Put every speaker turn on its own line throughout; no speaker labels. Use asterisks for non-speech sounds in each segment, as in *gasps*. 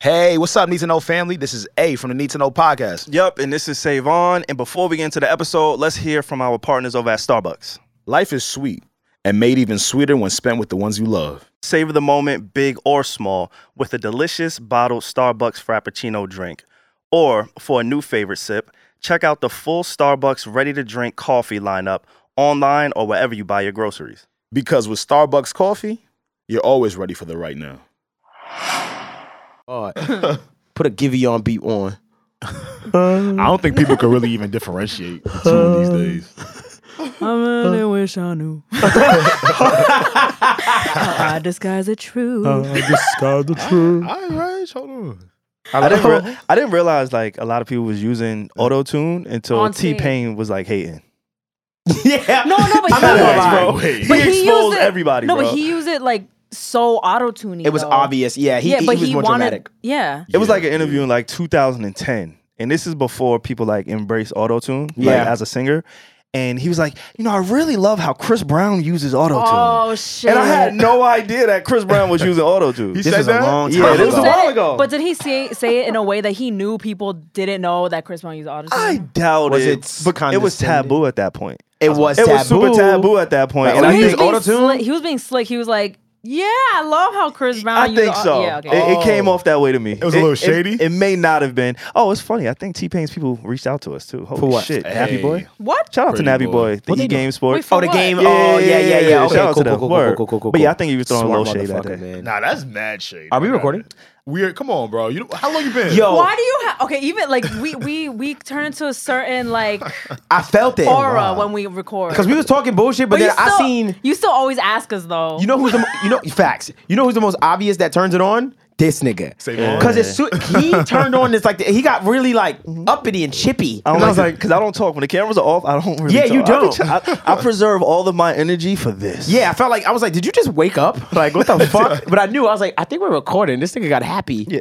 Hey, what's up, Need to Know family? This is A from the Need to Know podcast.
Yep, and this is Save On. And before we get into the episode, let's hear from our partners over at Starbucks.
Life is sweet and made even sweeter when spent with the ones you love.
Savor the moment, big or small, with a delicious bottled Starbucks Frappuccino drink. Or for a new favorite sip, check out the full Starbucks ready to drink coffee lineup online or wherever you buy your groceries.
Because with Starbucks coffee, you're always ready for the right now.
*laughs*
All right. Put a Giveon beat on.
I don't think people could really even differentiate the two of these *laughs* days.
I really wish
*laughs*
I knew. How I disguise it true.
All right, hold on.
I didn't, rea- I didn't realize like a lot of people was using auto tune until
On T.
T Pain was like hating.
yeah.
no, no, but
*laughs*
he,
Bro,
Wait.
but
he
he
exposed
used it.
everybody,
No,
bro.
but he used it like so auto tuning.
It was obvious. Yeah. He,
yeah,
he,
but
he was more
wanted.
dramatic.
Yeah.
It was like an interview in like 2010, and this is before people like embrace auto tune like,
Yeah.
as a singer. And he was like, you know, I really love how Chris Brown uses auto tune,
Oh shit!
and I had no idea that Chris Brown was using auto tune.
This is a long time
Yeah,
But
this
who
was a
said
while
it-
ago.
But did he say, say it in a way that he knew people didn't know that Chris Brown used auto
I
tune?
doubt
Was
it.
it
but it was
condescending?
taboo at that point.
It was
It
taboo.
was super taboo at that point,
Like,
and
when
I
he, was
think
being
auto-tune?
slick. he was being slick. He was like, "Yeah, I love how Chris Brown."
I
used
think
au-
so.
Yeah, okay.
it, it came off that way to me. It
was a little shady?
It, may not have been. Oh, it's funny. I think T Pain's people reached out to us too. Holy
For what?
shit, Nappy Boy.
what?
Shout out to
Pretty
Nappy
boy.
Boy, the E Game Sport.
Wait, for
Oh, the
what?
game.
Yeah,
oh, yeah, yeah,
yeah,
yeah.
yeah.
Okay,
Shout out
cool,
to
cool,
them.
cool,
Word.
cool, cool, cool, cool.
But yeah, I think he was throwing a
Smart
little shade at that.
motherfucker, man.
Nah, that's mad shade.
Are we recording?
Weird. Come on, bro. You know, how long you been?
Yo,
Why do you have? Okay, even like we we we turn into a certain like
I felt it.
aura when we record.
Because we was talking bullshit, but,
you
then I
still-
seen.
you still always ask us though.
You know who's the mo- you know facts. You know who's the most obvious that turns it on? This nigga.
Save on.
Cause it's su- he
*laughs*
turned on this like he got really like
Mm-hmm.
uppity and chippy.
I, don't
And
like
was like,
because I don't talk when the cameras are off. I don't really.
Yeah, you
talk. I
don't.
be ch- I, I preserve all of my energy for this.
yeah, I felt like I was like, did you just wake up? *laughs* Like
*laughs*
what the fuck? But I knew I was like, I think we're recording. This nigga got happy. Yeah.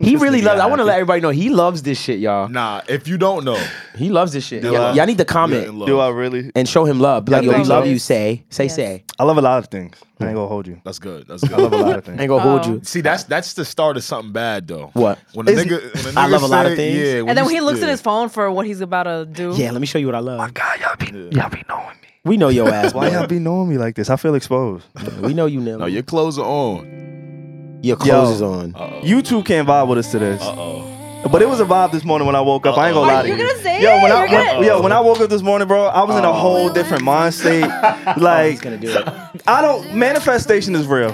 He really
nigga got
loves. I want to
happy.
let everybody know he loves this shit, y'all.
Nah, if you don't know,
He loves this shit.
I?
Y'all, y'all need to
you're in
comment
love.
Do I really?
and show him love. Be like, yo,
think
we love
so?
you. Say, say,
Yes.
say.
I love a lot of things. I ain't gonna hold you.
That's good. That's good.
*laughs*
I love a lot of
I ain't
things.
gonna hold
Oh.
Um,
you.
See, that's that's the start of something bad though.
What?
When a
Is-
nigga, when a
I
nigga
love a lot of
say-
things.
Yeah.
and then
you-
he looks at
yeah.
his phone for what he's about to do.
Yeah, let me show you what I love.
God, y'all be, y'all be knowing me.
We know your ass.
Why
boy.
y'all be knowing me like this? I feel exposed.
*laughs* We know you now.
No, your clothes are
*laughs*
on.
Your clothes is on.
You two can't vibe with us to this. But it was a vibe this morning when I woke up. I ain't gonna
Are
lie to
you
you.
gonna say
yo,
it?
When I,
You're gonna-
when- yo, when I woke up this morning, bro, I was in a whole different mind state. *laughs* like,
Gonna do it.
I don't. Manifestation is real.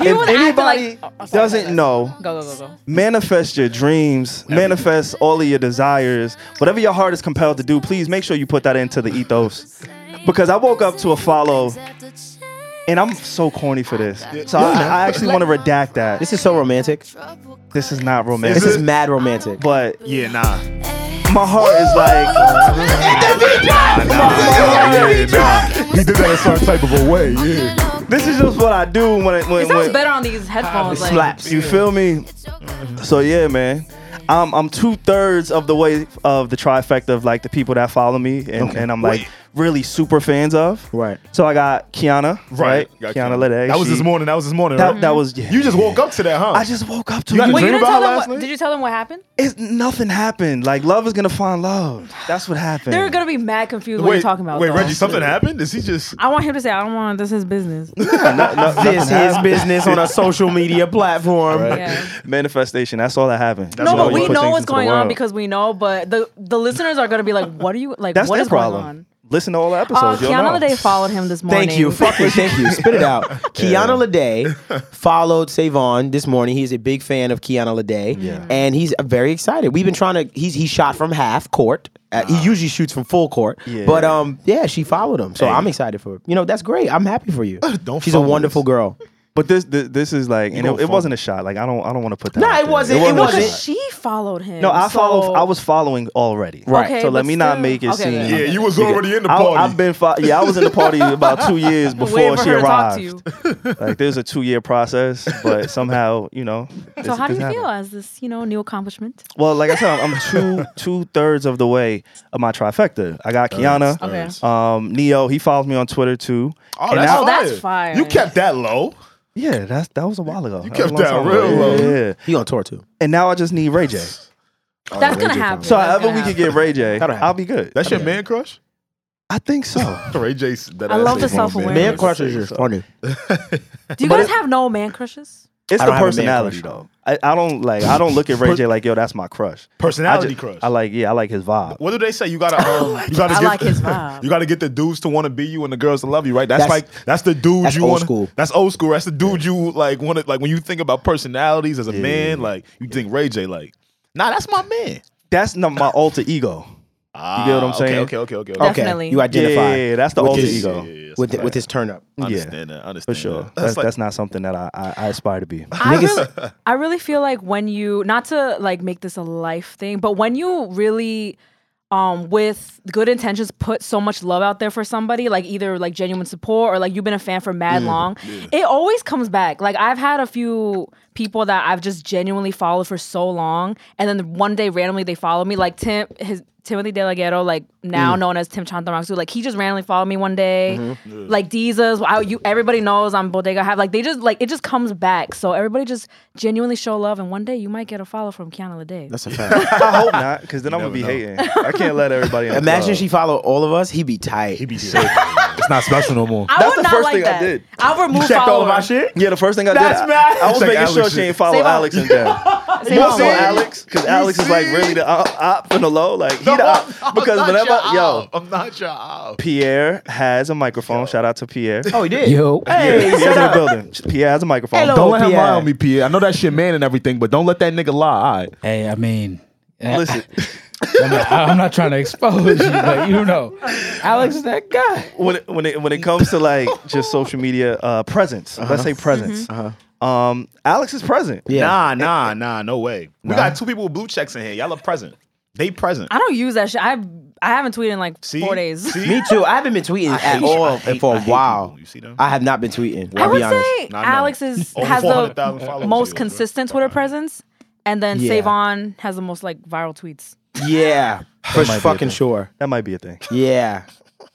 He
if
would act like-
anybody
Oh, oh, sorry,
doesn't
sorry.
know,
Go go go go.
manifest your dreams, manifest all of your desires, whatever your heart is compelled to do. Please make sure you put that into the ethos, because I woke up to a follow, and I'm so corny for this. So I, I actually want to redact that. This,
This is so romantic.
this is not
This
romantic,
is mad romantic.
but
Yeah, nah.
my heart is like,
Yeah, nah. He did that in some type of a way. Yeah.
this is just what I do when it, when,
It sounds
when-
better on these headphones. Like,
Slaps.
You feel me? So yeah, man. I'm I'm two thirds of the way of the trifecta of like the people that follow me and, and I'm like
Wait.
really super fans of.
Right.
So I got Kiana. Right.
Got
Kiana
you.
Lede.
That was
She-
this morning. That was this morning.
That,
right?
that was yeah.
You just woke up to that, huh?
I just woke up to
You had a
Wait,
it.
you
dream
didn't
about
tell
her
them
last
what,
night?
did you tell them what happened?
It's nothing happened. Like love is gonna find love. That's what happened.
They're gonna be mad confused what
wait,
you're talking about.
wait,
though.
Reggie, something happened? Is he just?
I want him to say, I don't want this is business.
This his
*laughs*
business on a social media platform.
Yeah.
manifestation. That's all that happened. That's
no,
all you
but we
put
know
things
what's
into the
going on
world.
because we know, but the the listeners are gonna be like, What are you like
that's
what
their
is
problem.
going on?
Listen to all the
Uh,
episodes. you'll know.
Kiana Lede followed him this morning.
Thank you. Fucking thank you. Spit
*laughs*
it out. Kiana Lede followed Savon this morning. He's a big fan of Kiana Lede. And he's very excited. We've been trying to he's he shot from half court. Uh, he usually shoots from full court.
Ah. Yeah.
But um yeah, she followed him. So I'm excited for You know, that's great. I'm happy
*laughs*
for you.
Don't
She's a
fuck with
wonderful
us.
girl.
But this this, this is like, and
gonna
it, it
fall.
wasn't a shot. Like I don't I don't want to put that.
No,
out
it
there.
wasn't. It
Because
wasn't.
she followed him.
No, I follow.
so-
I was following already.
Right.
Okay,
so let
but
me not
still-
make it
okay,
seem.
then.
Yeah, you was already in the
I,
party.
I've been. Fo- yeah, I was in the
*laughs*
party about two years
waiting
before
for
she
her to talk
arrived.
to you.
Like there's a two year process,
*laughs*
but somehow you know.
So
this-
how do
this
you
happened.
feel as this, you know, new accomplishment?
Well, like I said, I'm two two thirds of the way of my trifecta. I got Kiana.
Okay.
Um, Neo, he follows me on Twitter too.
Oh,
And
that's,
now-
Oh, that's
fire.
fire.
You kept that low.
Yeah, that's that was a while ago. You
kept that real low.
Yeah, yeah.
He on tour too.
And now I just need Ray J.
That's gonna happen.
So
That's
however
gonna
we can
happen.
get Ray J,
That'll happen.
I'll be good.
That's your man crush?
I think so.
Ray J. That
I
ass
love
is
the
one
self-awareness.
Man
Man
crushes are funny.
Do you
But
guys
it-
have no man crushes?
It's
I
the
don't have a man
personality
crush.
though. I, I don't like. I don't look at Ray J like yo, that's my crush.
Personality
I ju-
crush.
I like. Yeah, I like his vibe.
What do they say? You *laughs* gotta, um, you gotta
I
get,
like his
*laughs*
vibe.
You gotta get the dudes to want to be you and the girls to love you, right? That's,
That's-
like that's the dude
that's
you
old
want.
school.
That's old school. That's the dude you like want to like when you think about personalities as a man. Like you think Ray J, like nah, that's my man.
That's not my alter ego.
Ah,
get what I'm saying?
Okay, okay, okay, okay.
That's-
Okay,
Definitely.
you
Yeah,
identify
yeah, yeah, that's the
with
alter
his-
ego.
with with his turn up.
I
yeah.
understand that. I
For
understand
sure.
That.
That's,
That's, like,
that's not something that I, I, I aspire to be.
I really, I really feel like when you not to like make this a life thing, but when you really um with good intentions put so much love out there for somebody, like either like genuine support or like you've been a fan for mad long, it always comes back. Like I've had a few people that I've just genuinely followed for so long and then one day randomly they follow me like Tim his Timothy De La Ghetto, like now
Mm.
known as Tim Chantamaxu, like he just randomly followed me one day.
Mm-hmm.
Like Deezus, I, you everybody knows I'm Bodega Have. Like they just like it just comes back. So everybody just genuinely show love, and one day you might get a follow from Kiana Lede.
That's a fact.
I hope not, because then I'm gonna be hating. I can't let everybody. in the
Imagine
club.
she followed all of us. He'd be tight.
He'd be sick. *laughs* it's not special no *laughs* more.
I
That's
would
the
not
first
like
thing I
that.
did.
will remove
checked all of
follower.
our shit.
Yeah, the first thing I
That's
did,
bad.
I, I was
Check
making
Alex
sure
shit.
she ain't follow
Save all-
Alex in there.
Say
More
follow.
so Alex, because Alex is like
see?
really the op, op and the low. Like he the op,
*laughs*
because whenever yo
I'm not your out.
Pierre has a microphone. Shout out to Pierre.
Oh, he did.
Yo.
Hey,
Pierre's in the
shut up.
building. Pierre has a microphone.
Hello.
Don't let him
Pierre.
lie on me, Pierre. I know that shit man and everything, but don't let that nigga lie. All right.
Hey, I mean, I-
listen.
I'm not, I'm not trying to expose you, but you know, Alex is that guy.
when it, when it when it comes to like just social media uh, presence, let's say presence. Um, Alex is present.
Mm-hmm. Yeah. *laughs*
Nah, nah, nah, no way. We got two people with blue checks in here. Y'all are present. They present.
I don't use that shit. I I haven't tweeted in like
See?
four days.
See?
Me too. I haven't been tweeting at
hate- I
all
hate-
for
I
a
hate
while.
people. You see them?
I have not been tweeting.
*laughs* I
I'll
would
be honest.
say
Nah, I know.
Alex is
Over
has
400,000
the
followers on
most
Twitter.
consistent Twitter presence, and then
Yeah.
Savon has the most like viral tweets.
Yeah,
Oh
for
might be a
fucking
thing.
sure.
That might be a thing.
Yeah.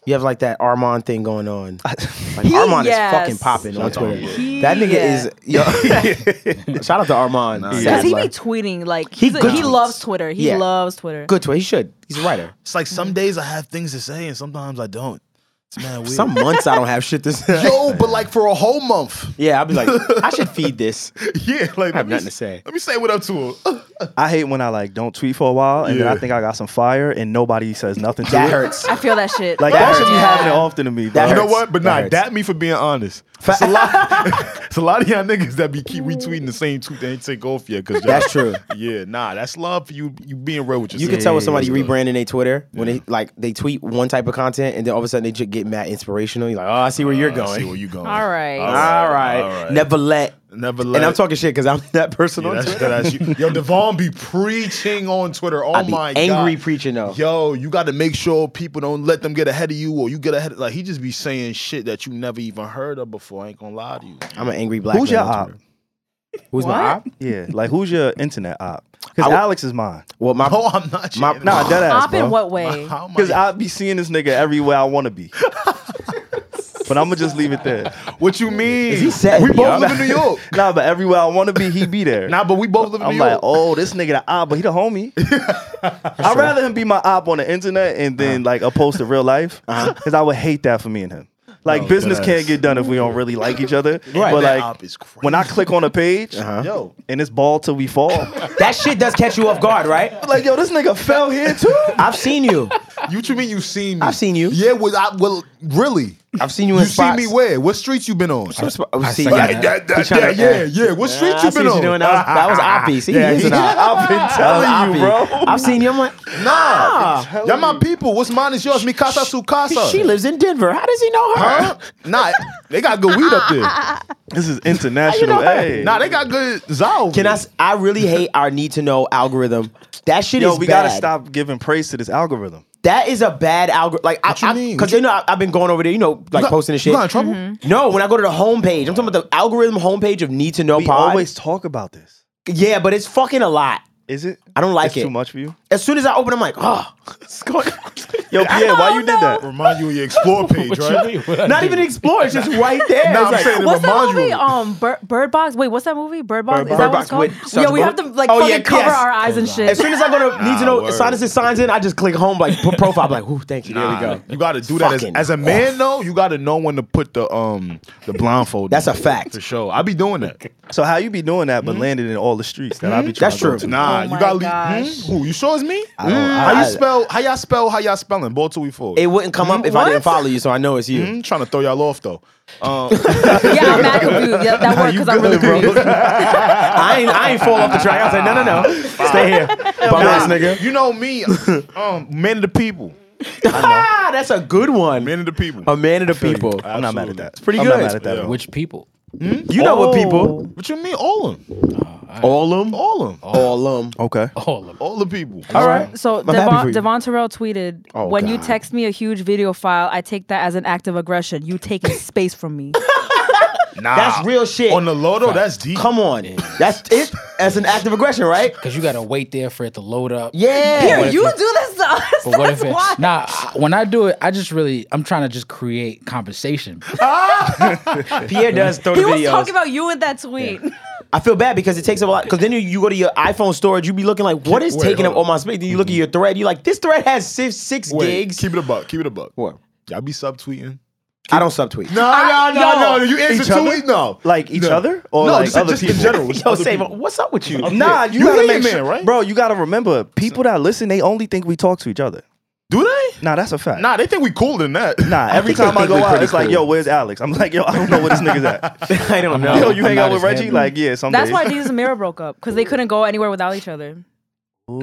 You have like that Armand thing going on. Like
He-
Armand
Uh, yes.
is fucking popping on Twitter.
He-
that nigga
yeah.
is
*laughs*
yo. *laughs* shout out to Armand.
Because
Sad
he
life.
be tweeting like
He
he's a-
good
he
tweets.
loves Twitter. He
Yeah.
loves Twitter.
good tweet. He should. He's a writer.
It's like some days I have things to say and sometimes I don't. It's mad weird.
Some months I don't have shit to
*laughs*
say.
Yo, but like for a whole month.
Yeah, I'll be like, I should feed this.
*laughs* Yeah, like I
have nothing to say.
Let me say what up to him.
I hate when I like don't tweet for a while and then I
Yeah.
think I got some fire and nobody says nothing to
That
it.
hurts.
I feel that shit.
Like
Yeah.
that, should be happening often to me, bro.
That
You know
hurts.
what? But
That
nah,
hurts.
that me for being honest. It's a
*laughs*
lot. it's a lot of y'all niggas that be keep retweeting the same tweet that ain't take off yet. Cause y'all-
That's true.
Yeah, nah, that's love for you. You being real with yourself.
You can tell when somebody
That's good.
rebranding their Twitter when they like they tweet one type of content and then all of a sudden they just get mad inspirational. You're like, oh, I see where you're
I see
going.
where you going.
All right.
all, right. never let.
Never let.
And I'm talking shit because I'm *laughs* that person
Yeah,
on
that's,
Twitter.
that's you. Yo, Devon be preaching on Twitter. Oh
I be
my
angry
God.
preaching though.
Yo, you got to make sure people don't let them get ahead of you, or you get ahead. Of, like he just be saying shit that you never even heard of before. I ain't gonna lie to *laughs* you.
I'm an angry black
Who's
man.
your
on
op?
Twitter. Who's my op?
Yeah, like who's your internet op? Because
w-
Alex is mine.
Well, my
Oh, I'm not.
My-
shitting.
Nah, dead ass,
Op in
bro.
what way?
How am I-
Because I be seeing this nigga everywhere I want
*laughs*
to be. but I'm gonna just leave it there.
What you mean?
he sad?
we both
Yo.
live in New
*laughs*
York.
Nah, but everywhere I want to be, he be there.
Nah, but we both live in
I'm
New
like,
York.
oh, this nigga the op, but he the homie.
*laughs*
I'd rather him be my op on the internet and then
Uh-huh.
like opposed to
*laughs*
real life, because I would hate that for me and him. Like business
goodness.
can't get done if we don't really like each other. But
Right.
Oh, That
like
op is crazy. Uh-huh.
when I click on a page, yo, and it's ball till
*laughs*
we fall.
that shit does catch you off guard, right?
like yo, this nigga fell here
*laughs*
too.
I've seen you.
You what you mean you've seen me?
I've seen you.
Yeah, well, I, well really.
I've seen you in
You seen
spots.
me where? What streets you been on? *laughs*
I've seen
second
you.
that.
That- that-
He
that-
tryna-
yeah, yeah. What
Yeah,
street
I
you
see
been
what
on?
you doing. That was, that
*laughs*
was oppy. See, yeah, he's an op.
I've been
That
telling
was
you,
oppy.
bro.
I've seen you. I'm like,
Nah, y'all my people. What's mine is yours. Mi casa su casa.
Ah. she lives in Denver. How does he know her?
Huh? Nah, they got good weed
Ah.
up there.
This is international.
that?
hey.
Nah, they got good Zao.
Can I? s- I really hate our need to know algorithm. That shit
yo,
is
we
bad.
gotta stop giving praise to this algorithm.
That is a bad algorithm. Like,
What
I,
you
I,
mean?
Because you know, I, I've been going over there. You know, like
got-
posting and
you
shit.
got in trouble?
Mm-hmm.
No, when I go to the homepage, I'm talking about the algorithm homepage of Need to Know
We
Pod.
always talk about this.
yeah, but it's fucking a lot.
Is it?
I don't like
It's
it.
Too much for you.
"Ah."
*laughs*
As soon as I open, I'm like, oh, it's going.
Yo, Pierre, why you did that?
Remind you of your
*laughs*
explore page,
What you
right?
mean? What I
Not
did?
even explore. It's just right
*laughs*
there.
Nah,
It's
I'm
like-
saying it
What's that
reminds you.
movie?
of it.
Um, Bird, Bird Box. Wait, what's that movie? Bird Box.
Bird
Is that
Box.
what
Bird
it's
Box
called?
with
Yeah, we
Sandra
have to
Bullock?
like
Oh,
fucking
yeah,
cover
yes.
our eyes and shit.
As soon as I go to need to
Nah,
know
word.
Sinus signs in, I just click home like put profile like, ooh, thank you. there we
Nah,
go.
You got to do that as,
Fucking
as a man, though. You got to know when to put the um the blindfold.
That's
on,
a fact.
for sure. I be doing
*laughs*
that.
So how you be doing that, but landed in all the streets that I be trying
That's
to go
true.
to?
Nah,
Oh
you
my
got to
gosh.
Who you sure it's me? Hmm?
don't-
How
I-
you spell? How y'all spell? How y'all spelling? Ball two we four.
It wouldn't come up if I didn't follow you, so I know it's you.
I'm trying to throw y'all off though.
*laughs*
yeah, I'm mad confused. Yeah, that worked because I'm really confused.
I ain't I ain't fall off the track. I said, no, no, no. *laughs* Stay here. Bum ass
Nah,
*laughs* nigga.
You know me, um, man of the people.
Ah, that's a good one.
Man of the people.
A man of the people.
I'm not mad at that. It's
pretty
I'm
good.
Not mad at that. at all.
Which people?
You know what people.
what you mean? All of them.
All them.
All of them.
All them.
Okay.
All of them.
All the people.
All right.
So
happy for
Devon,
you.
Devon Terrell tweeted, "When you
God.
text me a huge video file, I take that as an act of aggression. You taking space from me."
Nah.
That's real shit.
On the low though, that's deep.
Come on. That's it as an act of aggression, right?
Because you gotta wait there for it to load up.
Yeah.
Here, you do this to us.
But what if
That's
it,
why.
nah? I- When I do it, I just really I'm trying to just create conversation.
Pierre does throw
He
the
was
videos.
talking about you in that tweet.
I feel bad because it takes up a lot. Because then you, you go to your iPhone storage, you be looking like, what is
Wait,
taking up
hold
all my space? Then you look at your thread, you like, this thread has six, six
Wait,
gigs.
Keep it a buck. Keep it a buck.
What?
Y'all be subtweeting.
I don't subtweet.
No,
I-
no, no,
yo.
no. You
Each
answer
other?
tweet? No.
Like each
No.
other or
no,
like
just,
other
just
people?
in general.
*laughs*
Just
*laughs* Yo,
other
Save,
people.
what's up with you?
Nah, you,
You
gotta
hate
make
man,
sure,
right?
bro. You gotta remember, people that listen, they only think we talk to each other.
Do they?
Nah, that's a fact.
Nah, they think we cooler than that. *laughs*
Nah, every
think
time I
they think
go
we
out,
pretty
it's like,
cool.
yo, where's Alex? I'm *laughs* like, yo, I don't know where this nigga's at.
*laughs* I don't
*laughs*
know.
yo, you hang out
not
with
his
Reggie?
man.
Like, yeah, some
That's
days.
why Jesus and Mira broke up because they couldn't go anywhere without each other.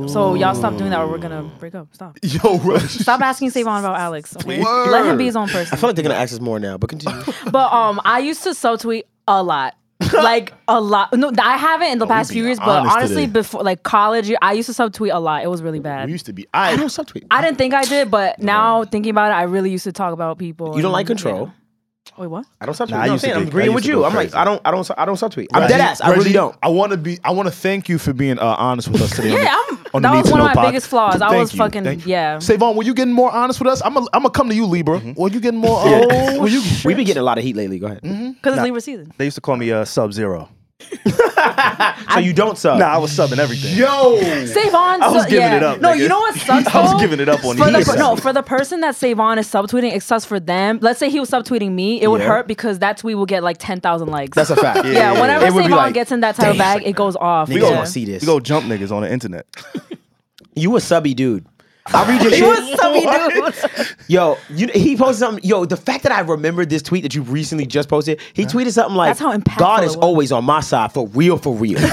So y'all stop doing that, or we're gonna break up. Stop.
Yo, Rush.
Stop asking Savon about Alex. Okay?
Word.
Let him be his own person.
I feel like they're gonna ask us more now, but *laughs* continue.
But um, I used to subtweet a lot. like a lot. No, I haven't in the past
we
few
being
years, but
honest
honestly,
today.
before like college, year, I used to subtweet a lot. It was really
We
bad.
used to be. I
don't subtweet.
I didn't think I did, but now thinking about it, I really used to talk about people.
You don't
and-
like control.
Wait, what?
I don't
I
subtweet. No, I'm
used to
saying I'm
get- I
agreeing
used
with
to
you.
go
I'm like,
crazy.
I don't, I don't, I don't subtweet. I'm
Reggie-
dead ass. I really
Reggie,
don't.
I want to be. I want to thank you for being uh, honest with us today. on the-
Yeah, I'm-
on the
that
Need
was
to
one of
Know
my
pod.
biggest flaws. I
Thank
was
you,
fucking-
thank you.
yeah.
Savon, were you getting more honest with us? I'm gonna I'm come to you, Libra. Were you getting
*laughs*
more? Oh, were you?
We've been getting a lot of heat lately. Go ahead.
Because it's Libra season.
They used to call me uh, Sub Zero.
So you don't sub.
Nah, I was subbing everything.
Yo,
Savon,
I was
so-
giving
yeah.
it up,
No,
nigga.
you know
*laughs*
what sucks?
I was
though?
giving it up on
for
these
the,
niggas.
No, for the person that Savon is subtweeting, it sucks for them. Let's say he was subtweeting me, it would
Yeah.
hurt because that tweet will get like ten thousand likes.
That's a *laughs* fact.
yeah, whenever
It would be
Savon
like,
gets in that type of bag, it goes off.
Niggas
yeah.
wanna
*laughs*
see this.
You go jump niggas on the internet.
You a subby dude. I read *laughs*
*laughs*
your shit. Yo, you, he posted something. Yo, the fact that I remembered this tweet that you recently just posted, he tweeted something like,
That's how impactful
God
it
is
was."
always on my side for real, for real.
*laughs*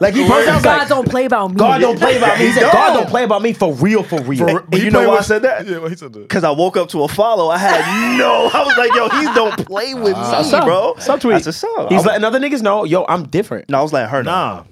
like he posted, I was
God
like,
don't play about me.
God don't play about me. *laughs* He said, God don't play about me for real, for real.
And you know why I said that?
Yeah, well, he said that.
Because I woke up to a follow. I had no. I was like, yo, he don't play with
Ah.
me, bro.
Subtweet.
That's a sub.
He's
I,
letting other niggas know, yo, I'm different.
no, I was like, her. Nah.
Nah,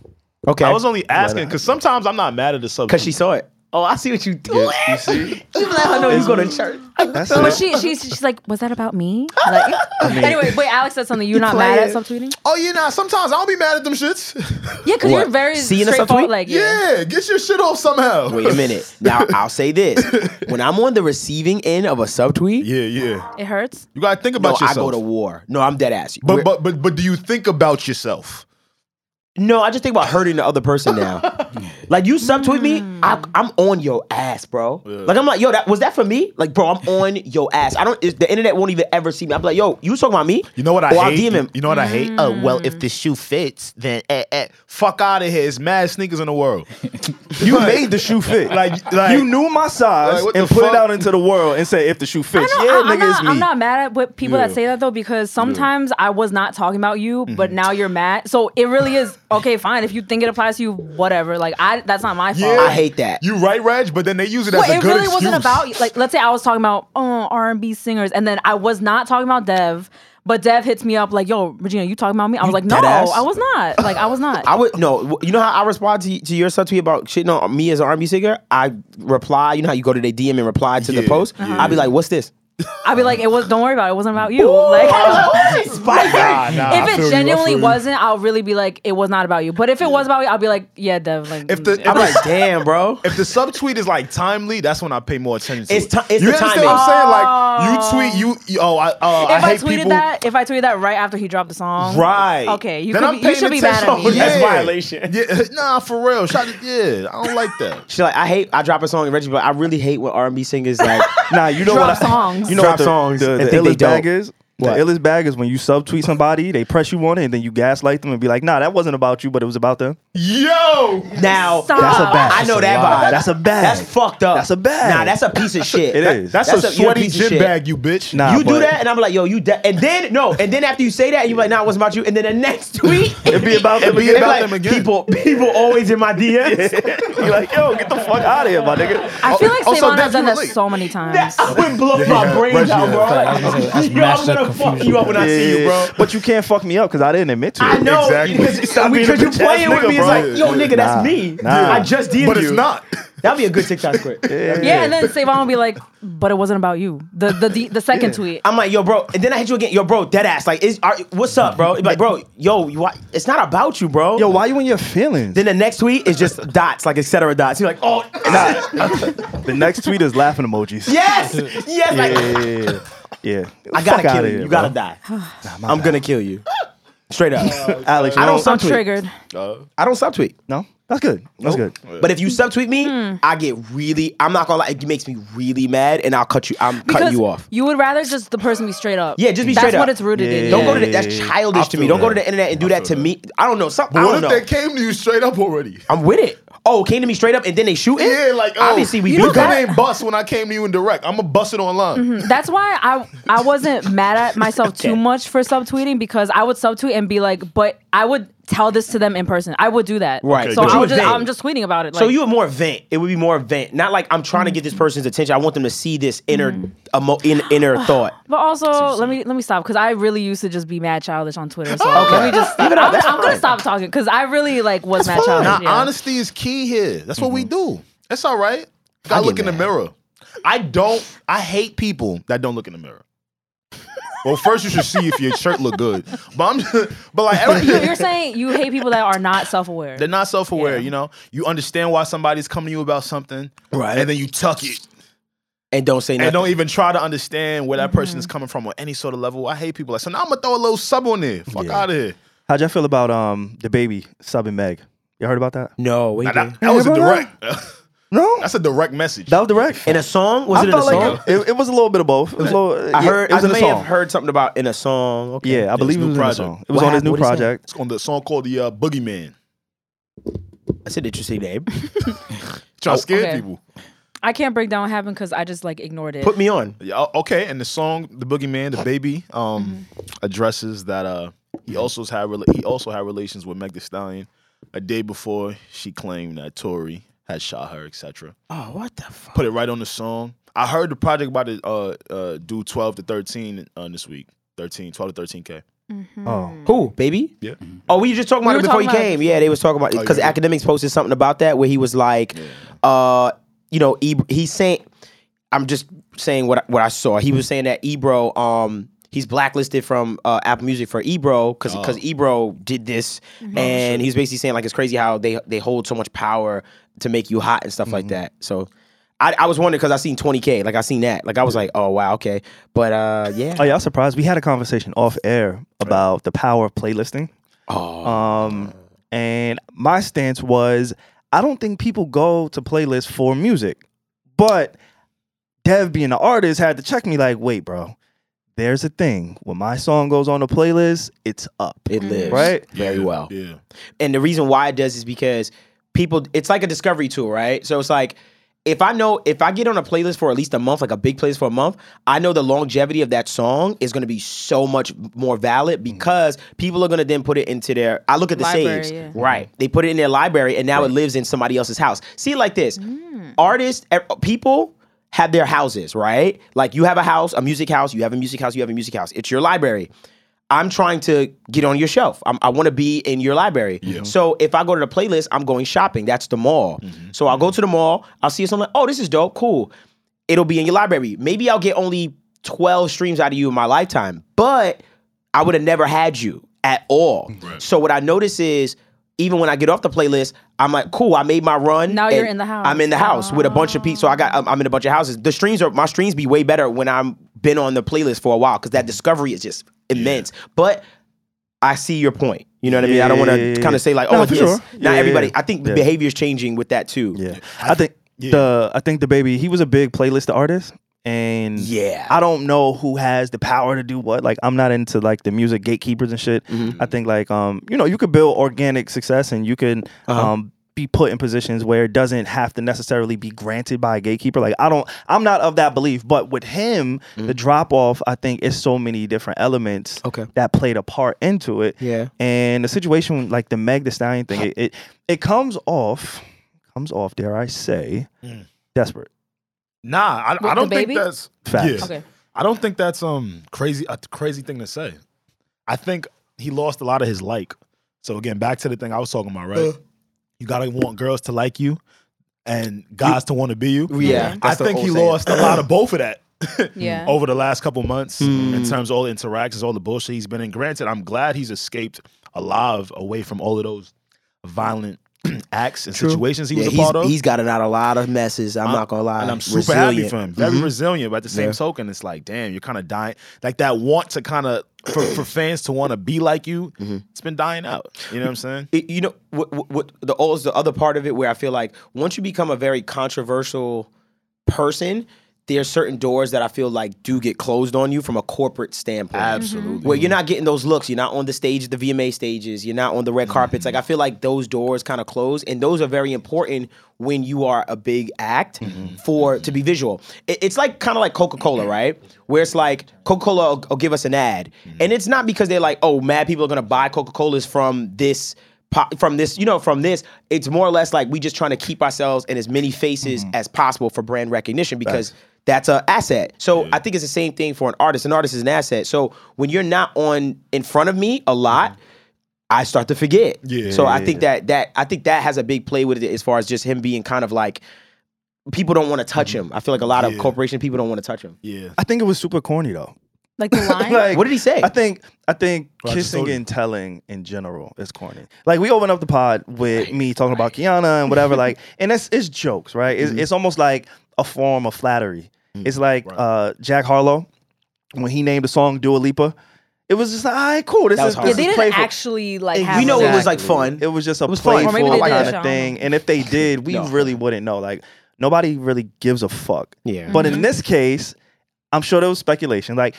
Okay.
I was only asking because sometimes I'm not mad at the subject.
Because she saw it. Oh, I see what you do.
You see?
You let her know you go to church.
That's
But
it.
she, she's, she's like, was that about
*laughs*
me? Like, anyway, wait, Alex said something. You're not mad at
playing.
subtweeting?
Oh yeah, nah. Sometimes I don't be mad at them shits. *laughs*
Yeah, because
What?
you're very
Seeing a
straightforward.
subtweet?
Like, yeah.
yeah, get your shit off somehow.
Wait a *laughs* minute. Now, I'll say this. When I'm on the receiving end of a
*laughs*
subtweet,
Yeah, yeah.
it hurts.
You gotta think
no,
about
I
yourself.
go to war. No, I'm dead ass. We're-
but but but but do you think about yourself?
No, I just think about hurting the other person *laughs* now. like you subtweet me, I, I'm on your ass, bro. Like I'm like, yo, that was that for me? Like, bro, I'm on your ass. I don't. It, the internet won't even ever see me. I'm like, yo, you was talking about me?
You know what I
or I'll
hate?
DM him.
You know what I hate?
Mm.
Oh well, if the shoe fits, then eh, eh. fuck out of here. It's mad sneakers in the
*laughs*
world.
You made the shoe fit.
Like- like-
you knew my size
Like, what
and
the
put it
fuck?
out into the world and said, if the shoe fits,
I know,
yeah,
I- I'm,
nigga,
not,
it's me.
I'm not mad at what people
Yeah.
that say that though because sometimes I was not talking about you, but now you're mad. So it really is okay. Fine, if you think it applies to you, whatever. Like I, that's not my fault.
I hate that.
You right, Reg, but then they use it
Well,
as a
it
good
really
excuse.
wasn't about you. like. Let's say I was talking about oh, R and B singers, and then I was not talking about Dev. But Dev hits me up like, "Yo, Regina, you talking about me?" I was like, "No,
deadass.
I was not. Like, I was not."
I would no. You know how I respond to, to your subtweet about shitting on me as an R&B singer? I reply. You know how you go to their DM and reply to
Yeah,
the post? I'd be like, "What's this?"
I'd be like, it was. Don't worry about it. It wasn't about you. Like. *laughs*
Spike.
if it genuinely wasn't, I'll really be like, it was not about you. But if it was about you, I'll be like, yeah, Dev. Like,
If the-
mm,
I'm
I'm like, damn,
*laughs*
bro.
If the subtweet is like timely, that's when I pay more attention. to
It's
it.
ti- it's
you
the
understand
timing.
what I'm saying? Like you tweet, you, you oh I oh
if I,
hate
tweeted
people.
that, if I tweeted that right after he dropped the song,
Right.
Okay, you,
then
could
I'm
be,
paying
you should be mad
attention.
at me.
Yeah.
That's violation.
Yeah, uh, nah, for real. Shout it, yeah, I don't like that.
She's like, I hate. I drop a song in Reggie, but I really hate when R and B singers
*laughs*
like.
Nah, you know
Drop
what? I-
songs.
You know
Drop
what the,
songs
The,
and
the
think they
illest bag
dope.
is.
What?
The illest bag is when you subtweet somebody, they press you on it, and then you gaslight them and be like, "Nah, that wasn't about you, but it was about them."
Yo,
Now
Stop. That's a bad-
I know that
lie.
vibe.
That's a bag.
That's fucked up.
That's a bag.
Nah, that's a
*laughs*
piece of shit.
It
That-
is.
that's,
that's
a
a- you're a
sweaty
piece of
gym
shit.
bag, you bitch.
Nah,
you do
but-
that, and I'm like, yo, you. De-. And then no, and then after you say that, you're like, nah, it wasn't about you. And then the next *laughs* tweet,
It'd be about
It'd
them.
be
again.
about
like,
them again.
people, people always in
*laughs*
my DMs.
You're *laughs* like, yo, get the fuck out of here, my nigga.
I feel like
Also,
Savon
Dev,
has done
you were
that
late.
so many times.
That-
*laughs*
I would blow my brains out, bro.
That's- that's-
Like,
that's
yo, I'm
mashed up
gonna fuck
confusion.
you up when I see you, bro.
But you can't fuck me up because I didn't admit to it.
I know
Exactly.
because,
Stop being a
because you're
bitch-ass
playing with
nigga,
me. It's
bro.
like, yo, nigga,
Nah,
that's me.
nah.
I just did
but
you.
it's not.
That'd be a good
*laughs*
TikTok script.
Yeah, and then Savon will be like, but it wasn't about you. The the the, the second tweet.
I'm like, yo, bro, and then I hit you again, yo, bro, dead ass. Like, is are, what's up, bro? Like, bro, yo, you, why, it's not about you, bro.
Yo, why you in your feelings?
Then the next tweet is just dots, like et cetera dots. You're like,
*laughs*
oh,
the next tweet is laughing emojis.
yes, yes. Like,
Yeah. Yeah.
I gotta
Fuck outta
kill you.
here,
you gotta
bro. *sighs*
die. I'm gonna kill you. Straight up.
*laughs* Alex, you
I don't
I'm
subtweet.
triggered.
I don't subtweet.
No? That's good. That's good.
But if
*laughs* Hmm.
you subtweet me, I get really. I'm not gonna lie. It makes me really mad, and I'll cut you. I'm cutting you off.
would rather just the person be straight up.
Yeah, just be
That's
straight up.
what it's rooted in.
Yeah.
Don't go to
the
the, that's childish to me. Don't go to the internet and do that to me. I don't know. Something.
But
I
what if
don't know.
they came to you straight up already?
I'm with it. Oh, came to me straight up and then they shoot it.
Yeah, like oh,
obviously we
you
do
your gun
that.
ain't bust when I came to you in direct. I'm gonna bust it online.
That's why I I wasn't mad at myself too much for subtweeting because I would subtweet and be like, but I would tell this to them in person. I would do that.
Right.
So
But you
I
would
would just,
think.
I'm just tweeting about it. Like,
So you would more vent. It would be more vent. Not like I'm trying to get this person's attention. I want them to see this inner
Mm.
emo, in,
*sighs*
inner thought.
But also, let me let me stop because I really used to just be mad childish on Twitter.
Oh,
So let me just. I'm, I'm gonna stop talking because I really like was mad
Now,
childish. yeah.
honesty is key here. That's what we do. That's all right. Gotta
get
look in the
mad.
mirror. I don't. I hate people that don't look in the mirror. well, first you should see if your shirt look good. But I'm. *laughs* But like, every-
You- You're saying you hate people that are not self aware.
they're not self aware. You know, you understand why somebody's coming to you about something,
Right.
And then you tuck it
And don't say
and
nothing.
don't even try to understand where that person is coming from on any sort of level. I hate people like so. Now I'm gonna throw a little sub on there. Fuck out of here.
How'd y'all feel about um the baby subbing Meg? You all heard about that?
no, wait.
Now, that, that was a
bro,
direct. *laughs*
No.
that's a direct message.
That was direct.
in a song? Was
I
it in a
felt
song?
like it, it was a little bit of both. It was a little,
I
yeah,
heard.
it was
I
in a
may
song.
have heard something about in a song. Okay.
Yeah, I believe it
new
was in a
project.
song. It was
What
on his
happened?
new
What is that?
project.
It's on the song called the uh, Boogeyman.
That's an interesting name.
Trying to scare
okay.
people.
I can't break down what happened because I just like ignored it.
Put me on.
Yeah, o- okay, and the song "The Boogeyman," the baby, um, addresses that uh, he also had rela- he also had relations with Meg Thee Stallion a day before she claimed that Tory had shot her, etc.
Oh, what the fuck?
Put it right on the song. I heard the project about to uh, uh, do twelve to thirteen uh, this week. 13, 12 to thirteen k.
Oh.
Who, baby?
Yeah.
Mm-hmm.
Oh, we were just talking
We
about
were
it before
talking
you
about it.
came. Yeah, they was talking
Oh,
about it because
yeah.
academics posted something about that where he was like, uh, you know, Eb- he's saying, I'm just saying what I- what I saw. He was saying that Ebro, um, he's blacklisted from uh, Apple Music for Ebro
Oh.
because Ebro did this,
Mm-hmm. Oh,
and he's basically saying like it's crazy how they they hold so much power to make you hot and stuff like
Mm-hmm.
that. So. I, I was wondering because I seen 20k, like I seen that, like I was like, oh wow, okay, but uh, yeah,
Oh, y'all surprised? We had a conversation off air about the power of playlisting. Um, and my stance was I don't think people go to playlists for music, but Dev being the artist had to check me like, wait, bro, there's a thing when my song goes on the playlist, it's up,
it
Mm-hmm.
lives
right?
very well.
Yeah.
And the reason why it does is because people, it's like a discovery tool, right? So it's like, if I know, if I get on a playlist for at least a month, like a big playlist for a month, I know the longevity of that song is going to be so much more valid because people are going to then put it into their, I look at the
Mm-hmm. Library,
saves,
yeah.
right? They put it in their library and now it lives in somebody else's house. See it like this artists, er, people, have their houses, right? Like you have a house, a music house, you have a music house, you have a music house. It's your library. I'm trying to get on your shelf. I'm, I want to be in your library. So if I go to the playlist, I'm going shopping. That's the mall. So I'll go to the mall. I'll see something. Like, oh, this is dope. Cool. It'll be in your library. Maybe I'll get only 12 streams out of you in my lifetime, but I would have never had you at all. So what I notice is even when I get off the playlist, I'm like, cool, I made my run.
Now you're
and
in the house.
I'm in the house with a bunch of people. So I got I'm, I'm in a bunch of houses. The streams are my streams be way better when I'm been on the playlist for a while because that discovery is just immense. But I see your point. You know what I mean? I don't want
Yeah, yeah,
to
yeah,
kind
yeah.
of say like,
No,
oh,
for
yes.
sure.
Not
Yeah,
everybody.
yeah,
I think the
yeah.
behavior's changing with that too.
Yeah, I think the I think the baby he was a big playlist artist, and
Yeah.
I don't know who has the power to do what. Like I'm not into like the music gatekeepers and shit. I think like um you know you could build organic success and you can um be put in positions where it doesn't have to necessarily be granted by a gatekeeper. Like I don't I'm not of that belief, but with him the drop off I think is so many different elements
Okay.
that played a part into it.
Yeah.
And the situation like the Meg the Stallion thing, it it, it comes off comes off, dare I say, desperate.
Nah, I, I
the
don't
baby?
think that's
Facts.
Yeah.
Okay.
I don't think that's um crazy a crazy thing to say. I think he lost a lot of his like. So again, back to the thing I was talking about,
Uh.
right? you gotta want girls to like you and guys to want to be you.
Yeah,
I
that's the
think
old
he
saying.
lost a lot of both of that.
*laughs* Yeah.
*laughs* over the last couple months
Mm.
in terms of all the interactions, all the bullshit he's been in. Granted, I'm glad he's escaped alive away from all of those violent *clears throat* acts and situations he
Yeah,
was a
he's-
part of.
he's gotten out a lot of messes. I'm, not gonna lie.
and I'm super happy
Resilient. Mm-hmm.
for him. Very resilient, but at the same token, it's like, damn, you're kind of dying. Like that want to kind of for, for fans to want to be like you, it's been dying out. You know what I'm saying?
Mm-hmm. It- you know what, what, what the always the other part of it where I feel like once you become a very controversial person, there's certain doors that I feel like do get closed on you from a corporate standpoint.
Absolutely.
Where you're not getting those looks, you're not on the stage, the VMA stages, you're not on the red carpets. Like I feel like those doors kind of close, and those are very important when you are a big act for to be visual. It- it's like kind of like Coca Cola, right? Where it's like Coca Cola will, will give us an ad, and it's not because they're like, oh, mad people are gonna buy Coca Colas from this. po- From this, you know, from this, it's more or less like we just trying to keep ourselves in as many faces
Mm-hmm.
as possible for brand recognition because that's an asset. So I think it's the same thing for an artist. An artist is an asset. So when you're not on in front of me a lot, I start to forget.
Mm-hmm. Yeah.
So I think that that I think that has a big play with it as far as just him being kind of like people don't want to touch him. I feel like a lot of
Mm-hmm. Yeah.
corporation people don't want to touch him.
Yeah.
I think it was super corny though.
*laughs*
Like the line.
Like,
What did he say?
I think I think
I just
kissing
told you.
and telling in general is corny. Like we open up the pod with me talking about Kiana and whatever, like, and it's it's jokes, right? It's, it's almost like a form of flattery. It's like uh, Jack Harlow when he named the song Dua Lipa. It was just like, all right, cool. This
That
is
was hard.
yeah,
this
they
is
didn't
playful.
actually like have
We know it was
that.
like fun.
It was just a
was fun.
playful
Or maybe they
did
kind
that,
of
Sean.
thing. And if they did, we
No.
really wouldn't know. Like nobody really gives a fuck.
Yeah.
But in this case, I'm sure there was speculation. Like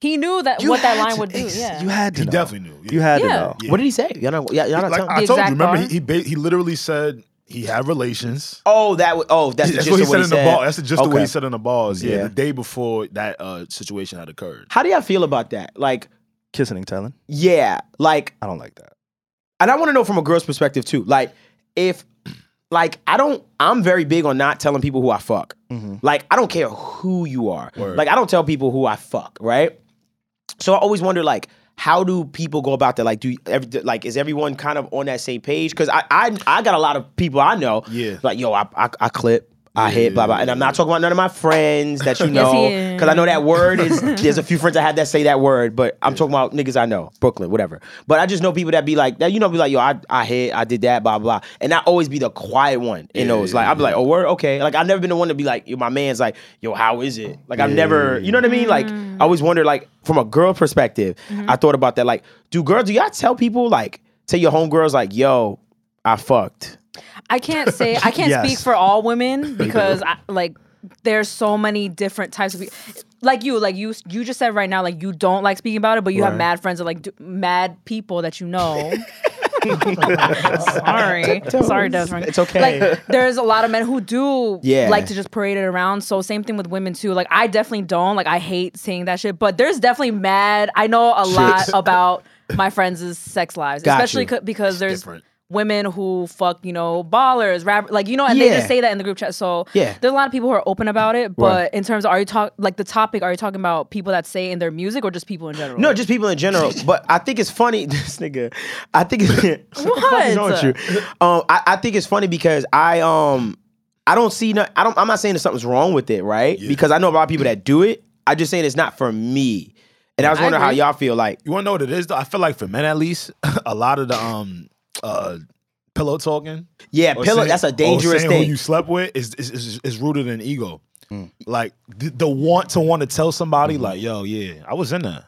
He knew that
you
what that
had
line
to
would do.
ex-
Yeah.
You had to
He
know.
definitely knew.
You had to
Yeah.
know.
Yeah.
What did he say? Y'all not, y'all, y'all not
Like
telling
I
The
told you,
exact
remember
bar?
he he, ba- he literally said he had relations.
Oh, that was, oh, that's,
That's
just
what he
what
said in
he
the
said.
ball. That's just the way
Okay.
he said in the balls. Yeah,
Yeah.
the day before that uh, situation had occurred.
How do y'all feel about that? Like,
Kissing and telling.
yeah, like
I don't like that.
and I want to know from a girl's perspective too. Like, if, like, I don't, I'm very big on not telling people who I fuck. Like, I don't care who you are. Like, I don't tell people who I fuck, right? So I always wonder, like, how do people go about that? Like, do every, like is everyone kind of on that same page? Because I, I I got a lot of people I know.
Yeah.
Like, yo, I I, I clip. I hit blah blah, and I'm not talking about none of my friends that you know,
he is.
because I know that word
*laughs*
is. there's a few friends I had that say that word, but I'm talking about niggas I know, Brooklyn, whatever. But I just know people that be like that. You know, be like, yo, I, I hit, I did that, blah blah, and I always be the quiet one in those. Like i be like, oh word, okay. Like I've never been the one to be like, yo, my man's like, yo, how is it? Like I've never, you know what I mean? Like
Mm.
I always wonder, like from a girl perspective,
Mm-hmm.
I thought about that. Like, do girls, do y'all tell people like, tell your homegirls like, yo, I fucked.
I can't say I can't
Yes.
speak for
*laughs*
all women because I, like there's so many different types of people. Like you, like you, you just said right now, like you don't like speaking about it, but you have mad friends that like do, mad people that
*laughs*
you know. sorry, sorry, Desmond.
It's okay.
Like there's a lot of men who do
Yeah.
like to just parade it around. So same thing with women too. Like I definitely don't. Like I hate saying that shit. But there's definitely mad. I know a lot about my friends' sex lives,
Got
especially
you.
c- because there's
different.
women who fuck, you know, ballers, rap, like you know, and they
Yeah.
just say that in the group chat. So
Yeah.
there's a lot of people who are open about it. But
Right.
in terms of are you talk like the topic, are you talking about people that say in their music or just people in general?
No, just people in
*laughs*
general. But I think it's funny, *laughs* this nigga. I think it's what? the fuck is wrong with you? Um, I, I think it's funny because I um I don't see no, I don't I'm not saying that something's wrong with it, right? Because I know a lot of people that do it. I'm just saying it's not for me. And I was
I
wondering how
agree.
y'all feel. Like,
You want to know what it is? Though? I feel like for men at least, *laughs* a lot of the um uh pillow talking.
yeah,
or
pillow.
saying-
that's a
or
dangerous
saying
thing. Hmm.
Who you slept with is is, is, is rooted in ego. Like the, the want to want to tell somebody,
Mm-hmm.
like, yo, yeah, I was in there.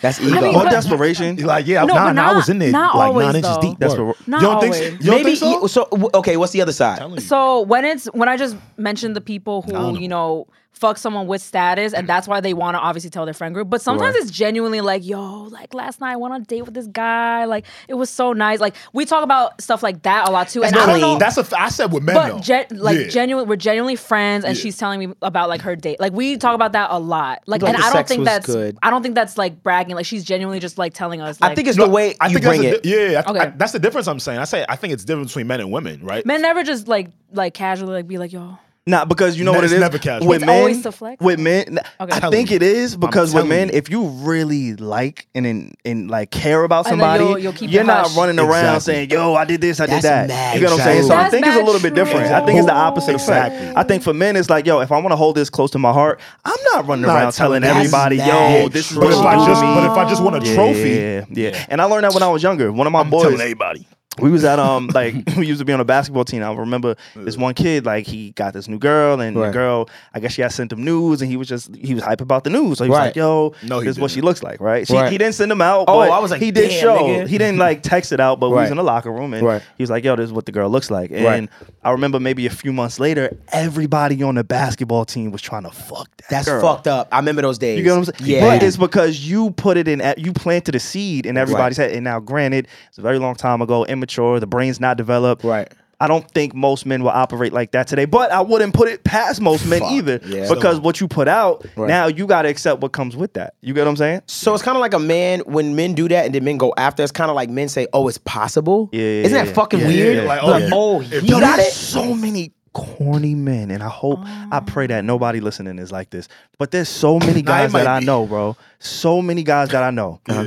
that's
I
ego.
mean,
Or
but-
desperation.
*laughs* Like, yeah,
No,
nah,
but
nah, I was in there.
not- not
like
always,
nine inches
though.
deep.
That's
bro.
what-
Not
you don't think?
always.
So? You don't
Maybe
think so?
you- so. w- Okay, what's the other side?
Telling you.
So when it's when I just mentioned the people who you know fuck someone with status, and that's why they want to obviously tell their friend group. But sometimes it's genuinely like, yo, like last night I went on a date with this guy, like it was so nice. Like we talk about stuff like that a lot too, and I don't know.
That's a. f- I said with men though.
but gen- like
Yeah.
genuine, we're genuinely friends, and she's telling me about like her date. Like we talk about that a lot. Like,
Like,
and
the
I don't
sex
think
was
that's
good.
I don't think that's like bragging. Like she's genuinely just like telling us. Like,
I think it's
No,
the way
I
you
think
bring
that's
it.
the di- yeah, I-
Okay.
I- that's the difference I'm saying. I say I think it's different between men and women, right?
men never just like like casually like be like, yo,
Nah, because you know
No,
what it
it's
is.
never casual.
With
It's
men,
always to flex?
With men,
Okay.
I
Telling
think
you.
it is because with
telling
men,
you.
if you really like and and, and like care about
And then
somebody,
you'll- you'll keep
you're
it
not
hush.
running around
Exactly.
saying, "Yo, I did this, I
That's
did that."
mad
you know what I'm
true.
saying? So I
That's
think it's a
mad
little bit different. I think it's the opposite effect.
Exactly.
I think for men, it's like, "Yo, if I want to hold this close to my heart, I'm not running
Not
around telling
telling- That's
everybody,
mad
"Yo, this is
but
what
if
you
I
do to
just,
me."
but if I just want a trophy,
Yeah, yeah. And I learned that when I was younger. One
*laughs*
of my
I'm telling
boys,
everybody.
we was at um like *laughs* we used to be on a basketball team. I remember this one kid like he got this new girl and the
Right.
girl I guess she had sent him news and he was just he was hype about the news. So he was
Right.
like, "Yo,
No, he
this is what
didn't.
she looks like, right?" She,
Right.
He didn't send him out.
Oh,
but
I was like,
he did
"Damn,
show.
nigga."
He didn't like text it out, but we
Right.
was in the locker room and
Right.
he was like, "Yo, this is what the girl looks like." And
Right.
I remember maybe a few months later, everybody on the basketball team was trying to fuck that.
That's
girl.
fucked up. I remember those days.
You get what I'm saying?
Yeah.
But it's because you put it in, you planted a seed in everybody's head. And now, granted, it's a very long time ago, immature, the brain's not developed.
Right.
I don't think most men will operate like that today, but I wouldn't put it past most men either
yeah.
because what you put out,
Right.
now you got to accept what comes with that. You get what I'm saying?
So it's kind of like a man when men do that and then men go after. It's kind of like men say, "Oh, it's possible."
Yeah, yeah,
isn't that
yeah.
fucking
Yeah,
weird?
yeah, like,
Like, oh,
oh, you-
he
if you
got
there's
it.
so many corny men, and I hope, I pray that nobody listening is like this, but there's so
*laughs*
many
Nah, it
guys that
might
I
be.
know, bro. So many guys that I know.
Uh-huh.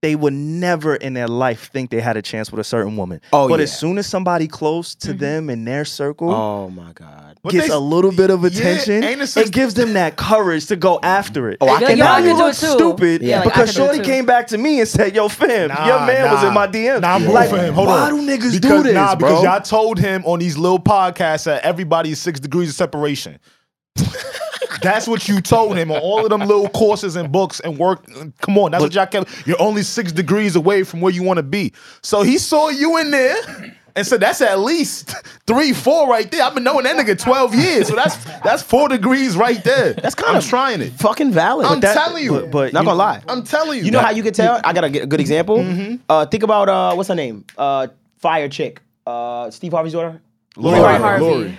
they would never in their life think they had a chance with a certain woman.
Oh,
but
yeah.
as soon as somebody close to them in their circle
Oh my god.
But
gets
Mm-hmm. they-
a little bit of
yeah,
attention,
ain't it
it
just-
gives them that courage to go after it.
Oh, I
and
can
now
do it.
you
I can do
look
it too.
stupid
Yeah, like, I
because
can do it
Shorty
too.
came back to me and said, "Yo, fam,
Nah,
your man was
nah.
in my DM."
Nah, I'm rooting
like,
for him. Hold
why
on.
do niggas
because,
do this,
Nah,
bro?
because y'all told him on these little podcasts that everybody is six degrees of separation. *laughs* that's what you told him on all of them little courses and books and work. Come on, that's what y'all kept. You're only six degrees away from where you want to be. So he saw you in there. And so that's at least three, four right there. I've been knowing that nigga 12 years. So that's that's four degrees right there. That's
kind
I'm
of-
trying it.
Fucking valid.
I'm
that-
telling you.
but- but
not
you-
gonna lie.
I'm telling you. Mm-hmm.
You know how you could tell? I got a g- a good example. Uh, think about uh, what's her name? Uh, fire chick. Uh, Steve Harvey's daughter.
Lori
Lori
Harvey.
Harvey.
Lori.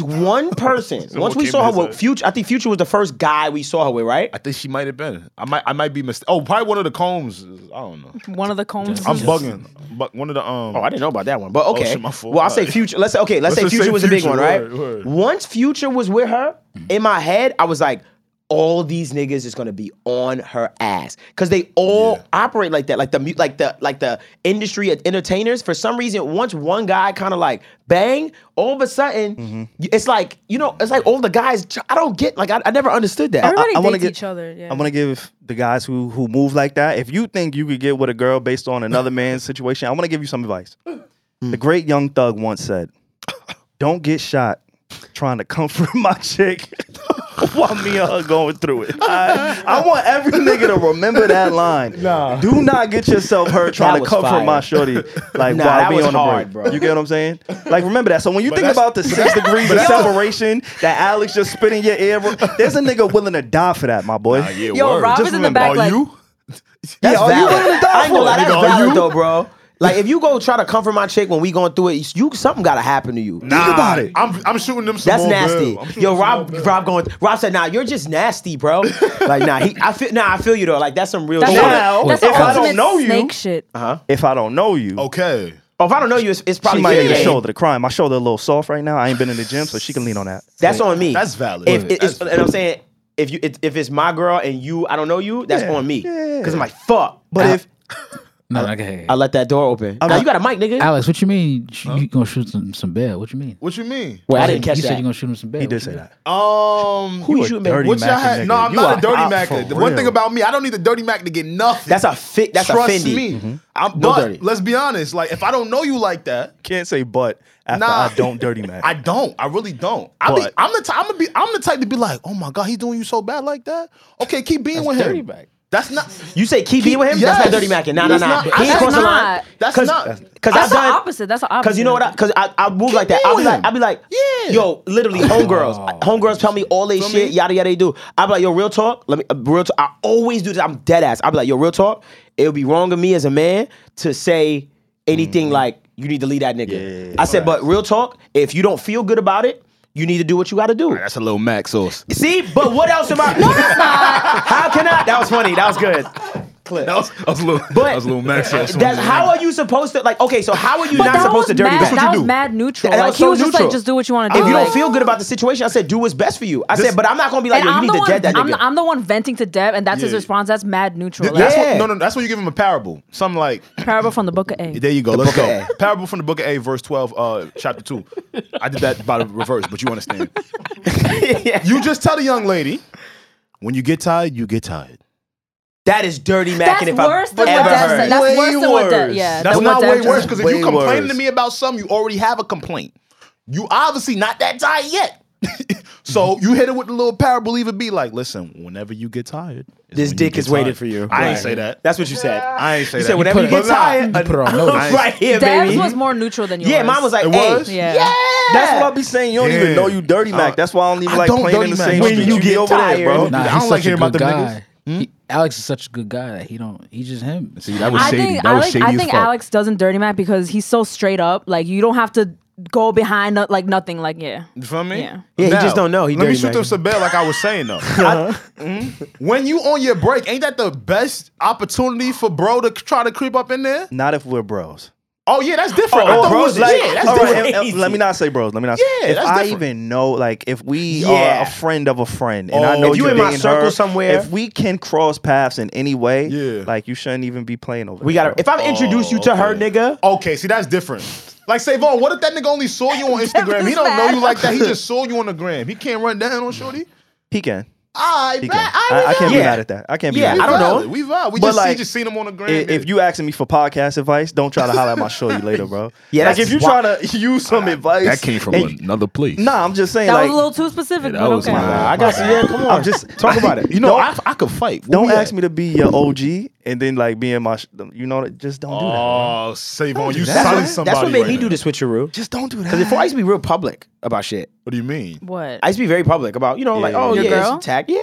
*laughs*
one person, once we
came
saw her
his
with
way.
Future, I think Future was the first guy we saw her with, right?
I think she might have been. I might. I might be mistaken. Oh, probably one of the combs. I don't know.
one of the combs.
I'm bugging. But one of the um.
Oh, I didn't know about that one, but okay.
shit, my fault.
Well, I'll say
Alright.
Future. Let's say okay.
Let's
Let's, say
just
Future
say
was a big
Future,
one, right?
word, word. Hmm.
Once Future was with her, in my head, I was like, all these niggas is gonna be on her ass because they all operate like that, like the mu- like the like the industry of entertainers. For some reason, once one guy kind of like bang, all of a sudden,
Mm-hmm.
y- it's like you know, it's like all the guys. I don't get like I, I never understood that.
Everybody
I- I wanna
dates
get-
each other. Yeah.
I'm gonna give the guys who who move like that. If you think you could get with a girl based on another man's situation, I want to give you some advice.
Hmm.
The great young thug once said, "Don't get shot trying to comfort *laughs* my chick while me and her going through it." I, I want every nigga to remember that line. Nah. Do not get yourself hurt trying to
was
comfort
fire.
my shorty like
Nah,
while
that
we
was
on the
hard,
break.
bro.
You get what I'm saying? Like remember that. So when you think
that's-
about the six degrees of separation that Alex just spit in your ear, there's a nigga willing to die for that, my boy.
yeah,
Yo,
word.
Rob
Just
is in the
remember,
back
Are
like
you?
That's
Yeah, are you
valid.
willing to die
I ain't gonna
for
lie,
it?
that's
Nigga, are
valid
you?
though, bro. Like if you go try to comfort my chick when we going through it, you something gotta happen to you.
Nah,
about it.
I'm. I'm shooting them. Some
That's
more
nasty.
bill. I'm shooting
Yo,
some
Rob,
more bill.
Rob going. Rob said, "Nah, you're just nasty, bro." like, nah, he, I feel, nah, I feel you though. Like, that's some real
That's
shit.
the-
Now,
that's
if
the
I don't
ultimate
know you-
snake shit.
Uh-huh.
If I don't know you,
Okay.
Oh, if I don't know you, it's, it's
she
probably
might
fair
need a
game.
shoulder to cry. My shoulder a little soft right now. I ain't been in the gym, so she can lean on that.
That's on me.
That's valid.
If it, it's,
That's-
and I'm saying, if you, it, if it's my girl and you, I don't know you, that's on me.
yeah.
Because I'm like, fuck.
But
I-
if
No, okay.
I let that door open. now you got a mic, nigga.
Alex, what you mean? sh- You gonna shoot some some bell? What you mean?
What you mean?
Wait, I
You
didn't
said-
catch
you
that.
said you gonna shoot him some bell.
He did say that.
Um,
Who
You
you
a
shooting?
dirty
baby?
what y'all
Mackin
had?
nigga.
No, I'm
You
not
are
a dirty
out
Mac.
for
The one
real.
thing about me, I don't need a dirty Mac to get nothing.
That's a fit. That's
Trust
a Fendi.
me. I'm,
No
but
dirty.
let's be honest. Like, if I don't know you like that,
Can't say but after
Nah.
I don't dirty man.
*laughs* I don't. I really don't. I be,
But-
I'm the. T- I'm gonna be. I'm the type to be like, oh my god, he's doing you so bad like that. Okay, keep being with
dirty
him.
back.
That's not.
You say keep being with him?
Yes.
That's not dirty macking. Nah, nah,
That's
nah.
not-
He ain't
that's
crossed the
not-
line.
that's
Cause,
not-
Cause
That's
I've
the
done.
opposite. That's the opposite.
Cause you know what? I, Cause I, I move like that.
being
I'll be
with
like,
him.
I'll be like,
Yeah. Oh.
Yo, literally, homegirls, homegirls tell me all they
Feel
shit,
me?
yada yada. They do. I'll be like, yo, real talk. Let me uh, real talk. I always do this. I'm dead ass. I'll be like, yo, real talk. It would be wrong of me as a man to say anything
Mm-hmm.
like you need to leave that nigga. I said, but real talk. If you don't feel good about it, you need to do what you got to do.
That's a little Mac sauce.
See, but what
*laughs*
else am I? How can I? That was funny. That was good. Clip.
*laughs* That was, that was a little. that was a little Mac sauce.
That's how are you supposed to like? Okay, so how are you
But
not
that was
supposed to dirty?
mad,
That's what
that
you
was
do.
mad neutral.
And that
like
was
he
so
was just
neutral.
like, just do what you want to do.
If you
Like-
don't feel good about the situation, I said do what's best for you. I said, but I'm not gonna be like, yo,
and
you
I'm
need
the
to
one.
dead that
I'm,
nigga.
I'm the one venting to Deb, and that's his
Yeah.
response. That's mad neutral.
That's
Like,
what,
Yeah.
no, no, that's when you give him a parable. Something like,
parable from the book of A.
there you go. let's
Book
go.
of A.
Parable from the Book of A, verse twelve, uh, chapter two. I did that by the reverse, but you understand. You just tell the young lady, when you get tired, you get tired.
that is dirty
That's
macking. If
worse
I've
than what
ever
Deb
heard.
said. That's
Way
worse than what Deb.
worse.
Yeah,
That's
than
not
what Deb
way
just-
worse because if
Way
you complain
worse.
to me about something, you already have a complaint. You obviously not that tired yet. *laughs* so you hit it with a little parable, even be like, listen, whenever you get tired, when
This
you
dick
get
is waiting
tired."
for you.
I ain't
Right.
say that.
That's what you said.
I ain't say
You
that.
said whenever you
put
get
it- but nah,
tired,
you put it on notice.
right here,
Deb's
baby.
was more neutral than yours.
Yeah, mine was like,
It
hey,
was?
Yeah.
That's what I be saying. You don't even
Yeah.
know you dirty Mac.
Uh,
That's why I don't even
I
like
don't
playing
dirty
in the
Mac.
same
When
street.
you
be
get
over
tired.
there, bro.
Nah,
I
he's
don't like
such a
hearing about
good
them
guy. He- Alex is such a good guy that he don't. He just him.
that was
I
shady.
think
that was
Alex,
shady
I
as
think
fuck.
Alex doesn't dirty Mac because he's so straight up. Like you don't have to go behind no- like nothing. Like yeah,
You feel me?
Yeah.
Yeah, he just don't know. He
let me
dirty
shoot
Mac.
them some bell like I was saying though. I- Mhm. When you on your break, ain't that the best opportunity for bro to try to creep up in there?
Not if we're bros.
Oh yeah, that's different. I
Oh,
thought it
bros,
was-
like,
yeah, that's
all right,
different.
and- and let me not say bros. Let me not.
Yeah,
say. If
that's
I
different.
even know, like, if we
Yeah.
are a friend of a friend, and I
Oh,
know
if you
you're
in my
dating
circle
her,
somewhere-
if we can cross paths in any way,
Yeah.
like you shouldn't even be playing over.
We
there,
gotta.
bro.
If I've introduced you to her, nigga,
Okay, see that's different. Like Savon, what if that nigga only saw you on Instagram? He
is
don't know
mad.
you like that. He just saw you on the gram. He can't run down on Shorty.
he can.
I
He
bet.
can.
I,
I, I can't be
Yeah.
mad at that. I can't be.
Yeah,
mad
I
at
don't
that.
know.
We vibe. We
But
just,
like,
he just seen him on the gram.
I- If you asking me for podcast advice, don't try to holler at my shorty later, bro.
*laughs* Yeah,
like
that's Uh,
if you
wi-
trying to use some advice, and-
another place.
Nah, I'm just saying.
that
like,
was a little too specific.
Yeah, that
but
was
okay.
my bad.
I got you. Yeah, come on.
I'm just
talk about it.
You know,
Don't-
I, I could fight. Where
Don't
we
ask
at?
me to be your OG and then like being my, sh- you know, just don't do that.
Oh, Savon, you
That's
solid
what,
somebody.
that's what made
right
me
now.
do the switcheroo.
Just don't do that.
Because before I used to be real public about shit.
What do you mean?
What?
I used to be very public about, you know, like, oh,
Your
yeah,
girl?
it's tag. Yeah.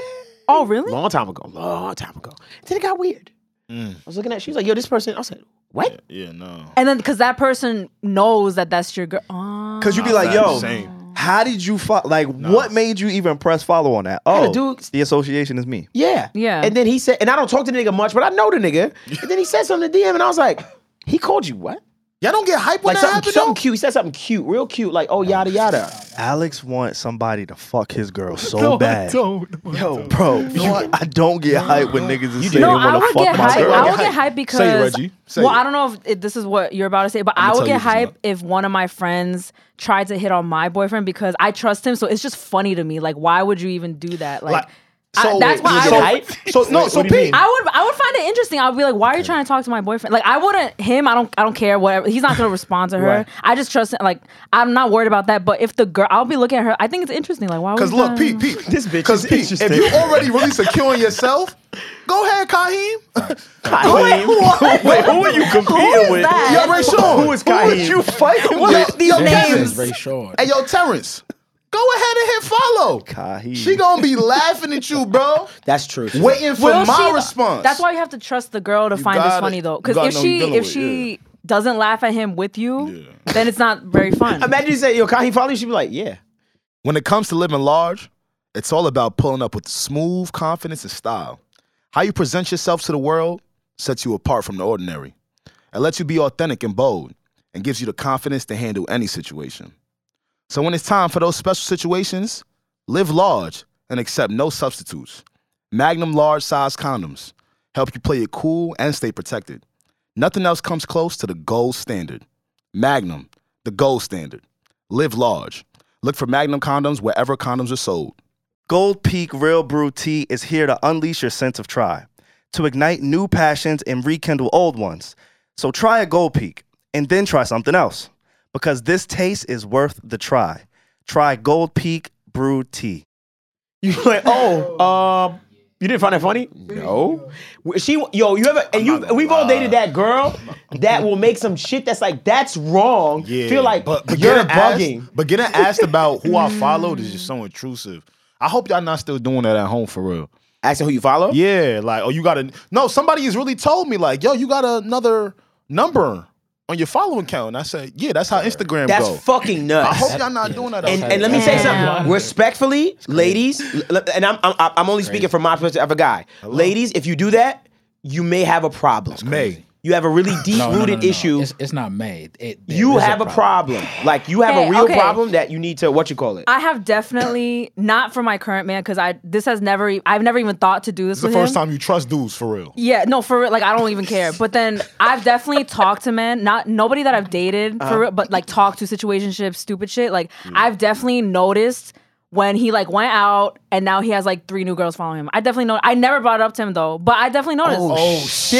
oh really?
Long time ago. Long time ago. Then it got weird. I was looking at, she was like, yo, this person. I said, what?
Yeah, no.
And then because that person knows that that's your girl. Oh.
Because you be like,
Nah, that's
yo,
insane.
how did you fo- like? What made you even press follow on that? Oh,
dude-
the association is me.
Yeah.
Yeah.
And then he said, and I don't talk to the nigga much, but I know the nigga. And then he said something to DM, and I was like, he called you what?
Y'all don't get hype when that
Like something,
happens.
something cute. He said something cute, real cute, like, oh, yada, yada.
Alex wants somebody to fuck his girl
*laughs*
so bad. Yo, bro, *laughs* you- I don't get hype when niggas is saying
No,
they
I
want to
would
fuck
get
my
hype.
girl.
I
Get
would get
hype.
hype
Say it,
because.
Reggie. Say
well,
it.
I don't know if it, this is what you're about to say, but I
I'ma tell
would
you
get
if it's
hype
not.
if one of my friends tried to hit on my boyfriend because I trust him. So it's just funny to me. Like, why would you even do that? Like,
Like,
I-
Oh, so
that's
wait,
why
you
I
get
would-
hype?
So no, so Pete.
I would I would find it interesting. I'd be like, why are you trying to talk to my boyfriend? Like I wouldn't him, I don't I don't care, whatever. He's not gonna respond to her.
Right.
I just trust him like I'm not worried about that. But if the girl I'll be looking at her, I think it's interesting. Like why would
Because
you
look,
try-
Pete, Pete.
This bitch
Because
is
Pete,
interesting.
if you already really secure in yourself, go ahead, Kaheem.
Kaheem.
Wait, who are you competing with?
that?
Yo, Ray Sean.
Who is
Who would
Kaheem?
you fighting
What
with?
up, these
Terrence
names?
is Ray Short.
Hey, yo, Terrence. Go ahead and hit follow.
Kaheem.
She gonna be laughing at you,
*laughs*
bro.
That's true.
Waiting for
Will
my
she-
response.
That's why you have to trust the girl to find this
gotta-
funny though. Because
you gotta
if
know who
she
you're dealing
if
with,
she doesn't laugh at him with you, then it's not very fun.
Imagine you say, yo, Kahi follow you, she'd be like, yeah.
When it comes to living large, it's all about pulling up with smooth confidence and style. How you present yourself to the world sets you apart from the ordinary. It lets you be authentic and bold and gives you the confidence to handle any situation. So when it's time for those special situations, live large and accept no substitutes. Magnum large size condoms help you play it cool and stay protected. Nothing else comes close to the gold standard. Magnum, the gold standard. Live large. Look for Magnum condoms wherever condoms are sold.
Gold Peak Real Brew Tea is here to unleash your sense of try, to ignite new passions and rekindle old ones. So try a Gold Peak and then try something else because this taste is worth the try. Try Gold Peak Brew Tea.
You *laughs* like, oh, uh, you didn't find that funny? No. She, yo, you ever, and you, we've all dated that girl that will make some shit that's like, that's wrong. Feel like you're
getting asked-
bugging.
but getting asked about who I followed is *laughs* just so intrusive. I hope y'all not still doing that at home for real.
Asking who you follow?
Yeah, like oh you got a no. Somebody has really told me like yo you got another number on your following count. And I said yeah, that's how Instagram
That's
go.
fucking nuts.
I hope y'all not doing that.
and,
outside.
and let me say
Yeah.
something respectfully, ladies. l- l- And I'm I'm, I'm only speaking from my perspective of a guy. Ladies, if you do that, you may have a problem.
May.
You have a really deep
No, no, no,
rooted
no, no.
issue.
It's, it's not made. It, there
You
is
have a problem. Like you have a
Hey,
real
okay.
problem that you need to what you call it.
I have definitely not for my current man because I this has never e- I've never even thought to do this.
It's the
with
first
him.
time you trust dudes for real.
Yeah, no, for real. Like, I don't even care. But then I've definitely talked to men, not nobody that I've dated
Uh-huh.
for real, but like talked to situationships, stupid shit. Like,
Mm.
I've definitely noticed when he like went out and now he has like three new girls following him. I definitely know. I never brought it up to him though, but I definitely noticed.
Oh,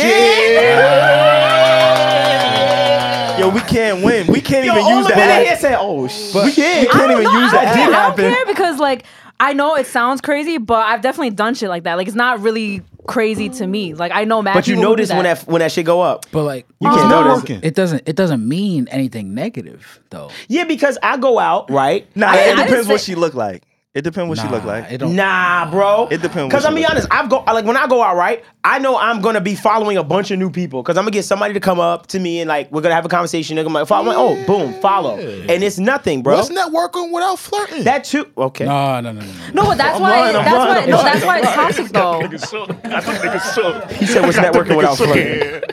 Yo, we can't win. We can't even
all
use
the
that.
men in here said, "Oh shit."
we can't,
I don't
even
know,
use that.
I don't care- I don't care because like I know it sounds crazy, but I've definitely done shit like that. Like, it's not really crazy to me. Like, I know mad
But you
people who do
notice when that when that shit go up.
But like,
You can't
not
notice.
working.
it doesn't. It doesn't mean anything negative though.
Yeah, because I go out right.
Nah,
I- I
it
didn't
depends what
say-
she look like. It depends what she look
Nah,
like.
it don't.
Nah, bro.
It depends
Because
what
I'm
you
be
look
honest, I've go like when I go out, right? I know I'm gonna be following a bunch of new people because I'm gonna get somebody to come up to me and like we're gonna have a conversation. They're gonna be like, follow. I'm like, oh, boom, follow. And it's nothing, bro.
What's networking without flirting?
that too. Okay.
No, no, no, no, no.
No, but that's why.
lying, I'm
that's
lying,
why.
I'm
no,
lying,
that's why it's toxic though.
He
*laughs*
said, what's networking without flirting?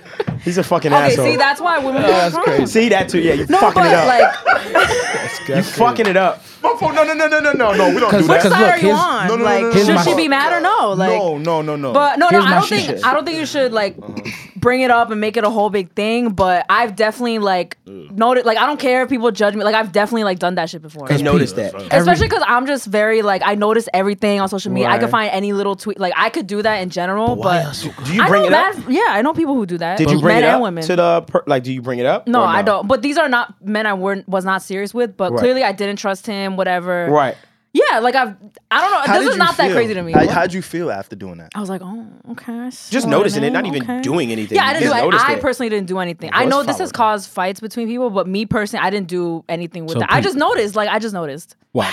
He's a fucking
Okay,
asshole.
see, that's why women. do that's crazy.
See that too? Yeah, you
No,
fucking
but
it up.
like.
you fucking it up.
Oh, no no no no no no no. We don't do
Which
that.
Because
side
look,
are you
here's-
on?
no, no,
like,
no, no,
here's
should
my-
she be mad or no? Like,
no no no no.
But no, no,
Here's
I
my
don't think
shit.
I don't think you should like
Uh-huh.
bring it up and make it a whole big thing. But I've definitely like noted, like I don't care if people judge me. Like I've definitely like done that shit before.
I noticed that.
Especially because I'm just very like I notice everything on social media. I could
Right.
find any little tweet. Like I could do that in general, but,
Do you
I
bring
know
it up?
mad- Yeah, I know people who do that.
Did you bring
men
it
and
up
women.
to the per- like? Do you bring it up?
no,
or
I don't. But these are not men I weren't was not serious with. But
Right.
clearly, I didn't trust him. Whatever.
Right.
Yeah. Like I've. I don't know.
How did
this is
you
not that
feel?
crazy to me.
How, how'd you feel after doing that?
I was like, oh, okay.
Just noticing it, not even doing anything.
Yeah, I
You
didn't do
just
it.
noticed
I
it.
personally didn't do anything. I
Just
know this has
followed it.
caused fights between people, but me personally, I didn't do anything with
So
that. I
Pete-
just noticed. Like, I just noticed.
Watch.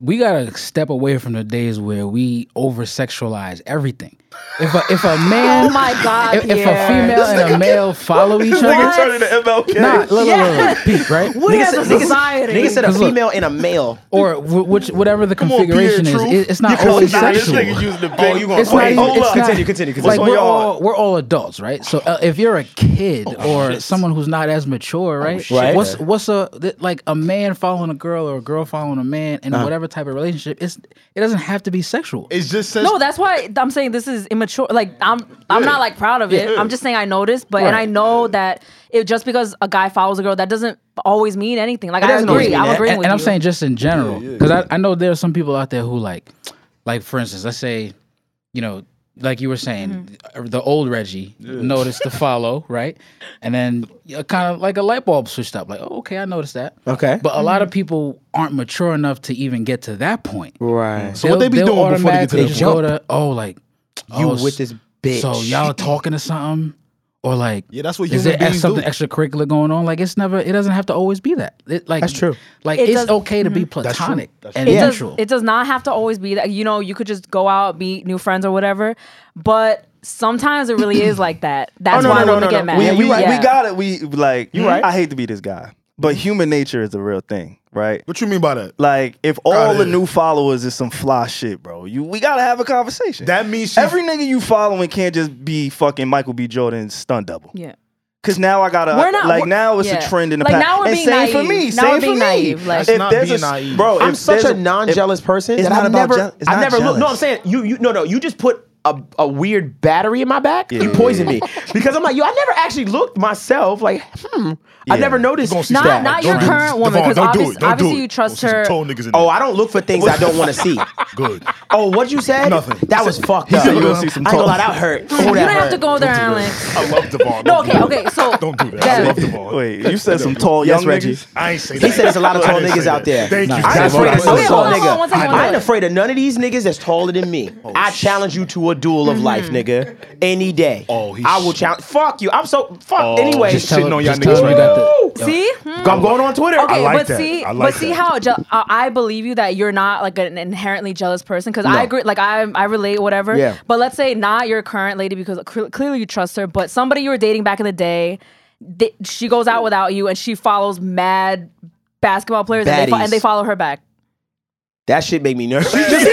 We gotta step away from the days where we over sexualize everything. If a, if a man,
Oh my God,
if, if a
Pierre.
female and a male follow each
Nigga
other,
turned into MLK.
nah, look, look, look, look, Pete, right?
What is
said-
anxiety?
Nigga said a
'Cause look-
female and a male.
or w- which whatever the configuration
Pierre,
is.
truth.
It, it's not
Nah,
always
this
sexual.
nigga using the
Oh,
big-
you gonna
It's not
wait,
even-
hold
it's
up.
not-
Continue, continue, continue.
Like
on
we're
your
all we're all adults, right? So uh, if you're a kid
Oh,
or someone who's not as mature, right?
Right.
What's what's a th- like a man following a girl or a girl following a man
Uh-huh.
in whatever type of relationship? It's it doesn't have to be sexual.
it's just says
No, that's why I'm saying this is immature. Like, I'm I'm not like proud of it. I'm just saying I noticed, but and I
Right.
know that it just because a guy follows a girl, that doesn't always mean anything. Like,
It
I
doesn't always
agree.
mean
I'm
that.
agreeing
and,
with
and I'm
you.
saying just in general, because I, I know there are some people out there who like, like for instance, let's say, you know, like you were saying,
Mm-hmm.
th- the old Reggie noticed the follow, *laughs* right? And then kind of like a light bulb switched up, like, oh, okay, I noticed that.
Okay.
But a lot
Mm-hmm.
of people aren't mature enough to even get to that point.
Right.
So what they be
They'll-
doing
they'll
before they get to
automatically
that
just
point?
go to, oh, like
You
oh, s-
with this bitch.
So y'all talking to something, or like
Yeah, that's what
is
human
there
beings
ex- something
do.
extracurricular going on? Like it's never, it doesn't have to always be that. It, like
That's true.
Like
It
it's
does- Mm-hmm.
okay to be platonic and
it
Yeah.
does,
mutual.
it does not have to always be that you know you could just go out meet new friends or whatever but sometimes it
*clears throat*
really is like that that's
Oh, no,
why
no, no,
women
no,
get
no.
mad
We,
Yeah,
we,
you right.
we got it. We like. You
right.
I hate to be this guy, but human nature is a real thing, right?
What you mean by that?
Like if all
Gotta-
the new followers is some fly shit, bro. You we gotta have a conversation.
That means she-
every nigga you following can't just be fucking Michael B. Jordan's stunt double.
yeah
Cause now I gotta
We're not-
like
we're-
now it's
yeah.
a trend in the
Like,
past.
now we're
and
being
same for
naive.
me.
Now
same
we're being
for
naive,
me.
like- That's
if
not
there's
being
a s-
naive.
bro,
I'm
if
such
there's
a non-jealous person
it's
that
not
I've
about
never,
jeal- it's
I've
not
never looked. No,
jealous.
I'm saying you, you, no, no. You just put a, a weird battery in my back, you poisoned me because I'm like, yo, I never actually looked myself. Like, hmm, I never noticed.
gonna see
Not
Stab.
not your
Don't do it.
current woman
Devon,
because
don't do
obviously,
it. Don't do
obviously
it.
you trust
Don't see
her.
some tall niggas in
Oh,
there.
I don't look for things I don't want to see.
*laughs* good.
Oh, what you said?
Nothing.
That was fucked up.
said
I
you're
ain't
gonna see some
gonna
tall-
lie, that hurt. Oh,
*laughs* You don't
that
have to
hurt.
go there, Alex.
I *laughs* love Devon.
No, okay, okay. So
Don't do that. I
Dev,
love Devon.
Wait, you said some tall
Yes,
young
Reggie.
niggas.
I ain't say that.
He said there's a lot of
*laughs* I
tall
didn't say
niggas
that.
out there.
Thank you.
I ain't
That's what
afraid
I
of no
said.
tall
hold on, one
nigga.
second, one
I ain't
second.
afraid of none of these niggas that's taller than me.
Oh,
I challenge you to a duel of
Mm-hmm.
life, nigga. Any day.
Oh, he
I
sh- Oh.
will challenge. Fuck you. I'm so fuck. anyway,
just tell,
shitting on
just
y'all
tell
niggas
him you
right
got the.
see. Hmm.
I'm going on Twitter.
Okay,
like
but
that.
see,
I like
but see
that.
how je- uh, I believe you that you're not like an inherently jealous person because I agree, like I I relate whatever.
Yeah.
But let's say not your current lady because cl- clearly you trust her, but somebody you were dating back in the day, th- she goes out without you and she follows mad basketball players and they, fo-
Baddies.
and they follow her back.
That shit make
*laughs*
me nervous.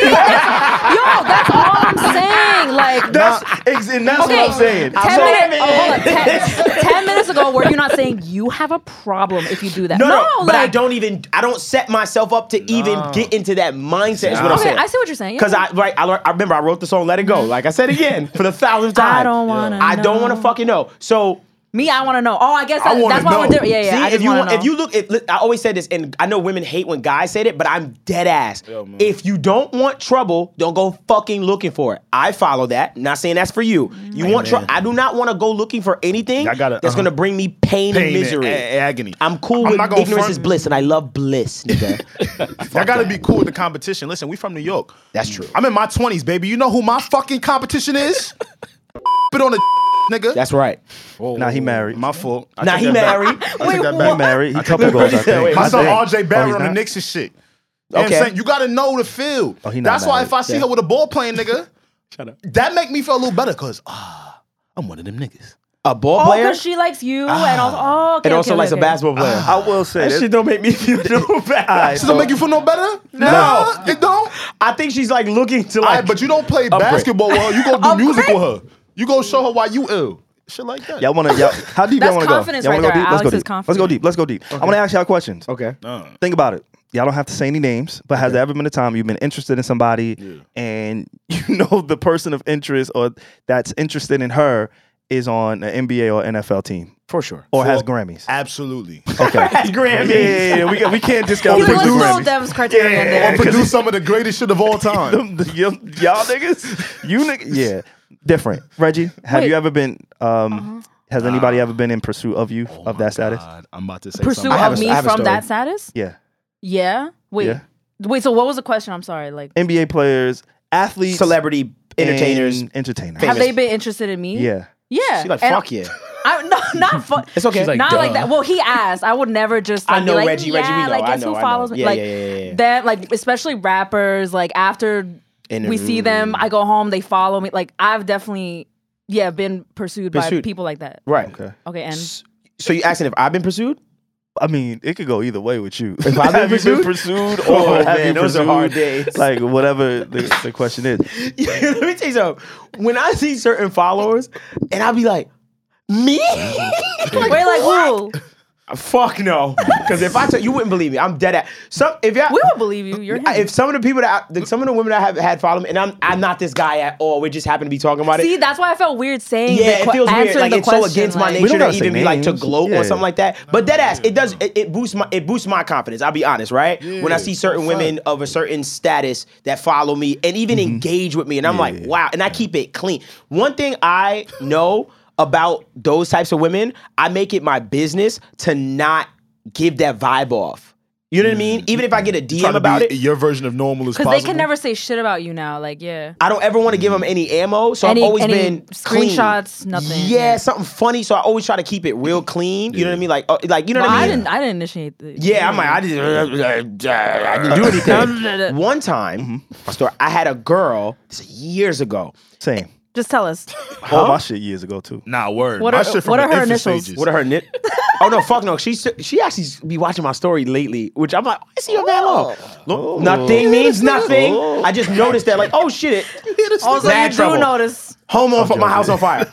Yo, *laughs* that's all I'm saying. Like
That's ex- and that's
Okay,
what I'm saying.
Ten,
sorry,
minutes, oh, hold on, ten, ten minutes ago, were you not saying you have a problem if you do that?
*laughs* No, no,
like,
but I don't even. I don't set myself up to even get into that mindset. Is what I'm
Okay,
saying.
I see what you're saying.
Because
yeah.
I right, I, learned, I remember I wrote the song "Let It Go." Like I said again for the thousandth time.
*laughs* I don't wanna
I don't want
know.
to fucking know. So
Me, I want to know. Oh, I guess
I
that,
wanna
that's why we're
know.
different. Yeah, yeah.
See,
I just
if you
wanna know.
if you look, if, li- I always said this, and I know women hate when guys say it, but I'm dead ass. if you don't want trouble, don't go fucking looking for it. I follow that. Not saying that's for you. You want trouble? I do not want to go looking for anything
Y'all gotta,
that's
uh-huh.
gonna bring me pain,
Pain
and
and
misery,
a- agony.
I'm cool
I'm
with
not gonna
ignorance
front.
is bliss, and I love bliss,
*laughs*
nigga.
I gotta be cool with the competition. Listen, we from New York.
that's true.
I'm in my 20s, baby. You know who my fucking competition is? Bit on a *laughs* nigga.
That's right.
Nah, he married.
my fault. I
Now
take
he
that back.
married.
I take that
He
back.
married. He couple goals. I think.
Wait,
My
I
son
think.
RJ
Oh,
Barrett
he's
on the
not?
Knicks and shit. You know what
Okay.
I'm saying? You gotta know the feel.
Oh, he not
That's why
married.
if I see
Yeah.
her with a ball playing nigga, that make me feel a little better because ah, I'm one of them niggas.
A ball
oh,
player,
because she likes you and also oh, okay,
and
okay,
Ah. also
okay,
likes
okay.
a basketball player.
*sighs* I will say
That
this.
shit don't make me *laughs* feel no bad.
Does it make you feel no better? No, it don't.
I think she's like looking to
All
like.
right, but you don't play
Upgrade.
basketball with her. You go do
Upgrade.
music with her. You go show her why you ill. Shit like that.
Y'all want to? Y'all, how deep
That's
y'all want to go?
confidence
Y'all wanna
right there.
go
Alex is
deep? Let's go
confident.
deep. Let's go deep. Let's go deep. I want to ask y'all questions.
okay.
Think about it. Y'all don't have to say any names, but has there ever been a time you've been interested in somebody and *laughs* you know the person of interest or that's interested in her is on an NBA or NFL team
For sure.
or has
*laughs*
Grammys? *laughs*
Absolutely.
Okay.
That's Grammy.
Yeah, yeah, yeah. We, can, we can't discount
He
the
was little
Grammys.
Dev's criteria in there.
Or produce some of the greatest shit of all time.
Them- *laughs* the- y- y'all niggas, you niggas,
*laughs*
yeah, different. Reggie, have
Wait. Uh-huh.
you ever been? Um, Has anybody ever been in pursuit of
Oh
you of that status?
God, I'm about to say
Pursuit
something.
have a-
of
I
me
have a
from
story.
that status?
Yeah,
Yeah. Wait.
Yeah.
Wait. So what was the question? I'm sorry. Like,
NBA players, athletes,
Celebrity
and
entertainers.
entertainers.
have they been interested in me?
Yeah,
Yeah.
She like,
And
fuck yeah.
I, no, not fuck.
*laughs* It's okay. She's like,
not
duh.
like that. Well, he asked. I would never just.
I
Like, be
know
like,
Reggie,
Yeah,
Reggie, we know,
Like,
I
guess
know,
who
I know.
follows me?
Yeah,
like
yeah, yeah, yeah, yeah.
that. Like especially rappers. Like after
And
we
then-
see them, I go home. They follow me. Like I've definitely, yeah, been pursued, by
Pursued.
people like that.
Right.
Okay.
Okay, and
So you asking if I've been *laughs* pursued?
I mean, it could go either way with you. *laughs*
If I've been
have you been
*laughs*
pursued?
pursued or
Oh,
have
man,
you
those
pursued?
are hard days.
*laughs* Like whatever the, the question is.
Let me tell you something. When I see certain followers, and I'll be like, me? Mm-hmm. *laughs*
we're like, whoa,
Fuck *laughs* no. Because if I tell you wouldn't believe me, I'm dead at some if y'all
we would believe you.
*laughs*
You're him.
if some of the people that I, the, some of the women that I have had follow me, and I'm I'm not this guy at all. We just happen to be talking about
see,
it.
that's why I felt weird saying.
Yeah,
the
it
que-
feels weird.
answering
Like
the
it's so
question,
against my
like-
We
nature
don't
to
gotta say
even be like to
names.
gloat
Yeah.
or something like that. But that ass, it does it, it boosts my it boosts my confidence. I'll be honest, right? When I see certain women of a certain status that follow me and even engage with me, and I'm like, wow, and I keep it clean. One thing I know about those types of women, I make it my business to not give that vibe off. You know what I mean? Even if I get a DM
Trying
about
to
it,
be your version of normal as
Because
possible.
they can never say shit about you now. Like, yeah.
I don't ever want to give them any ammo, so
Mm. Any-
I've always
any
been
screenshots,
clean.
nothing,
Yeah,
yeah.
something funny, so I always try to keep it real clean. You know what I mean? Like, uh, like you know
Well,
what I
I
mean?
didn't. I didn't initiate. The,
yeah, I'm like, I didn't, I didn't do
*laughs*
anything. One time, my story, I had a girl this is years ago.
Same.
Just tell us.
All my shit years ago too.
Nah, word.
What
My
are-
shit from
what
the
are her
infant
initials?
stages.
What are her knit? *laughs* Oh no, fuck no. She's she actually be watching my story lately, which I'm like, I see her that
Oh.
long. Look, nothing
*laughs*
means nothing. I just noticed that, like, oh *laughs* shit, it.
Also, you
Mad
do
trouble.
notice.
Home on my house on fire.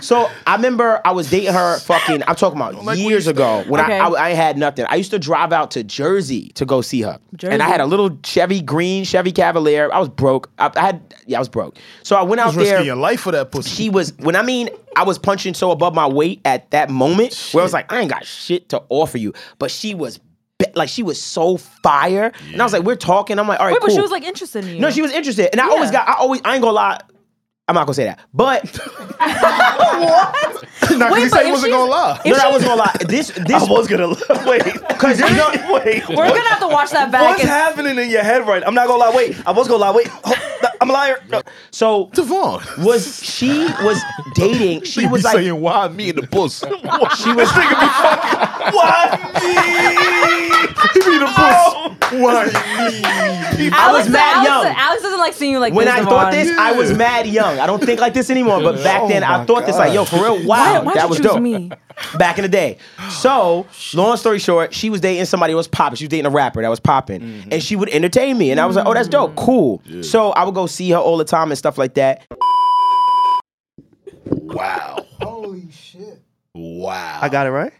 so I remember I was dating her. Fucking, I'm talking
*laughs*
about years ago when
Okay.
I, I I had nothing. I used to drive out to Jersey to go see her, and I
Jersey.
had a little Chevy green Chevy Cavalier. I was broke. I, I had yeah, I was broke. So I went out
was risking
there
your life for that pussy.
she was when I mean I was punching so above my weight at that moment where I was like, I ain't got shit to offer you. But she was be- like she was so fire. And I was like, we're talking. I'm like, all right.
Wait, but
cool.
she was like interested in you.
No, she was interested. And I always got I always I ain't gonna lie. I'm not gonna say that. But
Not because
Wait,
he
but
said
if
he wasn't
she's-
gonna lie.
no, no, I was gonna lie. This
*laughs*
this
I was gonna *laughs* wait.
because you know,
Wait.
We're gonna have to watch that back.
What's
and-
happening in your head right? I'm not gonna lie. Wait, I was gonna lie. Wait, Oh, I'm a liar. No.
so
Devon.
was she was dating. She
You be
was like
saying why me and the
*laughs*
pussy. Why
she was
*laughs*
Why me?
me and the pussy. Why me?
I was mad
Alex,
young.
Alex doesn't like seeing you like
when
this.
I
Devon.
thought this, I was mad young. I don't think like this anymore. But back
Oh
then, I thought this like, yo, for real, wow,
Why- why'd
that
you
was
choose
dope.
me?
Back in the day. So, long story short, she was dating somebody who was popping. She was dating a rapper that was popping,
Mm-hmm.
and she would entertain me, and I was like, oh, that's dope, cool. So I would go see her all the time and stuff like that.
Wow.
I got it right.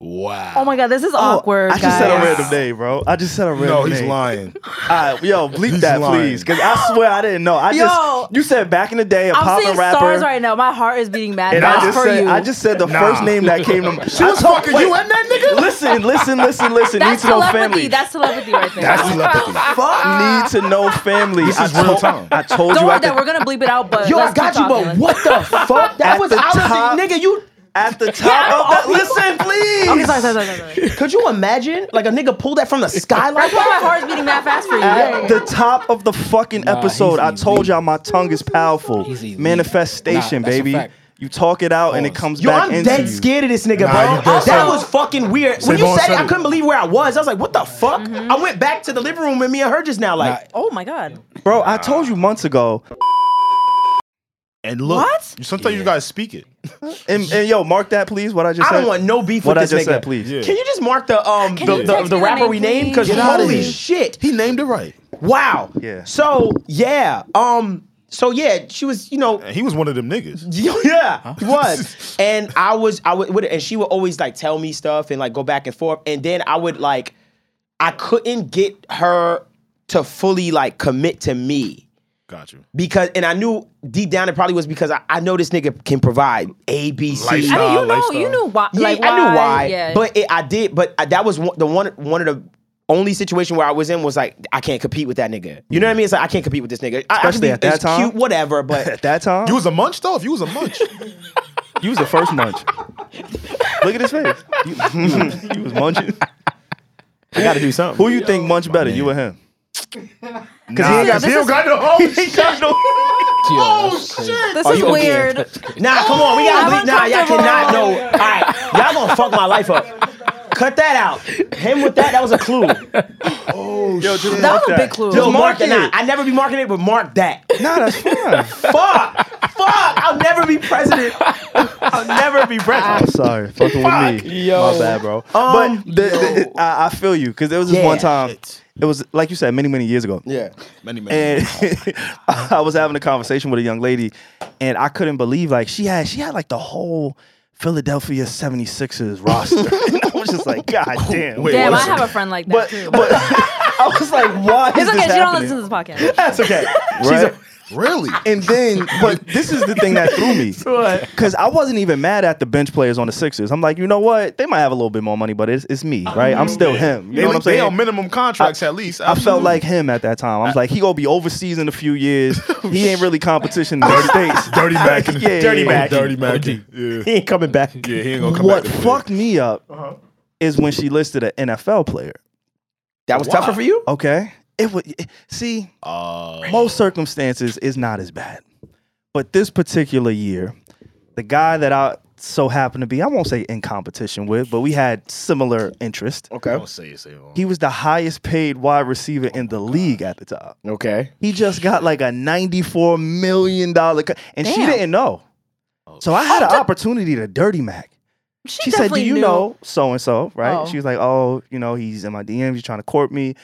Wow.
Oh my god, this is awkward.
I just said a
guys.
random name, bro. I just said a random
No,
name.
he's lying.
All right, yo, bleep
He's
that,
lying.
please, because I swear I didn't know. I
Yo.
just you said back in the day a
I'm seeing
popping rapper,
stars right now. My heart is beating mad.
and
That's
I just
for
said
you.
I just said the first name that
*laughs*
came to mind. She
was fucking you and that nigga?
Listen, listen, listen, listen.
that's
Need to know
telepathy.
family.
That's telepathy right there.
That's telepathy.
Fuck. Need to know family. This
is real time.
I told
Don't
you
worry
at
that we're
the,
gonna bleep it out. But
Yo,
let's
I got
keep
you, but
talking.
what
*laughs*
the fuck? That
At
was
the
I was
top-
like, nigga, you.
at
*laughs*
the top
Yeah,
of that.
oh,
Listen, please.
Okay, sorry, sorry, sorry, sorry,
*laughs*
sorry.
Could you imagine? Like a nigga pulled that from the sky like
That's why
that?
my heart's beating mad fast for you.
At the top of the fucking episode,
he's
I told
elite.
y'all my tongue is powerful.
He's elite.
Manifestation,
Nah, that's a
baby.
fact.
You talk it out and it comes
Yo,
back
I'm
into
dead
you.
scared of this nigga,
Nah, you dead
bro. That
set.
was fucking weird.
Savon
when you said it,
said
I
it.
couldn't believe where I was. I was like, what the fuck?
Mm-hmm.
I went back to the living room with me and her just now. Like,
Oh my god.
Bro, I told you months ago.
And look,
What?
sometimes you guys speak it.
And, and yo, mark that, please. What I just
I
said.
don't want no beef
what
with
I
this
just
nigga.
said, please.
Yeah.
Can you just mark the um the,
you
the,
text
the
me the
rapper
name,
we named? Because
please?
Get outta
holy
here.
shit.
He named it right.
Wow.
Yeah.
So yeah. Um. So yeah, she was. You know.
And he was one of them niggas.
*laughs* Yeah, it was. *laughs* and I was, I would, would, and she would always like tell me stuff and like go back and forth. And then I would like, I couldn't get her to fully like commit to me.
Got you.
because and I knew deep down it probably was because I, I know this nigga can provide A B C.
I mean,
Lifestyle.
you
Uh,
know,
lifestyle.
you knew why.
Yeah,
like, why,
I knew why,
Yeah.
but it, I did. But I, that was one, the one one of the only situation where I was in was like I can't compete with that nigga. You know what I mean? It's like I can't compete with this nigga. I, I could
Especially
be
at that
it's
time?
cute, whatever.
At
*laughs* But
that time,
You
you
was a munch though. If you was a
*laughs*
munch,
was, the first munch. *laughs* Look at his face. You, *laughs* he was munching.
I got to do something.
Who you think munch better, you or him?
because he ain't got,
This
he don't
is-
got no home.
*laughs*
Oh shit!
this is weird.
Nah, come on, we gotta
I'm
leave. Nah, y'all
uncomfortable.
cannot know. All right, y'all gonna fuck my life up. Cut that out. Him with that, that was a clue.
Yo, just
That was a big clue.
Yo, mark
mark
that.
it.
Nah, I never be marking it, but mark that.
Nah, that's fine.
fuck, fuck. I'll never be president. I'll never be
I'm
president.
sorry, fucking with me. My bad, bro.
Um,
but the, the- I, I feel you because there was this
Yeah.
one time. It was like you said, many many years ago.
Yeah.
Many men.
and *laughs* I was having a conversation with a young lady, and I couldn't believe like she had she had like the whole Philadelphia 76ers roster. *laughs* and I was just like,
*laughs*
God damn.
Wait,
Damn,
what
I
is
have a friend like that
but
too.
but *laughs* I was like, why is
it's okay.
this
She don't
happening?
listen to this podcast.
That's okay. right?
Really?
and then, but this is the thing that threw
*laughs*
me. Because I wasn't even mad at the bench players on the Sixers. I'm like, you know what? They might have a little bit more money, but it's, it's me, right? I'm still him. You
They,
know what I'm
they
saying?
on minimum contracts at least.
I felt like him at that time. I was like, he gonna be overseas in a few
*laughs*
years.
Oh,
He ain't really competition in the states.
dirty back.
Yeah, yeah, yeah.
Dirty back. Yeah.
He ain't coming back. Uh-huh.
Yeah, he ain't gonna come
What
back. to
fucked me up is when she listed an NFL player.
That was tougher for you?
Okay, it would it- see
Uh,
most circumstances is not as bad, but this particular year, the guy that I so happened to be, I won't say in competition with, but we had similar interest.
Okay.
don't say it. Say it. Hold on.
He was the highest paid wide receiver in the league at the time.
Okay.
He just got like a ninety-four million dollar, co- and she
Damn.
didn't know. So I had an opportunity to dirty Mac, she said, "Do
definitely
you
knew.
know so and so?" Right?
Oh.
She was like, "Oh, you know, he's in my DMs. He's trying to court me."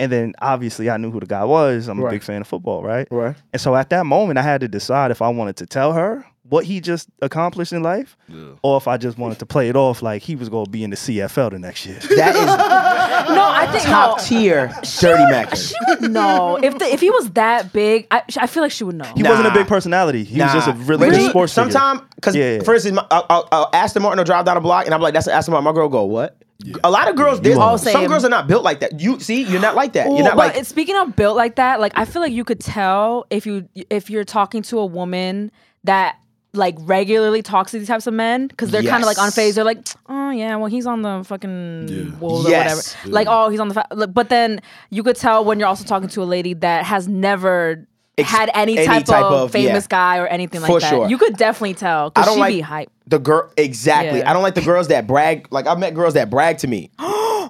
And then obviously I knew who the guy was. I'm a
Right.
big fan of football, right?
Right.
And so at that moment I had to decide if I wanted to tell her what he just accomplished in life, or if I just wanted to play it off like he was gonna be in the CFL the next year.
That is
No, I *laughs* think
top
no.
tier dirty Mac.
She would know if the, if he was that big. I, I feel like she would know.
He wasn't a
Nah.
big personality. He was just a really, good sports figure.
Sometimes, because
Yeah, yeah.
for instance, my, I'll, I'll, I'll Aston Martin will drive down a block, and I'm like, "That's an Aston Martin." My girl go, "What?" A lot of girls, there's-
won't.
some
Same.
girls are not built like that. You see, you're not like that.
Ooh,
you're not
but
like
it's- speaking of built like that, like I feel like you could tell if you if you're talking to a woman that like regularly talks to these types of men because they're kind of like on
Yes.
phase. They're like, oh yeah, well he's on the fucking wolves or
Yes.
whatever. Like oh he's on the. Fa-. like, But then you could tell when you're also talking to a lady that has never. had any,
any
type,
type
of,
of-
famous
yeah.
guy or anything
For
like that.
sure.
You could definitely tell.
I
Cause
don't
she
like
be hype.
the girl exactly.
Yeah.
I don't like the girls that brag. Like I've met girls that brag to
*gasps*
me.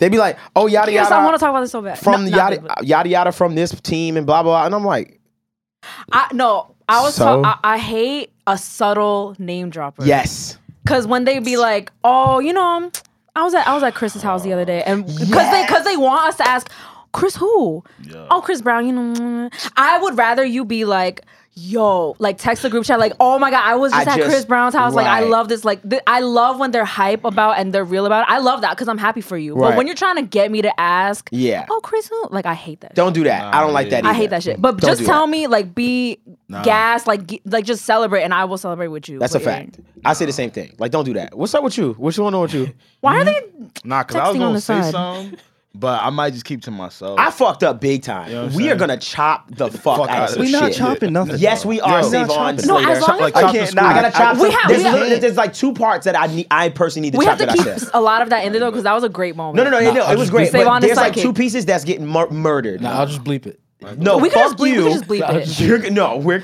they be like, "Oh yada
Yes,
yada."
I want to talk about this so bad.
from the
No, not
yada,
this, but-
yada yada from this team and blah blah blah, and I'm like,
I, no, I was.
So?
ta- I, I hate a subtle name dropper.
yes,
Cause when they be like, oh, you know, I was at I was at Chris's house the other day, and because they because they want us to ask Chris who, oh Chris Brown, you know, I would rather you be like. Yo, like text the group chat, like, oh my god, I was just
I
at
just-
Chris Brown's house. Like, I
right.
love this. Like, th- I love when they're hype about and they're real about it. I love that because I'm happy for you. But
Right.
when you're trying to get me to ask,
Yeah.
oh Chris, who? Like, I hate that.
don't do that. I don't like that.
I
either.
hate that shit. But
Don't
just
do
tell
that.
me, like, be gas, like, g- like just celebrate, and I will celebrate with you.
That's
But
a
yeah.
fact. I say the same thing. Like, don't do that. What's up with you? What's going on with you?
Why are
Mm-hmm.
they
Nah, cause I was
Texting on
gonna
the
say
side.
something, but I might just keep to myself.
I fucked up big time.
know what I'm
we are
saying?
gonna chop the fuck,
outta
out of
this
this
we not
shit.
chopping nothing.
Yes, we are.
Yo.
Save
Not
on.
chopping.
No,
Slater.
as long as-
like
I
chop the
can't-
screw.
nah,
I gotta chop.
We
some-
have-
there's,
we have-
literally- there's like two parts that I need. I personally need to
we
chop
have to
that
keep
out. there.
a lot of that in there though, because that was a great moment.
No, no, no, no, no. It
I'll
was
just
great.
leave
Save
But
on the
there's like
sidekick.
two pieces that's getting mur- murdered.
Nah, I'll just bleep it.
No,
We could just
fuck
bleep.
you.
We could
*laughs*
just bleep it.
You're- no, we're.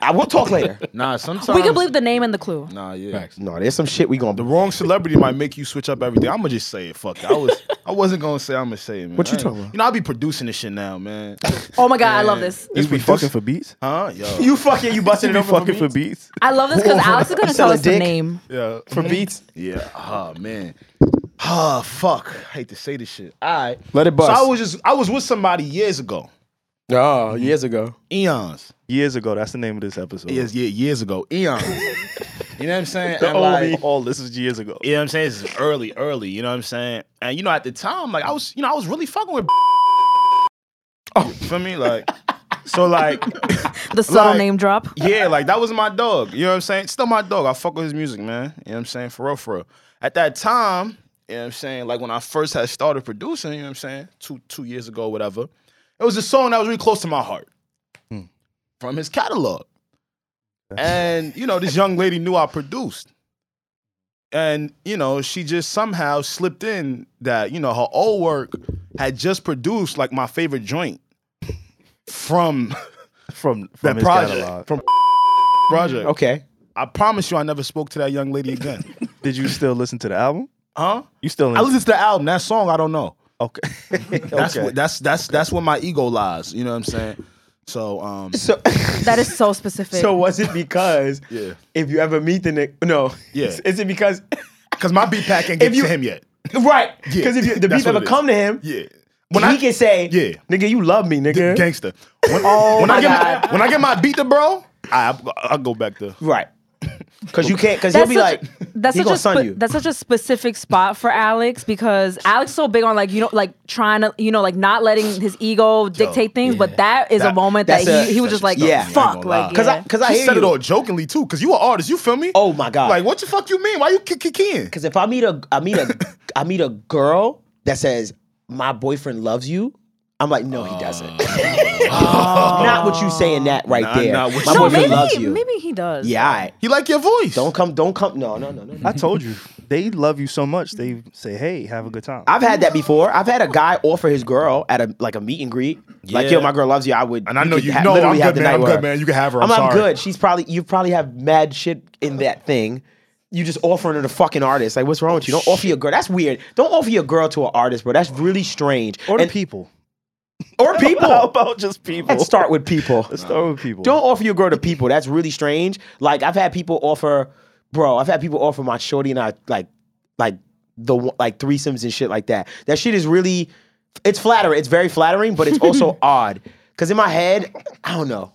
I will talk later.
Nah, sometimes
We could bleep the name and the clue.
Nah, yeah.
Facts.
no, there's some shit we gonna.
The wrong celebrity might make you switch up everything. I'm gonna just say it. Fuck. it. I was. I wasn't gonna say. I'm gonna say it. Man.
What you
I ain't-
talking about?
You know, I'll be producing this shit now, *laughs* man.
Oh my god, I love this.
You be fucking for beats.
Huh? Yo.
You fucking. You busted
You
it
be
over
fucking for beats.
I love
*laughs*
this because Alex is gonna
You
tell
sell a
us the
dick?
name.
Yeah.
for beats.
Yeah. Oh man. Ah, fuck. I hate to say this shit. All right.
Let it
So
bust.
I was just. I was with somebody years ago.
Oh, years ago.
Eons.
Years ago, that's the name of this episode.
Yes. Yeah. Years ago. *laughs* Eons. you know what I'm saying?
The
And,
old
like,
me. All this is years ago.
You know what I'm saying? This is early, early. You know what I'm saying? And you know, at the time, like I was, you know, I was really fucking with. *laughs* Oh, you feel me? Like, so like,
The subtle
Like-
name drop.
yeah, like that was my dog. You know what I'm saying? Still my dog. I fuck with his music, man. You know what I'm saying? For real, for real. At that time, you know what I'm saying? Like when I first had started producing, you know what I'm saying? Two two years ago, whatever. It was a song that was really close to my heart from his catalog. And, you know, this young lady knew I produced. And, you know, she just somehow slipped in that, you know, her old work had just produced like my favorite joint from
From, from
That
his
project.
catalog.
From *laughs* project.
Okay.
I promise you, I never spoke to that young lady again.
Did you still listen to the album?
*laughs* huh?
You still in
I listened to the album. That song, I don't know.
Okay.
That's
okay.
what, that's that's that's where my ego lies. You know what I'm saying? So um,
So, *laughs*
That is so specific.
so was it because
Yeah.
if you ever meet the Nick, no,
Yeah.
*laughs* is, is it because
because my beat pack ain't get
If you-
to him yet.
right?
Yeah,
Because if you, the
that's
beef
what
ever
it is.
come to him,
Yeah,
when he can say,
Yeah.
nigga, you love me, nigga."
gangster. When, when I
my
get my,
God.
when I get my beat to bro, I I go back to *laughs*
right? Because you can't. Because he'll
that's
be
such,
like,
*laughs* that's
he
such
gonna
a
sun
spe-
you.
that's such a specific spot for Alex because Alex is so big on like you know like trying to you know like not letting his ego dictate things, but that is a
That-
moment that
that's
he,
a-
he was just like
yeah.
fuck like
Because I
yeah.
because I
She
hear
said
you.
it all jokingly too, because you an artist. You feel me?
Oh my god!
like what the fuck you mean? Why you kicking?
Because if I meet a
*laughs*
I meet a I meet a girl that says my boyfriend loves you, I'm like, no, he doesn't. *laughs* not what you saying that right
Oh. Nah,
there.
nah, what
my
you-
no
boyfriend
maybe
loves you.
maybe he does
Yeah, all right.
He like your voice.
don't come, don't come. No, no, no, no. no.
I told you. They love you so much. They say, hey, have a good time.
I've had that before. I've had a guy offer his girl at a like a meet and greet. Like,
Yeah.
yo, my girl loves you. I would.
And I know
could
you-
ha-
no,
literally
I'm
have
good,
the
man.
night
I'm good,
word.
man. You can have her. I'm
I'm,
sorry. Uh,
good. She's probably you probably have mad shit in that thing. You just offering her to fucking artist. Like, what's wrong with you? Don't offer your girl. That's weird. Don't offer your girl to an artist, bro. That's really strange.
or the
And-
people.
or people.
*laughs*
How about just people?
Let's start *laughs* with people.
Let's start with people.
Don't offer your girl to people. That's really strange. Like I've had people offer, bro. I've had people offer my shorty and I like like the one- like threesomes and shit like that. That shit is really it's flattering. It's very flattering, but it's also odd. Cause in my head, I don't know.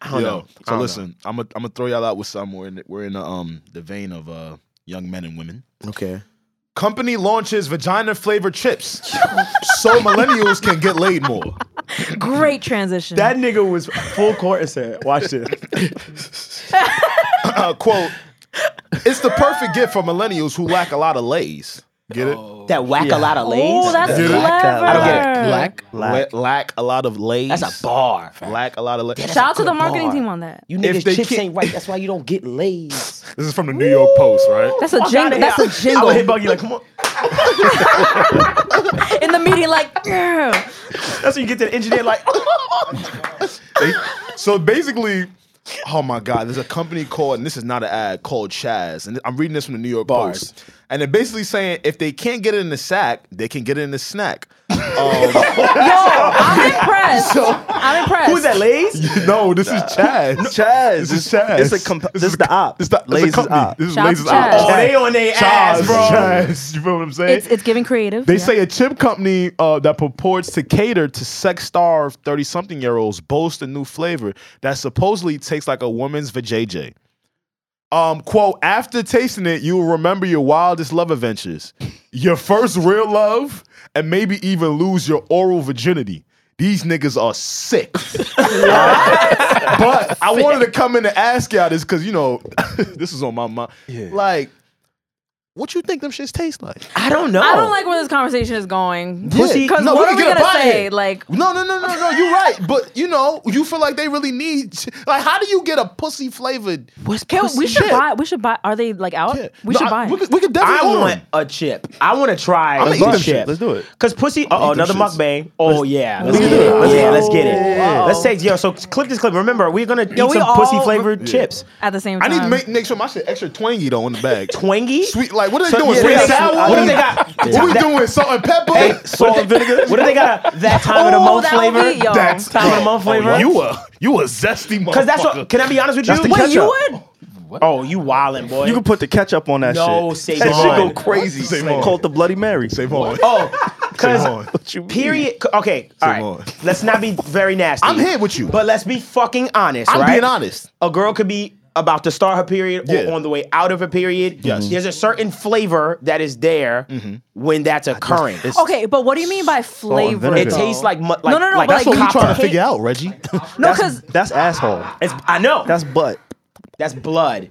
I don't
Yo,
know. I
So
don't
listen, I'm gonna I'm gonna throw y'all out with some. We're in the, we're in the, um the vein of uh young men and women.
know. Okay.
Company launches vagina flavored chips, so millennials can get laid more. *clears throat*
Great transition.
That nigga was full court and said,
*laughs*
watch this.
Uh, quote: It's the perfect gift for millennials who lack a lot of lays. Get it?
That whack a lot of lays.
oh, that's
Dude,
clever.
I got it. I don't
get it.
Black.
Lack.
La- lack a lot of lays.
That's a bar.
Lack a lot of lays.
Shout out to the marketing
bar.
team on that.
You
If
niggas
they
chips
can't-
ain't right. That's why you don't get lays.
This is from the New York Post, right?
That's a jingle. That's a
I
jingle.
would hit Buggy like, come on. *laughs*
In the meeting, like, *laughs* "Grr."
That's when you get to the engineer like,
They- so basically, oh my God, there's a company called, and this is not an ad, called Chaz. And I'm reading this from the New York
Bars.
Post. And they're basically saying if they can't get it in the sack, they can get it in the snack. Um,
yo,
*laughs*
I'm impressed. I'm impressed.
who's that, lays?
no, this is Chaz.
Chaz.
This is Chaz.
It's a comp- this is the op.
It's the it's a
Lays is
company.
op.
This is
Shout out
Lays is
to
op.
Chaz.
Oh, they on their ass, bro.
Chaz. You feel what I'm saying?
It's it's giving creative.
They
yeah.
say a chip company uh, that purports to cater to sex starved 30 something year olds boasts a new flavor that supposedly tastes like a woman's vajayjay. Um, quote, after tasting it, you will remember your wildest love adventures, your first real love, and maybe even lose your oral virginity. These niggas are sick. but I wanted to come in and ask y'all this because, you know, *laughs* this is on my mind. Like, what you think them shits taste like?
I don't know.
I don't like where this conversation is going.
Pussy.
Because
No,
what
we
are we
can get
gonna
up outta
say?
here.
Like,
No, no, no, no, no. You're right, but you know, you feel like they really need. Like, how do you get a pussy flavored?
What's
can, we should
shit.
buy. We should buy. Are they like out? We should buy.
We
it.
could, we could
I
definitely.
want a chip. I want to try
I'ma
a
eat them
chip.
shits. Let's
do it.
Cause pussy. Uh oh,
them
another
shits.
mukbang. Oh yeah.
let's
yeah.
do it. Let's do
yeah,
it.
let's get it.
Yeah.
Let's take yo. So clip this clip. Remember, we're gonna eat
Yo, we
some
all-
pussy flavored chips.
at the same
I
time.
need to make, make sure my shit extra twangy though in the *laughs* bag.
Twangy.
Sweet, like what are they
So-
doing?
yeah,
Sweet
they
and
got-
sour?
what do they got?
What we doing? Salt and pepper?
Hey, salt and vinegar. What do they got? A, that time of the
Oh,
month
that would
flavor.
be- yo.
That's-
time of the month flavor.
you a you a zesty motherfucker.
Cause that's what. Can I be honest with you?
That's the
Wait, you
ketchup.
would? Oh, you wildin' boy.
You can put the ketchup on that
No,
shit.
Savon.
That shit
Savon.
go crazy.
Savon.
Savon. Call it the Bloody Mary.
Save on.
oh,
Save
cause
on.
period. Okay, all
on.
right. Let's not be very nasty.
I'm here with you.
But let's be fucking honest,
I'm
right?
being honest.
A girl could be about to start her period or
Yeah.
on the way out of her period. Mm-hmm.
Yes.
There's a certain flavor that is there when that's occurring.
Okay, but what do you mean
Oh,
by flavor?
vinegar.
It
though?
tastes like, mu- like
no, no, no.
like
but
copper.
like,
I'm trying to
copper.
figure out, Reggie.
No, because
That's asshole.
It's, I know. That's
That's butt.
that's blood,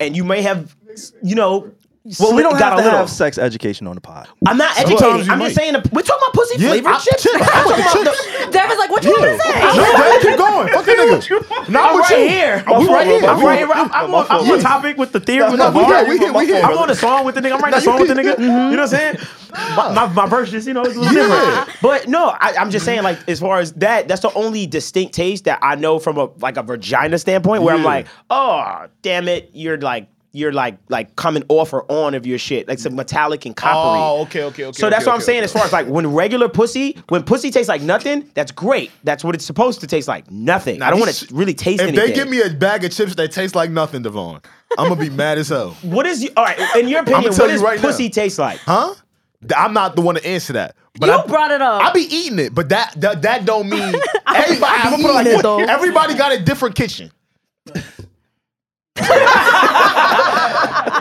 and you may have, you know.
Well, we
slipped-
don't
got
have
a
to
little.
have sex education on the pod.
I'm not
Sometimes
educating.
you
I'm
might.
just saying. the- We're talking about pussy flavored
I-
chips.
chips.
I'm
I'm with
talking
the
about
chips.
the-
Devin's like, what you want
No,
to say?
Reggie, keep going. Fuck the *laughs* nigga. Not
I'm
with
right
you.
here.
Oh, we
I'm right
right
here.
here.
I'm
We-
right here. I'm, I'm on, I'm on topic with the theory. with the
no, we
bar.
here, we here, we here.
I'm on a song with the nigga. I'm writing a song with the nigga.
Mm-hmm.
You know what I'm saying? My, my, my purchase, you know, it's a little different. But no, I, I'm just saying, like, as far as that, that's the only distinct taste that I know from a like a vagina standpoint, where I'm
Yeah.
like, oh, damn it, you're like. You're like like coming off or on of your shit, like some metallic and coppery.
Oh, okay, okay, okay,
So that's
okay,
what I'm
okay,
saying.
okay.
As far as like when regular pussy, when pussy tastes like nothing, that's great. That's what it's supposed to taste like, nothing. I don't want to really taste
If
anything.
they give me a bag of chips that tastes like nothing, Devon, I'm gonna be mad as hell.
What is you, all right? In
*laughs*
your opinion,
tell you
what does
right now.
pussy taste like?
Huh? Th- I'm not the one to answer that. But
You
I,
brought it up.
I be eating it, but that that, that don't mean everybody. I'm gonna put it like
eating it,
this.
though.
everybody got a different kitchen.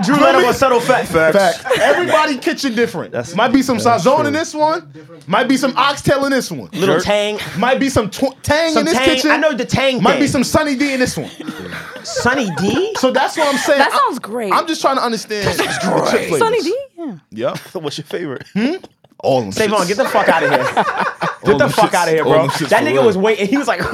Drew Leonard was subtle fat facts.
Everybody kitchen different. might be some sazon in this one. Might be some oxtail in this one.
Little tang,
Might be some tw- tang
some
in this
tang.
kitchen.
I know the tang.
Might
thing.
be some Sunny D in this one.
Sunny D.
*laughs* So that's what I'm saying.
That
I-
sounds great.
I'm just trying to understand. the chip flavors.
Sunny D. Yeah.
Yeah.
What's your favorite?
All of them.
Save
shits.
on, get the fuck
*laughs*
out of here. Get the
them
fuck
shits-
out of here,
all
bro.
them oh, shits
That
for
nigga
real.
was waiting. He was like, *laughs*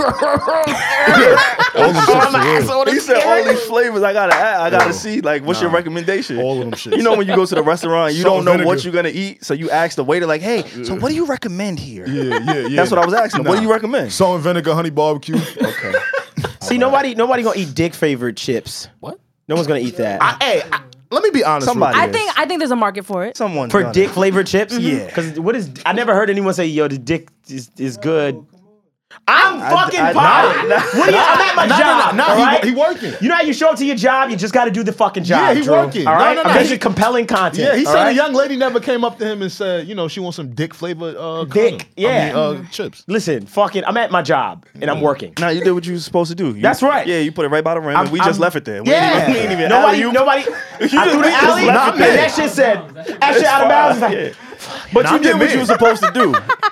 All them shits
I'm an
for real.
asshole.
He said all these flavors. I gotta, add, I gotta see. Like, what's your
Nah.
recommendation?
All of them shits.
You know when you go to the restaurant, you
Salt
don't
and
know what
vinegar.
you're gonna eat, so you ask the waiter, like, "Hey, so what do you recommend here?"
Yeah, yeah, yeah.
That's what I was asking. What do you recommend?
Salt and vinegar, honey barbecue. Okay.
See, nobody, nobody gonna eat dick flavored chips.
What?
No one's gonna eat that.
I, hey, I- let me be honest. real
Somebody.
quick.
I think I think there's a market for it.
Someone
for
done it.
dick flavored chips?
Yeah.
Because what is? I never heard anyone say, "Yo, the dick is, is good." I'm fucking pilot. what do you? I'm at my job.
no, no,
all
he-
right?
he working.
You know how you show up to your job? You just got to do the fucking job.
Yeah, he
Drew,
working.
All
No,
right,
no, no,
I'm
he-
making compelling content.
Yeah, he
all
said a
right?
young lady never came up to him and said, you know, she wants some dick flavored uh,
Dick,
condom.
yeah.
I mean, uh, chips.
Listen, fucking, I'm at my job and I'm working.
Now you did what you was supposed to do. You-
That's right.
Yeah, you put it right by the rim, and
I'm-
we just
I'm-
left it there. We ain't *laughs*
Yeah,
even- we ain't even
nobody,
alley-oop.
nobody. I threw the
we just
alley,
left
and
it there.
that shit said, "That shit out of bounds." It's like,
Yeah. But
Nah,
you
I'm
did
your
what
man.
you were supposed to do.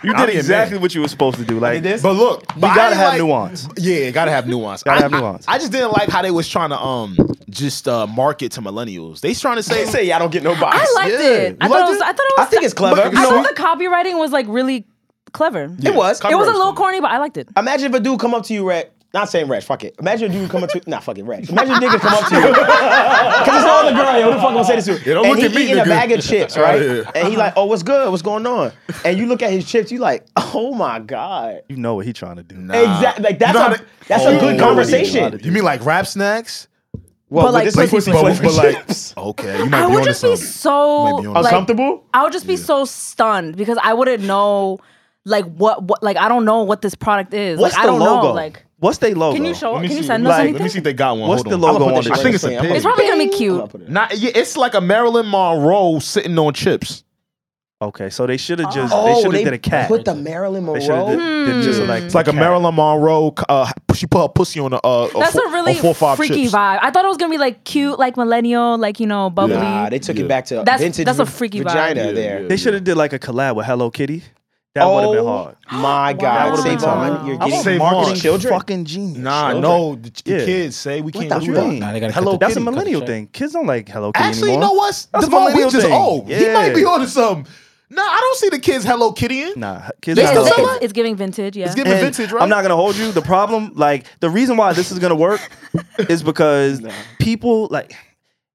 You
I'm
did
your
exactly
man.
what you were supposed to do. Like
this?
But look,
you
but I
gotta
didn't
have
like-
nuance.
Yeah, gotta have nuance.
Gotta
I,
have
I-
nuance.
I, just didn't like how they was trying to um just uh market to millennials. They trying to say,
They *laughs* say, "Yeah, I don't get no box."
I liked
yeah.
it. I
You
thought
liked
it was.
it?
I thought it was.
I think it's clever.
I
You know
thought
what?
the copywriting was like really clever.
It was.
It was a little corny, but I liked it.
Imagine if a dude come up to you, Red. Not saying Red, fuck it. Imagine a dude come up to nah, fuck it, Red. Imagine a nigga come up to you. *laughs* Cause it's all the girl, yo, who the fuck gonna say this to you?
Yeah, don't
and
look
he
at me,
eating a
nigga.
bag of chips, right?
Yeah.
And he like, oh, what's good? What's going on? And you look at his chips, you like, oh my God.
you know what he trying to do.
Exactly. Like
You
that's
know how
a
to-
that's
Oh,
a good
you know what he
do, how to
conversation.
do.
you mean like rap snacks?
Well,
But,
but
like,
this
like,
was
but-
flavor
but, like-
chips.
Okay, you might
I
be
would
onto
just be
something.
so
Might be onto
like,
Uncomfortable?
I would just be so stunned because I wouldn't know like what what like I don't know what this product is.
What's
like
the
I don't
logo?
know. Like
What's they logo?
can you show
Let me
can you
see.
send us
Like,
anything?
Let me see if they got one.
What's
Hold
the
on.
logo
put
on
this
the
shit
I think it's a
I'm gonna-
pig.
It's probably gonna be
I'm
cute.
gonna put it-
Not, yeah, it's like a Marilyn Monroe sitting on chips.
Okay, so they should have just they
Oh,
should
they
have did a cat.
put the Marilyn
they should have did,
Monroe.
did just like
It's like a
cat.
Marilyn Monroe. Uh, she put her pussy on a. Uh,
That's
four,
a really
on four, five
freaky
chips.
vibe. I thought it was gonna be like cute, like millennial, like you know, bubbly.
Nah, they took it back to
That's-
vintage
that's a
v-
freaky vibe.
vagina
Yeah,
there. Oh
yeah.
They should have did like a collab with Hello Kitty. That would
Oh,
have been hard.
My God,
would've been
save
hard.
on. You're
I
getting
want
marketing
marketing
children.
Fucking genius.
Nah,
Children.
no, the, the
Yeah.
kids say we can't
the
do
fuck?
that.
Nah, they gotta
Hello
cut the-
That's a
Kitty, cut
millennial
the check.
thing. Kids don't like Hello Kitty
Actually, you
anymore.
know what?
That's a
Devon
millennial
Weech is
thing.
old. He
Yeah.
might be onto something. Nah, I don't see the kids Hello Kitty in.
Nah, kids
They
not
It's,
still
like
sell
that.
it?
it's, it's giving vintage, yeah.
It's giving
And
vintage, right?
I'm not gonna hold you. The problem, like the reason why this is
*laughs*
gonna work, is because people like,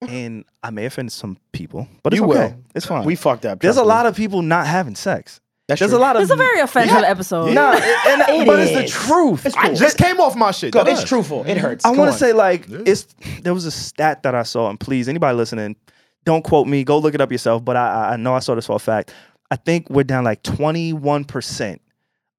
and I may offend some people, but it's
You will.
okay. It's fine.
We fucked up.
There's
trust
a
me.
lot of people not having sex.
That's
There's
true.
a lot of.
it's a very offensive episode.
Nah,
*laughs*
and,
It
but it's
is.
the truth.
It's
I-
cool.
I just came off my shit.
Go, Mm-hmm.
That
it's
is.
truthful. It hurts.
I
Come
want
on.
to say like it's there was a stat that I saw, and please anybody listening, don't quote me. Go look it up yourself. But I I- I know I saw this for a fact. I think we're down like twenty one percent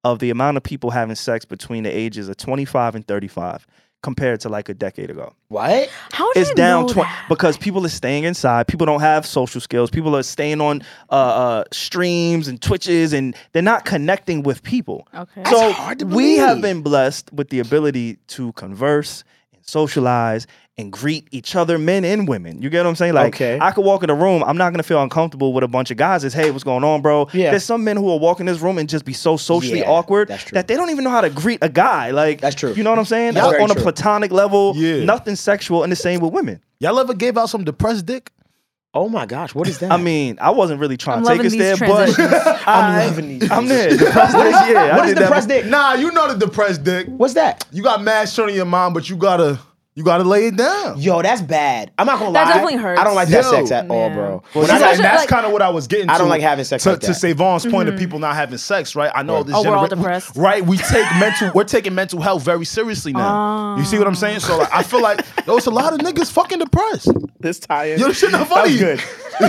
of the amount of people having sex between the ages of twenty five and thirty five compared to like a decade ago.
what?
How did
It's
you
down
know
twenty
that?
because people are staying inside. People don't have social skills. People are staying on uh, uh, streams and twitches, and they're not connecting with people.
Okay.
So
hard to
we have
believe.
been blessed with the ability to converse and socialize and greet each other, men and women. You get what I'm saying? Like
Okay.
I could walk in a room, I'm not gonna feel uncomfortable with a bunch of guys. It's hey, what's going on, bro?
Yeah.
There's some men who will walk in this room and just be so socially
Yeah,
awkward
that's true.
that they don't even know how to greet a guy. Like
That's true.
You know what I'm saying?
That's
Like,
very
on a
true.
platonic level,
Yeah.
nothing sexual, and the same with women.
Y'all ever gave out some depressed dick?
Oh my gosh, what is that?
I mean, I wasn't really trying
I'm
to take
loving
us
these
there, but
transitions.
I,
I'm loving
*laughs*
these
I'm there. Depressed dick, *laughs* yeah, I
what is
did that
depressed dick?
Nah, you know the depressed dick.
What's that?
You got mad shit on your mind, but you gotta you gotta lay it down.
Yo, that's bad. I'm not gonna
That
lie.
definitely hurts.
I don't like that
Yo.
sex at all,
Yeah.
bro.
Well,
When I
she's
got-
like-
and that's
like-
kind of what I was getting.
I
to,
don't like having sex
To,
like that.
to Savon's point of people not having sex, right? I know this.
Oh, we're all
genera-
depressed.
right? We take mental. We're taking mental health very seriously now. You see what I'm saying? So like, I feel like yo, it's a lot of niggas fucking depressed.
this tie in.
Yo, this shit not funny.
good.
He's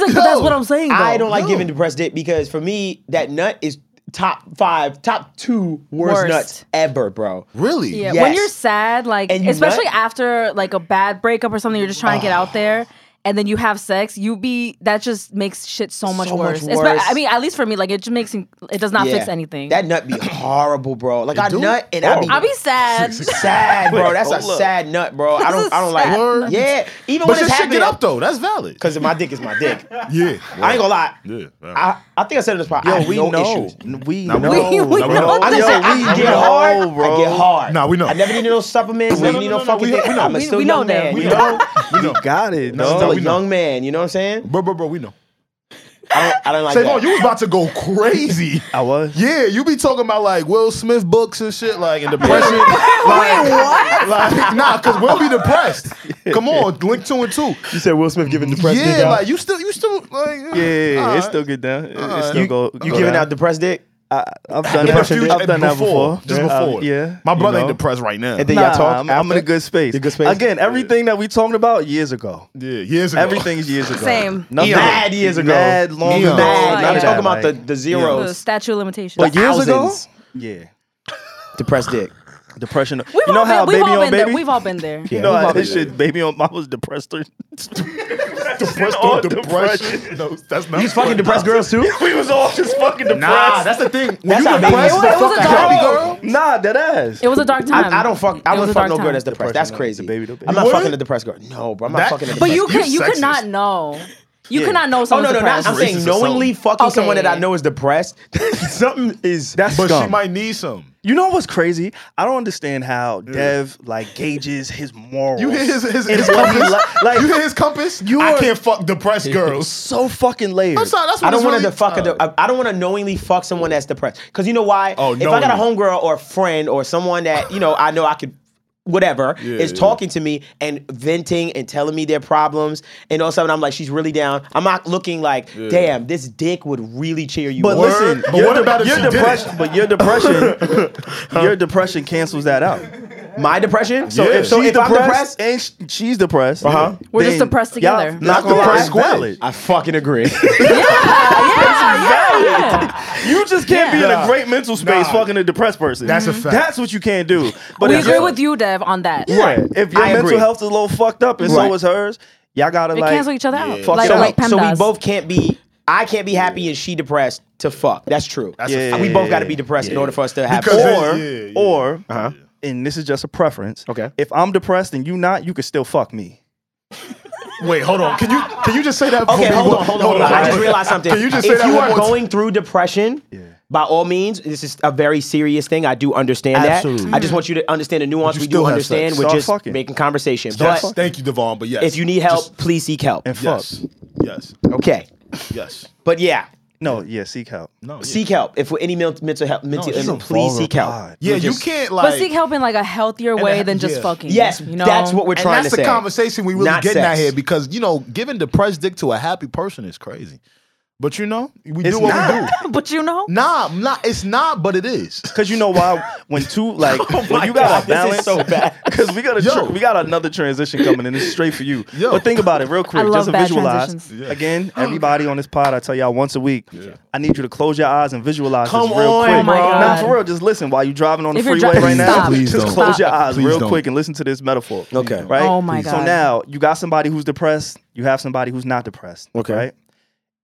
like, but that's what I'm saying. Though.
I don't like giving depressed dick because for me, that nut is top five, top two worst,
Worst.
nuts ever, bro.
Really?
Yeah, *laughs*
Yes.
when you're sad, like
And you
especially
nut?
after like a bad breakup or something, you're just trying to get out
Ah.
there, and then you have sex. You be that just makes shit so much
So much
worse. Espe-
worse.
I mean, at least for me, like it just makes it does not
Yeah.
fix anything.
That nut
*clears throat*
be horrible, bro. Like I
do?
nut and I be *laughs*
I'll be sad.
sad, bro. That's a
hold up.
sad nut, bro. I
This
don't
is
I don't
sad.
like
Word.
Yeah. Even
But
when
your shit
it's happening,
get up though. That's valid.
Cause my dick is
*laughs*
my dick.
Yeah.
I ain't gonna lie.
Yeah, wow.
I, I think I said it in this part. I
Yo,
have
we
no
know.
issues.
We
Nah, we
know.
know.
We- we
Nah,
know
Yo,
that.
I'm just saying,
we
I get
know,
hard.
bro.
I get hard.
Nah, we know.
I never need no supplements.
We-
never need no,
no, no, no,
fucking
we-
thing.
we know.
I'm a
We-
still
we know
young
now.
man.
We
you know,
We got it.
No,
still
dog.
a young man. You know what I'm saying?
Bro, bro, bro. We know.
I don't, I don't like
Savon,
that.
you was about to go crazy.
I was.
Yeah, you be talking about like Will Smith books and shit, like and depression. like, what? Like, nah, cause we'll be depressed. Come on, link two and two.
You said Will Smith giving
yeah, like you still, you still like
Yeah, yeah, yeah,
all
it
right.
still get down. It, it
Alright.
still
You-
go.
You
go
giving
down.
out depressed dick?
I, I've done
In
that.
the future,
I've done that before.
just
Yeah,
before.
um, yeah,
my brother
you know.
ain't depressed right now.
And then
Nah,
y'all talk.
I'm, I'm in
after?
a good space.
You good space?
Again, everything that we talking about years ago.
yeah, years ago.
Everything is years ago.
Same.
Nothing.
Mad years ago.
Mad long
Eon.
ago.
Mad.
None
I'm talking
of that,
about the,
like-
the
the
zeros.
statue of limitations.
But years ago.
thousands.
Yeah.
Depressed dick.
Depression.
We've
you know
all
how baby
been, we've all
on
been
baby.
there. We've all been there.
you know
we've
how
all
this
been
shit. Baby on. I was depressed. through-
Depressed
*laughs* all
or depression? No, that's not.
You fucking depressed girls
*laughs*
too?
we was all just fucking depressed.
Nah, that's the thing. When
That's
you
how baby
depressed,
It was- it was a
fuck out.
dark-
Bro, Nah, that ass.
It was a dark time.
I, I don't fuck. I
It was
wouldn't fuck
a dark
no girl
time.
that's depressed. That's crazy.
baby, the baby.
I'm
You
not
wouldn't?
fucking a depressed girl. No, bro. I'm not
That-
fucking a
But
depressed
you
girl.
could you could
sexist.
not know. You could not know
Oh
someone's
no, no, no!
depressed.
I'm
*laughs*
Racist
saying
or
knowingly fucking someone that I
Okay.
know is depressed. something is
That's
but she
scum.
might need some.
You know what's crazy? I don't understand how Dev like gauges his morals.
You hit his his,
And
his
what he
compass. *laughs*
li- like
you hit his compass.
You
I
are-
can't fuck depressed
*laughs*
girls.
so fucking layered.
I'm sorry. That's what
I don't
it's
want
really,
to fuck. a de- I- I don't want to knowingly fuck someone that's depressed. Cause you know why?
Oh,
if I got a
knowingly.
homegirl or a friend or someone that you know I know I could, whatever, is
yeah.
talking to me and venting and telling me their problems, and all of a sudden I'm like, she's really down. I'm not looking like, damn, this dick would really cheer you.
But
up.
listen,
But
your
what
de-
about if
your
she did it?
depression? But your
*laughs*
depression, your depression cancels that out.
my depression. So
Yeah.
if so,
She's
if I'm depressed,
and sh- she's depressed,
Uh-huh.
We're just
then
depressed
y'all
together.
Not
That's depressed
depressed.
valid.
I fucking *laughs* agree.
yeah, yeah, yeah.
You just can't be in a
Nah.
great mental space
Nah.
fucking a depressed person.
That's a fact.
That's what you can't do. But
We
if
agree
your-
with you, Dev, on that.
yeah, If your
I
mental
agree.
health is a little fucked up, and
Right.
so is hers. Y'all gotta
They
like
cancel each other out.
fuck
Like
it
so,
up.
like
so we
PEMDAS.
both can't be. I can't be happy and she depressed to fuck. That's true.
That's a
Yeah.
fact.
we both got to be depressed in order for us to have.
Because
sex.
or
Yeah, yeah.
or and this is just a preference.
Okay.
If I'm depressed and you not, you can still fuck me.
Wait, hold on. Can you can you just say that?
Okay,
for me?
hold on, hold on, hold on. I just realized something.
Can you just
if
say that
you
one
are
more time?
going through depression, by all means, this is a very serious thing. I do understand
Absolutely.
that. I just want you to understand the nuance.
you
We do
still have
understand.
sex.
We're
Stop
just
fucking.
making conversation.
Yes,
But
thank you, Devon. But yes,
if you need help, please seek help.
And fuck.
just- yes, yes,
Okay,
yes.
but yeah,
No, yeah, seek help.
No, yeah.
seek help if we're any men- mental health. Mental,
she's
ill-
a
please
vulnerable
seek help.
God.
Yeah,
We're
you
just-
can't
But
like.
seek help in like a healthier way
that-
than just
yeah.
fucking.
Yes,
you know?
that's what we're
and
trying
that's
to
the
say.
conversation we really
Not
getting
sex.
out here because you know giving depressed dick to a happy person is crazy. But you know we
It's
do what we
not.
do.
*laughs* But you know,
Nah, I'm not. It's not, but it is.
Cause you know why? When two
*laughs*
like when you
Oh God, this
got
is
a balance
so bad.
*laughs* Cause we got a
Yo.
tr- we got another transition coming, and it's straight for you.
Yo.
But think about it real quick,
I love
just to
bad
visualize.
transitions.
Again, everybody on this pod, I tell y'all once a week. I need you to close your eyes and visualize
Come
this real
on,
quick.
Oh my God.
Nah, for real, just listen while you're driving on the
If you're
freeway
dri-
right now.
Stop.
Please
just
don't.
close your eyes
Please
real
don't.
quick and listen to this metaphor.
Okay.
Right.
Oh my
So
God.
now you got somebody who's depressed. You have somebody who's not depressed.
Okay.
Right.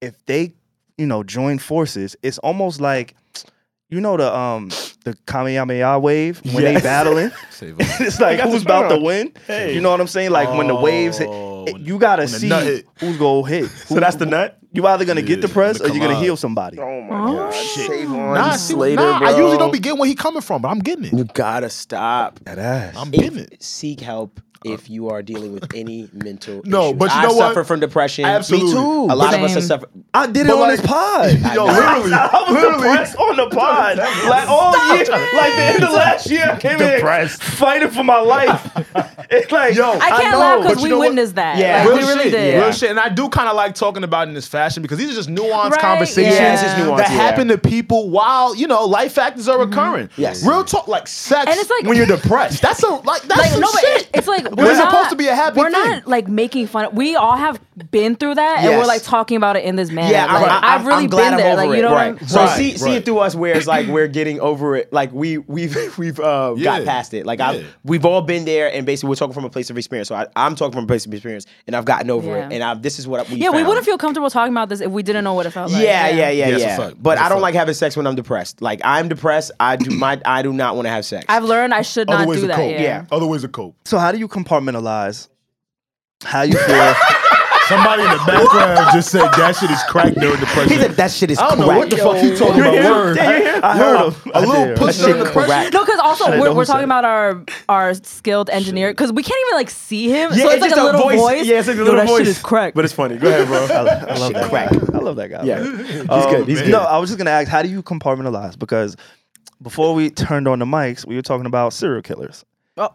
If they, you know, join forces, it's almost like you know the um the Kamehameha wave when
*laughs*
they battling. *laughs* it's like who's about to win. You know what I'm saying? Like when the waves hit, it- you gotta
Oh, the
see
nut hit.
who's
*laughs*
gonna hit. so
that's the nut?
You either gonna get
Yeah,
depressed or
when it
you're gonna
come
heal
out.
somebody.
oh,
Nah, see, nah, I usually don't be getting where he coming from, but I'm getting it.
You gotta stop.
I'm getting
If,
it.
seek help if you are dealing with *laughs* any mental.
No,
issues.
but you
Uh, I
know what?
suffer from depression.
Absolutely.
Me too. A lot of us
Same.
have suffered.
I did it
But
on
like-
this pod.
*laughs* Yo, literally,
*laughs* I was
literally.
depressed on the pod. Like all year, like the end of last year, I came
Depressed.
in fighting for
*laughs*
my life. It's like,
Yo,
I can't
know,
laugh
but
because
you
we
know what?
witnessed that.
Yeah.
Like,
Real
we really
shit,
did.
real shit, and I do kind of like talking about it in this fashion because these are just nuanced
Right,
conversations
yeah. Yeah, this is
nuanced,
that
yeah.
happen to people while you know life factors are recurring.
Yes.
real talk, like sex
And it's like-
when you're depressed. That's a like that's
Like
some
no, but
shit.
it- it's like we're,
supposed
not-
to be a happy
We're
thing.
not like making fun. Of, we all have been through that, and
Yes.
we're like talking about it in this manner.
Yeah,
like,
I, I,
have really
am glad
been
I'm
there.
Over
like
it.
you know
right.
what I'm.
So
Right,
see, see it
right.
through us where it's like we're getting over it. Like we we've *laughs* we've uh, got
Yeah.
past it. Like
Yeah.
I've we've all been there, and basically we're talking from a place of experience. So I, I'm talking from a place of experience, and I've gotten over
Yeah.
it. And I've, this is what we
Yeah, we
found.
wouldn't feel comfortable talking about this if we didn't know what it felt like.
yeah, yeah, yeah, yeah.
it's a fact.
But
It's a
I don't
fact.
like having sex when I'm depressed. Like I'm depressed.
*clears throat*
I do my. I do not want to have sex.
I've learned I should
Other
not
ways
do
to
that.
cope.
Yeah.
Other ways to cope.
so how do you compartmentalize
*laughs*
how you feel?
Somebody in the background just said that shit is crack during depression.
He said that shit is.
I don't know what the fuck you talking *laughs* about. Word.
I heard him.
A little push
That shit
during depression.
correct.
No, because also
know
we're,
who
we're
said
talking
it.
about our our skilled engineer because we can't even like see him.
Yeah,
so
it's
it's, like
just
a
a
little
voice.
voice.
Yeah, it's like a
Yo,
little
that
voice.
shit is cracked.
But it's funny. Go ahead, bro.
I, I love that
crack.
guy. I love that guy.
Yeah,
man. Um,
he's good. He's good.
No, I was just gonna ask, how do you compartmentalize? Because before we turned on the mics, we were talking about serial killers.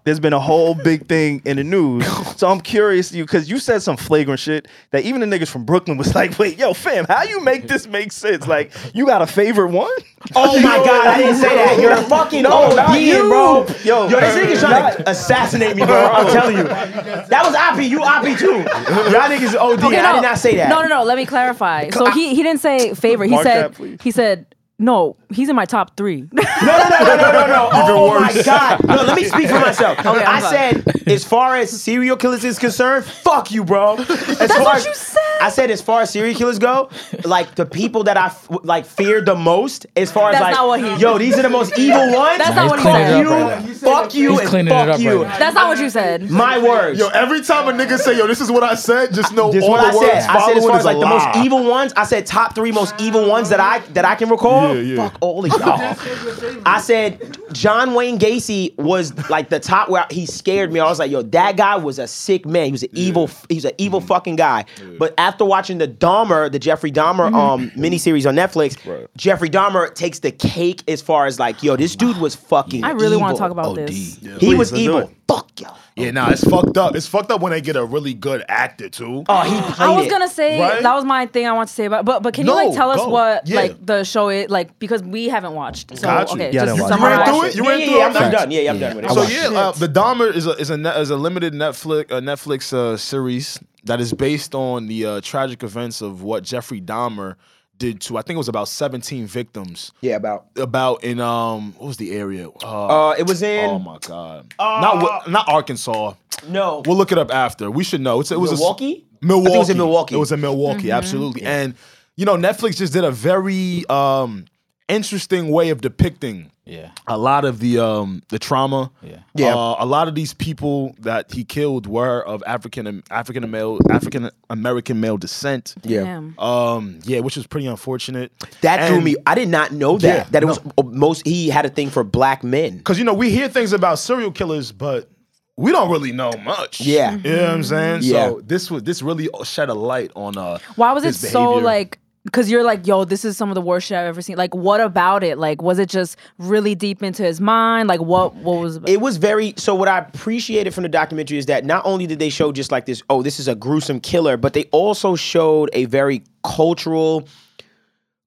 There's been a whole big thing in the *laughs* news, so I'm curious you because you said some flagrant shit that even the niggas from Brooklyn was *laughs* like, "Wait, yo, fam, how you make this make sense? Like, you got a favorite one?
Oh my god, I didn't say that. You're a fucking old
not
man,
you.
bro.
Yo,
yo, this nigga's trying to assassinate me, bro. I'm *laughs* telling you. That was Oppie. You Oppie too. Y'all niggas OD.
Okay,
I did not say that.
No, no, no. Let me clarify. So he he didn't say favorite. He
Mark
said
that, please.
he said No, he's in my top three. *laughs*
No, no, no, no, no, no, no. oh my God. No, let me speak for
*laughs*
myself. I
I'm fine.
said, as far as serial killers is concerned, fuck you,
*laughs*
bro. As
That's
far
what
as-
you said.
I said, as far as serial killers go, like the people that I f- like fear the most, as far as
That's
like,
not what he-
yo, these are the most
*laughs*
evil ones.
That's not
He's
what he said.
cleaning it up right now.
you, fuck you,
He's
and
cleaning it
fuck
up
you.
right now.
That's not what you said.
My words.
Yo, every time a nigga say, "Yo, this is what I said," just know
Just
all
what
the
I
words
said. I said as
following is
far as
a
like the
lie.
most evil ones. I said top three most evil ones that I that I can recall.
Yeah, yeah.
Fuck all of y'all. I said John Wayne Gacy was like the top where he scared me. I was like, yo, that guy was a sick man. He was an evil. He was an evil
Mm-hmm.
fucking guy. But after watching the Dahmer, the Jeffrey Dahmer
Mm-hmm.
um miniseries on Netflix, Jeffrey Dahmer takes the cake as far as like, yo, this dude was fucking.
I really want to talk about
OD.
this.
He
let's
was
do
evil.
it.
Fuck yo.
Yeah, nah, it's fucked up. It's fucked up when they get a really good actor too.
Oh, he played
I was
it.
gonna say
Right?
that was my thing I want to say about, but but can
No,
you like tell us
go.
what
Yeah.
like the show is like because we haven't watched. So
Got you.
okay,
Yeah, I
just
didn't watch it.
you ran
summarize
through it. You
yeah,
ran
yeah,
through
yeah,
it.
I'm, I'm done. Yeah, yeah, I'm done with it.
So
I watched it.
yeah, uh, the Dahmer is a is a ne- is a limited Netflix uh, Netflix uh, series that is based on the uh, tragic events of what Jeffrey Dahmer did to I think it was about 17 victims
yeah, about.
about in um what was the area? Uh,
Uh, it was in
oh my god. not Wa- not Arkansas.
no.
We'll look it up after. We should know. It's, it was a s-
Milwaukee?
Milwaukee.
I think it was in Milwaukee.
It was in Milwaukee,
Mm-hmm.
absolutely. And you know, Netflix just did a very um interesting way of depicting
Yeah.
a lot of the um the trauma.
Yeah.
Yeah.
Uh, a lot of these people that he killed were of African African male African American male descent.
yeah.
Damn.
Um yeah, which was pretty unfortunate.
That threw
And-
me. I did not know that.
Yeah,
that it
no.
was was most. He had a thing for black men.
Cause you know, we hear things about serial killers, but we don't really know much.
Yeah.
You know what I'm saying?
Yeah.
So this was this really shed a light on uh
Why was it
his
so
behavior.
like? Because you're like, yo, this is some of the worst shit I've ever seen. Like, what about it? Like, was it just really deep into his mind? Like, what what was?
It was very. So what I appreciated from the documentary is that not only did they show just like this. Oh, this is a gruesome killer, but they also showed a very cultural,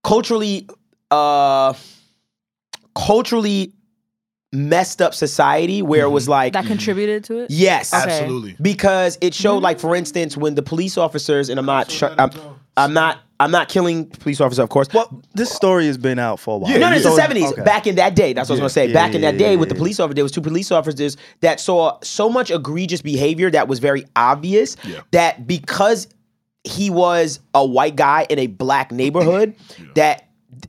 culturally, uh, culturally messed up society where it was
Mm-hmm.
like
that contributed to it?
Yes,
Okay.
Absolutely.
because it showed like
Mm-hmm.
for instance when the police officers and I'm not sh- I'm, I'm not I'm not killing police officers of course.
Well, this story has been out for a while.
no, no, it's the
So-
seventies.
okay.
Back in that day, that's what I was gonna say.
Yeah,
Back in
yeah,
that day,
yeah,
with the
yeah.
police officer, there was two police officers that saw so much egregious behavior that was very obvious that because he was a white guy in a black neighborhood, that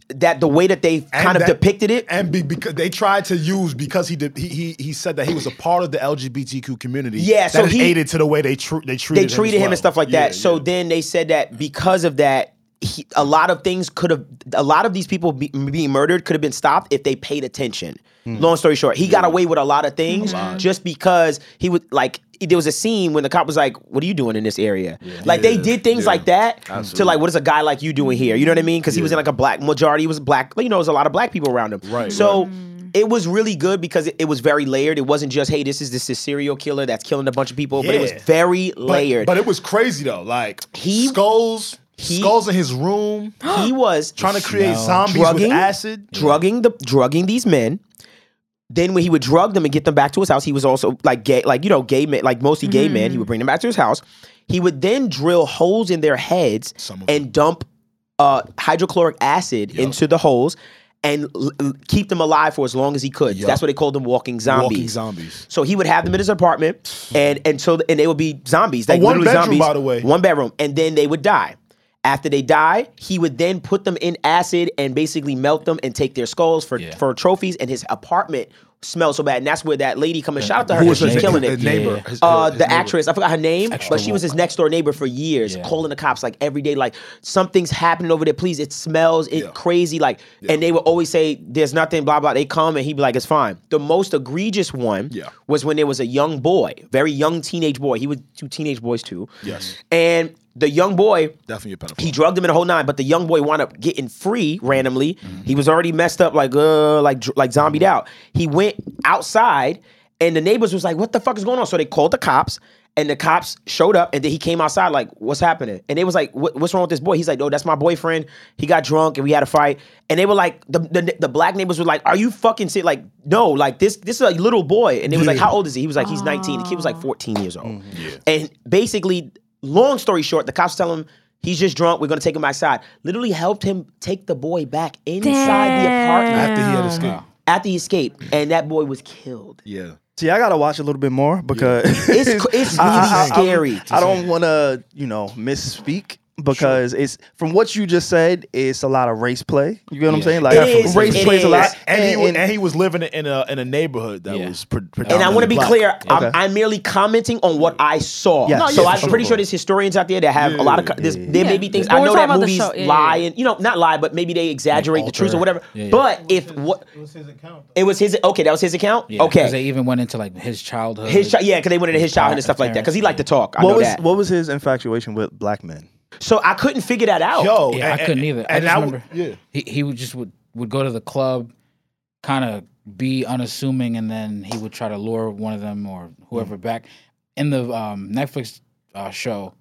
that the way that they kind of
that-
depicted it,
and be, because they tried to use because he did he, he he said that he was a part of the LGBTQ community.
Yeah, so
that
he-
aided to the way they tr- they treated
they treated
as
him,
well.
and stuff like
Yeah,
that. So
yeah.
then they said that because of that, he, a lot of things could have, a lot of these people be, being murdered could have been stopped if they paid attention.
Hmm.
Long story short, he got away with a lot of things just because he was like, there was a scene when the cop was like, "What are you doing in this area?" Like they did things like that to like, "What is a guy like you doing here?" You know what I mean? Because he was in like a black majority was black. You know, there's a lot of black people around him. Right. So. It was really good because it, it was very layered. It wasn't just, hey, this is this is serial killer that's killing a bunch of people, but it was
Yeah.
very
But- *gasps*
layered.
But, it was crazy though. Like
He-
skulls,
he-
skulls in his room,
he was
trying to create zombies
drugging,
with acid.
drugging the drugging these men. Then when he would drug them and get them back to his house, he was also like gay, like you know, gay men, like mostly gay men. He would bring them back to his house. He would then drill holes in their heads and dump uh, hydrochloric acid into the holes and l- l- keep them alive for as long as he could. That's what they called them, walking zombies.
Walking zombies.
So he would have them in his apartment, and and so and they would be zombies, like
one
literally
bedroom,
zombies,
by the way.
one bedroom, and then they would die. After they die, he would then put them in acid and basically melt them and take their skulls for
Yeah.
for trophies. And his apartment smelled so bad, and that's where that lady coming. Shout out to her,
was
she's
his-
killing
his
it.
neighbor,
Yeah.
his-
Uh,
his
the
neighbor.
actress, I forgot her name, but she was his next door neighbor for years,
Yeah.
calling the cops like every day, like something's happening over there. Please, it smells, it crazy, like, and they would always say there's nothing, blah blah. They come and he'd be like, it's fine. The most egregious one
Yeah.
was when there was a young boy, very young teenage boy. He was two teenage boys too.
Yes.
and the young boy
Definitely a pedophile.
he drugged him in a whole nine, but the young boy wound up getting free randomly. He was already messed up, like uh, like dr- like zombied out. He went outside, and the neighbors was like, "What the fuck is going on?" So they called the cops, and the cops showed up, and then he came outside, like, "What's happening?" And they was like, "What- "What's wrong with this boy?" He's like, "Oh, that's my boyfriend. He got drunk, and we had a fight." And they were like, the the, the black neighbors were like, "Are you fucking sick?" Like, no, like this this is a little boy, and they was like, "How old is he?" He was like, "He's 19." The kid was like 14 years old, and basically long story short, the cops tell him He's just drunk. We're gonna take him outside. Literally helped him take the boy back inside the apartment
After he had
escaped.
after he escaped, and that boy was killed.
Yeah.
See, I gotta watch a little bit more because
It's
*laughs*
it's really scary.
I don't want to, you know, misspeak because it's from what you just said. It's a lot of race play. You get what I'm saying? Like
It is,
race
it
plays a lot.
is.
And, he, wa-
and-
and he was living in a in a neighborhood that
Yeah.
was pre-
And I want to be clear. I'm,
Okay.
I'm merely commenting on what I saw.
Yeah. No,
so
yeah,
I'm
for
pretty
sure.
sure there's historians out there that have a lot of. co- This, There may be things
But
I
we're
know
talking
that
about the
movies
show, yeah,
lie
yeah.
and you know not lie, but maybe they exaggerate the truth or
alter.
whatever.
Yeah, yeah.
But if what
It was his account.
it was his okay, that was his account.
Yeah, 'cause
okay,
They even went into like his childhood.
his chi- yeah, because they went into his childhood and stuff like that. Because he liked to talk. I
what
know
was
that.
what was his infatuation with black men?
so I couldn't figure that out.
Yo,
Yeah,
and-
I couldn't either. I
and
just
I would-
remember he, he would just would, would go to the club, kind of be unassuming, and then he would try to lure one of them or whoever
Mm.
back. In the um, Netflix uh, show,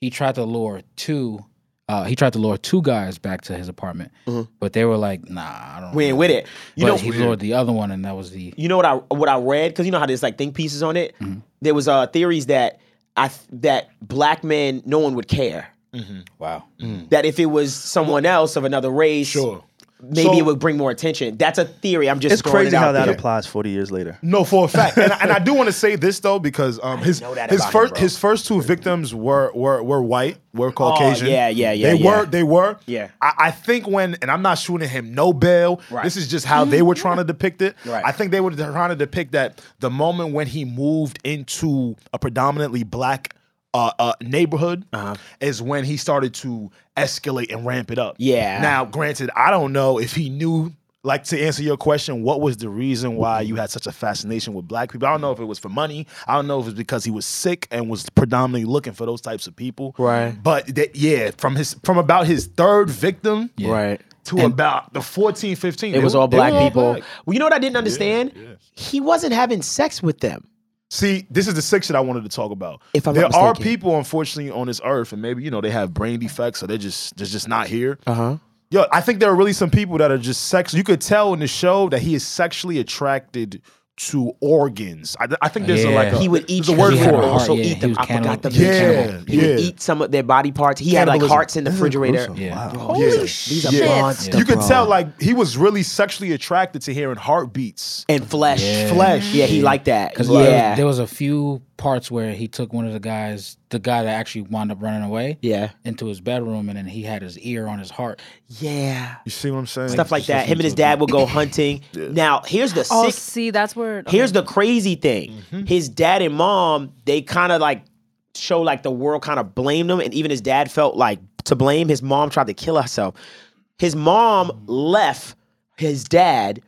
he tried to lure two. Uh, he tried to lure two guys back to his apartment, but they were like, "Nah, I don't."
Mm-hmm. we ain't
know."
with it. You
but
know,
he lured the other one, and that was the
you know what I what I read because you know how there's like think pieces on it. There was uh, theories that I th- that black men no one would care.
Mm-hmm.
wow.
That if it was someone else of another race,
Mm. Sure.
maybe
So-
it would bring more attention. That's a theory. I'm just
It's
throwing
crazy
it out
how that
there.
applies 40 years later.
No, for a fact, and I, and I do want to say this though because um, his
know that
his
about him,
first
bro. Oh,
his first two victims were were were white, were Caucasian.
yeah, yeah, yeah,
They
yeah.
were they were.
Yeah.
I, I think when and I'm not shooting him no bail.
Right.
This is just how they were trying to depict it.
Right.
I think they were trying to depict that the moment when he moved into a predominantly black. Uh, uh, neighborhood
Uh-huh.
is when he started to escalate and ramp it up.
Yeah.
Now, granted, I don't know if he knew, like to answer your question, what was the reason why you had such a fascination with black people? I don't know if it was for money. I don't know if it was because he was sick and was predominantly looking for those types of people.
Right.
But that, yeah, from his from about his third victim
Right.
to about the 14, 15.
It
they
was
were-
all
they
black
were all
people.
black.
Well, you know what I didn't understand? He wasn't having sex with them.
See, this is the sick shit I wanted to talk about.
If I'm
there
not
are
mistaken.
people, unfortunately, on this earth, and maybe you know they have brain defects, or they're just they're just not here.
huh.
Yo, I think there are really some people that are just sex. You could tell in the show that he is sexually attracted to organs. I, I think there's a, like
Yeah.
a,
He would eat
there's a word
he had
for
a
it.
heart,
also
yeah,
eat
he
them.
was
I forgot
cannibal.
the
He was
name.
cannibal.
He would
Yeah.
eat some of their body parts. He had like
Cannibalism.
hearts in the refrigerator.
Yeah.
Holy
Yeah.
Oh, shit!
Shit.
You could tell like he was really sexually attracted to hearing heartbeats.
and flesh,
Yeah.
flesh. Yeah, he liked that.
Because
Yeah,
there was a few parts where he took one of the guys, the guy that actually wound up running away,
yeah,
into his bedroom, and then he had his ear on his heart.
yeah.
You see what I'm saying?
Stuff like that. Him and his dad would go hunting. Now here's the
Oh,
sick.
see, that's where. okay.
Here's the crazy thing. His dad and mom, they kind of like show like the world kind of blamed him, and even his dad felt like to blame. His mom tried to kill herself. His mom left his dad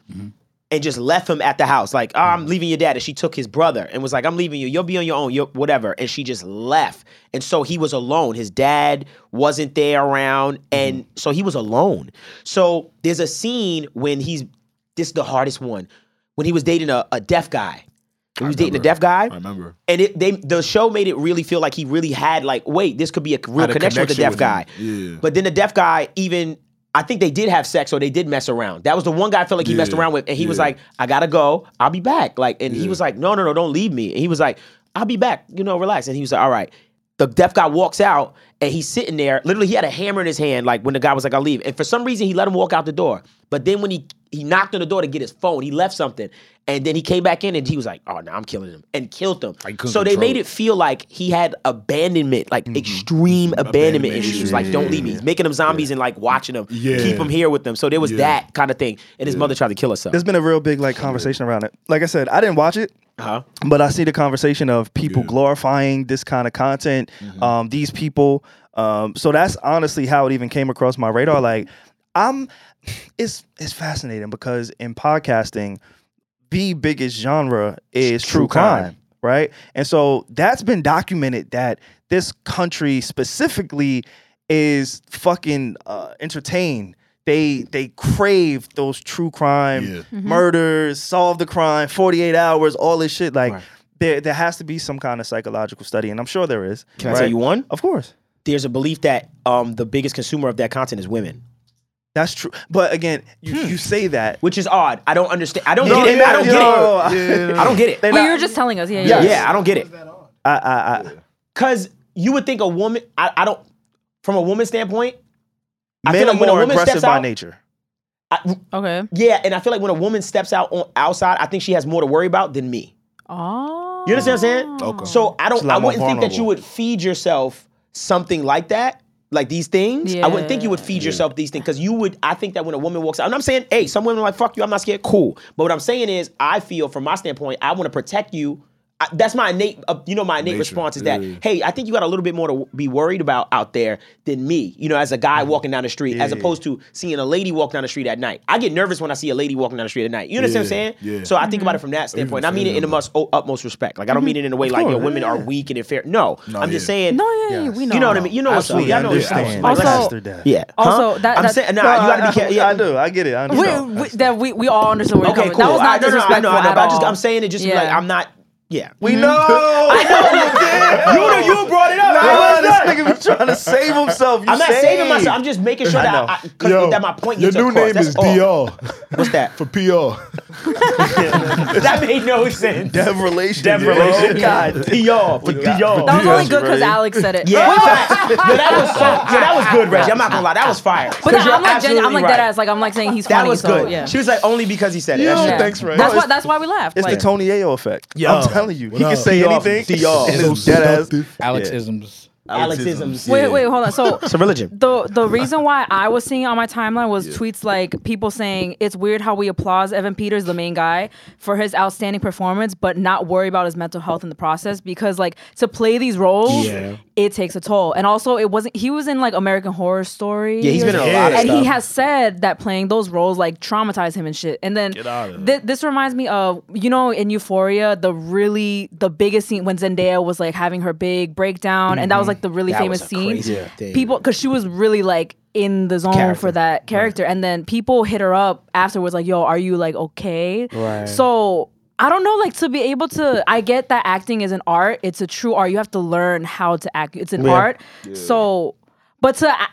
and just left him at the house. Like, oh,
Mm-hmm.
I'm leaving your dad. And she took his brother and was like, I'm leaving you. You'll be on your own. You'll whatever. And she just left. And so he was alone. His dad wasn't there around.
Mm-hmm.
And so he was alone. So there's a scene when he's this is the hardest one. When he was dating a, a deaf guy. When he was dating a deaf guy.
I remember.
And it, they the show made it really feel like he really had like wait this could be a real
Had a
connection, with the
connection
deaf
with
guy.
him. Yeah.
But then the deaf guy even I think they did have sex or they did mess around. That was the one guy I felt like he messed
Yeah,
around with, and he was
yeah.
like I gotta go, I'll be back. Like and he was like no no no don't leave me. And he was like I'll be back, you know relax. And he was like all right. The deaf guy walks out and he's sitting there. Literally, he had a hammer in his hand. Like when the guy was like, "I'll leave," and for some reason he let him walk out the door. But then when he he knocked on the door to get his phone, he left something, and then he came back in and he was like, "Oh no, I'm killing him," and killed him.
Like, he couldn't
So they
control
made
it. Mm-hmm.
it feel like he had abandonment, like extreme abandonment,
Abandonment
issues.
issues,
Like, don't leave me. He's making them zombies and like watching them, keep them here with them. So there was that kind of thing. And his mother tried to kill herself.
There's been a real big like conversation around it. Like I said, I didn't watch it.
Uh-huh.
but I see the conversation of people glorifying this kind of content, um, these people. Um, so that's honestly how it even came across my radar. Like, I'm, it's it's fascinating because in podcasting, the biggest genre is true, crime, right? And so that's been documented that this country specifically is fucking uh, entertained. They they crave those true crime
Mm-hmm.
Mm-hmm.
murders, solve the crime, 48 hours, all this shit. Like there there has to be some kind of psychological study, and I'm sure there is.
Can I tell you one?
Of course.
There's a belief that um, the biggest consumer of that content is women,
That's true. But again, you, you say that.
which is odd. I don't understand. I don't
No,
get it.
yeah,
Hmm. I don't
no,
get it.
*laughs* yeah,
I don't get it.
Oh, you were just telling us. Yeah, yeah.
Yeah, I don't get it.
I, I, I,
Because you would think a woman, I, I don't, from a woman's standpoint, I feel
Men are
like when a
more
woman
aggressive
steps
by
out,
nature.
I,
Okay.
yeah, and I feel like when a woman steps out on outside, I think she has more to worry about than me.
Oh.
You understand what I'm saying?
Okay.
So I
It's
don't.
a
I
lot more
wouldn't think that you
vulnerable.
would feed yourself something like that, like these things. I wouldn't think you would feed yourself these things because you would. I think that when a woman walks out, and I'm saying, hey, some women are like fuck you. I'm not scared. Cool. But what I'm saying is, I feel from my standpoint, I want to protect you. I, that's my innate, uh, you know, my innate response is that, hey, I think you got a little bit more to be worried about out there than me, you know, as a guy walking down the street, as opposed to seeing a lady walk down the street at night. I get nervous when I see a lady walking down the street at night. You understand what I'm saying?
yeah.
So I think
Mm-hmm.
about it from that standpoint. And I mean it in the most o- utmost respect. Like I don't mean it in a way like yo, women are weak and inferior. No, I'm just saying.
No, yeah, yeah, we know.
you know what I mean. You know what's up.
Absolutely,
Y'all
I
know what's up.
understand.
Like,
Also-
let's-
Bastard that.
yeah.
Also, that-
I'm
that-
saying, nah,
No,
you gotta be
I-
careful.
*laughs*
Yeah.
I do. I get it. I
We,
understand.
we, that we, we all understand where
Okay,
you're
cool.
coming. That was
I, no, no, I
not
know,
disrespectful
I know,
at
but I just,
all.
I'm saying it just
Yeah.
like I'm not. Yeah.
We *laughs* know.
you, you brought it up. I
Nah,
was
this
not-
nigga be trying to save himself. You
I'm not
saved.
saving myself. I'm just making sure that, I, I, 'cause that my point
your
gets
new
across.
name
That's
is
all.
Dr.
What's that?
for PR.
that made no sense.
Dev relation.
Dev relation.
God.
Dior. For Dior.
That was only good because Alex said it.
*laughs* Yeah, facts. Yo, that was so. Yo, that was good, Reggie. I'm not gonna lie, that was fire.
But
'Cause
no,
you're
I'm like, genuine, I'm
absolutely
like
right.
dead ass. Like I'm like saying he's
That
funny.
was
so,
good.
Yeah.
She was like, only because he said it. That's
Yeah.
thanks, Ray.
That's
No,
why. That's why we laughed.
It's
like,
the Tony Ayo effect.
Yo.
I'm telling you, he
What
can
up?
say
Dior.
anything.
Dior.
And it's dead ass.
Alex isms.
Alexisms.
Wait, wait, hold
*laughs*
on. So
It's a religion.
the the reason why I was seeing it on my timeline was tweets like people saying it's weird how we applaud Evan Peters, the main guy, for his outstanding performance, but not worry about his mental health in the process because like to play these roles,
Yeah.
it takes a toll. And also, it wasn't he was in like American Horror Story.
Yeah, he's
or
been in a
something.
lot of
and he
stuff.
has said that playing those roles like traumatized him and shit. And then thi- this reminds me of you know in Euphoria the really the biggest scene when Zendaya was like having her big breakdown, and that was like the really
That
famous
was a
scene.
crazy Yeah. thing.
People because she was really like in the zone
Character.
for that character and then people hit her up afterwards like yo are you like okay right. so i don't know like to be able to i get that acting is an art it's a true art you have to learn how to act it's an art so but to a-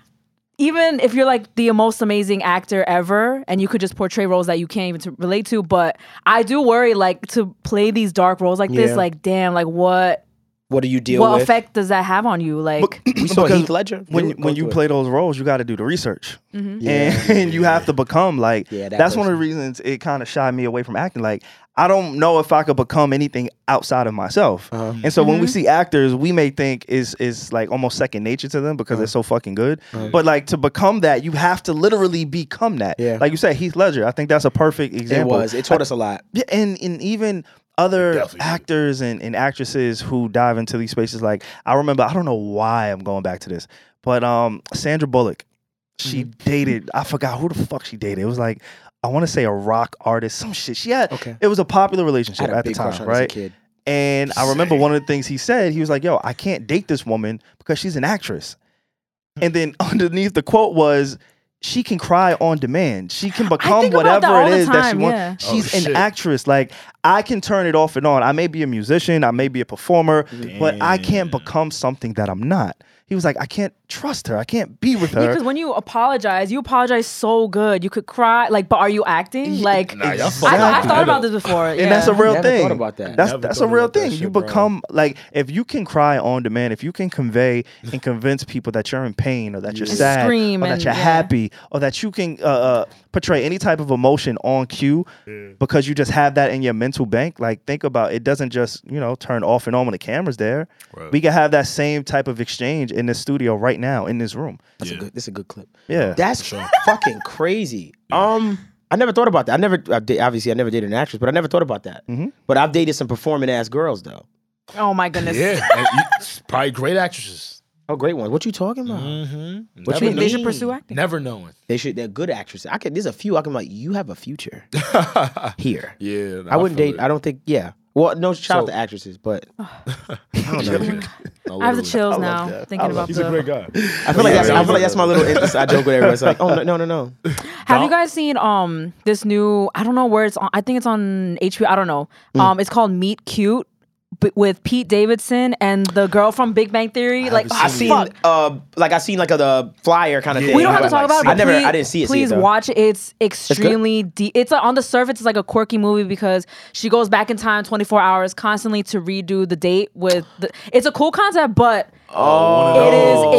even if you're like the most amazing actor ever and you could just portray roles that you can't even to relate to but i do worry like to play these dark roles like this
Yeah.
like damn like what
What do you deal
what
with?
effect does that have on you like
we saw
Because
Heath Ledger.
When
Go- go
when you
through it.
play those roles, you got to do the research,
Yeah.
and, and *laughs* you have to become like.
Yeah, that
that's one of the
person.
reasons it kind of shied me away from acting. Like I don't know if I could become anything outside of myself.
Uh-huh.
And so when we see actors, we may think is is like almost second nature to them
Uh-huh.
because they're so fucking good. But like to become that, you have to literally become that.
Yeah.
Like you said, Heath Ledger. I think that's a perfect
it
example.
was. It taught us a lot.
Yeah, and and even other actors and, and actresses who dive into these spaces. Like I remember, I don't know why I'm going back to this, but um, Sandra Bullock, she
Mm-hmm.
dated. I forgot who the fuck she dated. It was like I want to say a rock artist, some shit. She had.
Okay.
It was a popular
I
relationship
had a
at the
big crush
time,
on her as a
right?
kid.
And I remember one of the things he said, he was like, "Yo, I can't date this woman because she's an actress."
Hmm.
And then *laughs* underneath the quote was, "She can cry on demand. She can become
think about that
whatever
all
it
the
is that she
time,
wants.
yeah.
She's an actress. Like I can turn it off and on. I may be a musician, I may be a performer, but I can't become something that I'm not." He was like, "I can't trust her. I can't be with her."
Because when you apologize, you apologize so good. You could cry, like, but are you acting? Like, I, thought- I've thought about this before.
and that's a real
Never
thing.
thought about that.
That's
Never
that's a
thought
real
about that
thing.
shit,
you
bro.
become like if you can cry on demand, if you can convey and convince people that you're in pain or that you're
And
sad
scream
or that
and-
you're
yeah.
happy or that you can uh, uh, portray any type of emotion on cue because you just have that in your mental bank. Like think about it doesn't just you know turn off and on when the camera's there. We can have that same type of exchange in the studio right now in this room.
That's a good. This is a good clip.
Yeah.
That's fucking crazy. Um, I never thought about that. I never, I did, obviously, I never dated an actress, but I never thought about that. But I've dated some performing ass girls though.
Oh my goodness.
Yeah,
*laughs*
and you- it's probably great actresses.
Oh, great ones. What you talking about?
Mm-hmm.
What
They,
you
they should
mean?
pursue acting.
Never knowing.
They should. They're good actresses. I can. There's a few I can like. You have
*laughs*
a future here.
Yeah, nah,
I wouldn't
feel
date.
it.
I don't think. Yeah. Well, no. Shout out
So-
to actresses, but
Oh.
I don't know.
I have the chills now thinking about
He's
the.
a great guy.
I feel like that's. I
yeah.
feel like that's my little. interest. I joke with everyone. It's like, oh no, no, no,
*laughs*
no.
Have you guys seen um
Mm.
this new? I don't know where it's on. I think it's on HBO. I don't know. Um, it's called Meet Cute. b- with Pete Davidson and the girl from Big Bang Theory. like,
I seen
fuck.
uh like I seen like a the flyer kind of thing.
We don't have to talk about it.
I
but
never
please,
I didn't see it. see it,
Please
though.
watch it. It's extremely deep. It's a, on the surface. It's like a quirky movie because she goes back in time 24 hours constantly to redo the date with. The, it's a cool concept, but
Oh,
it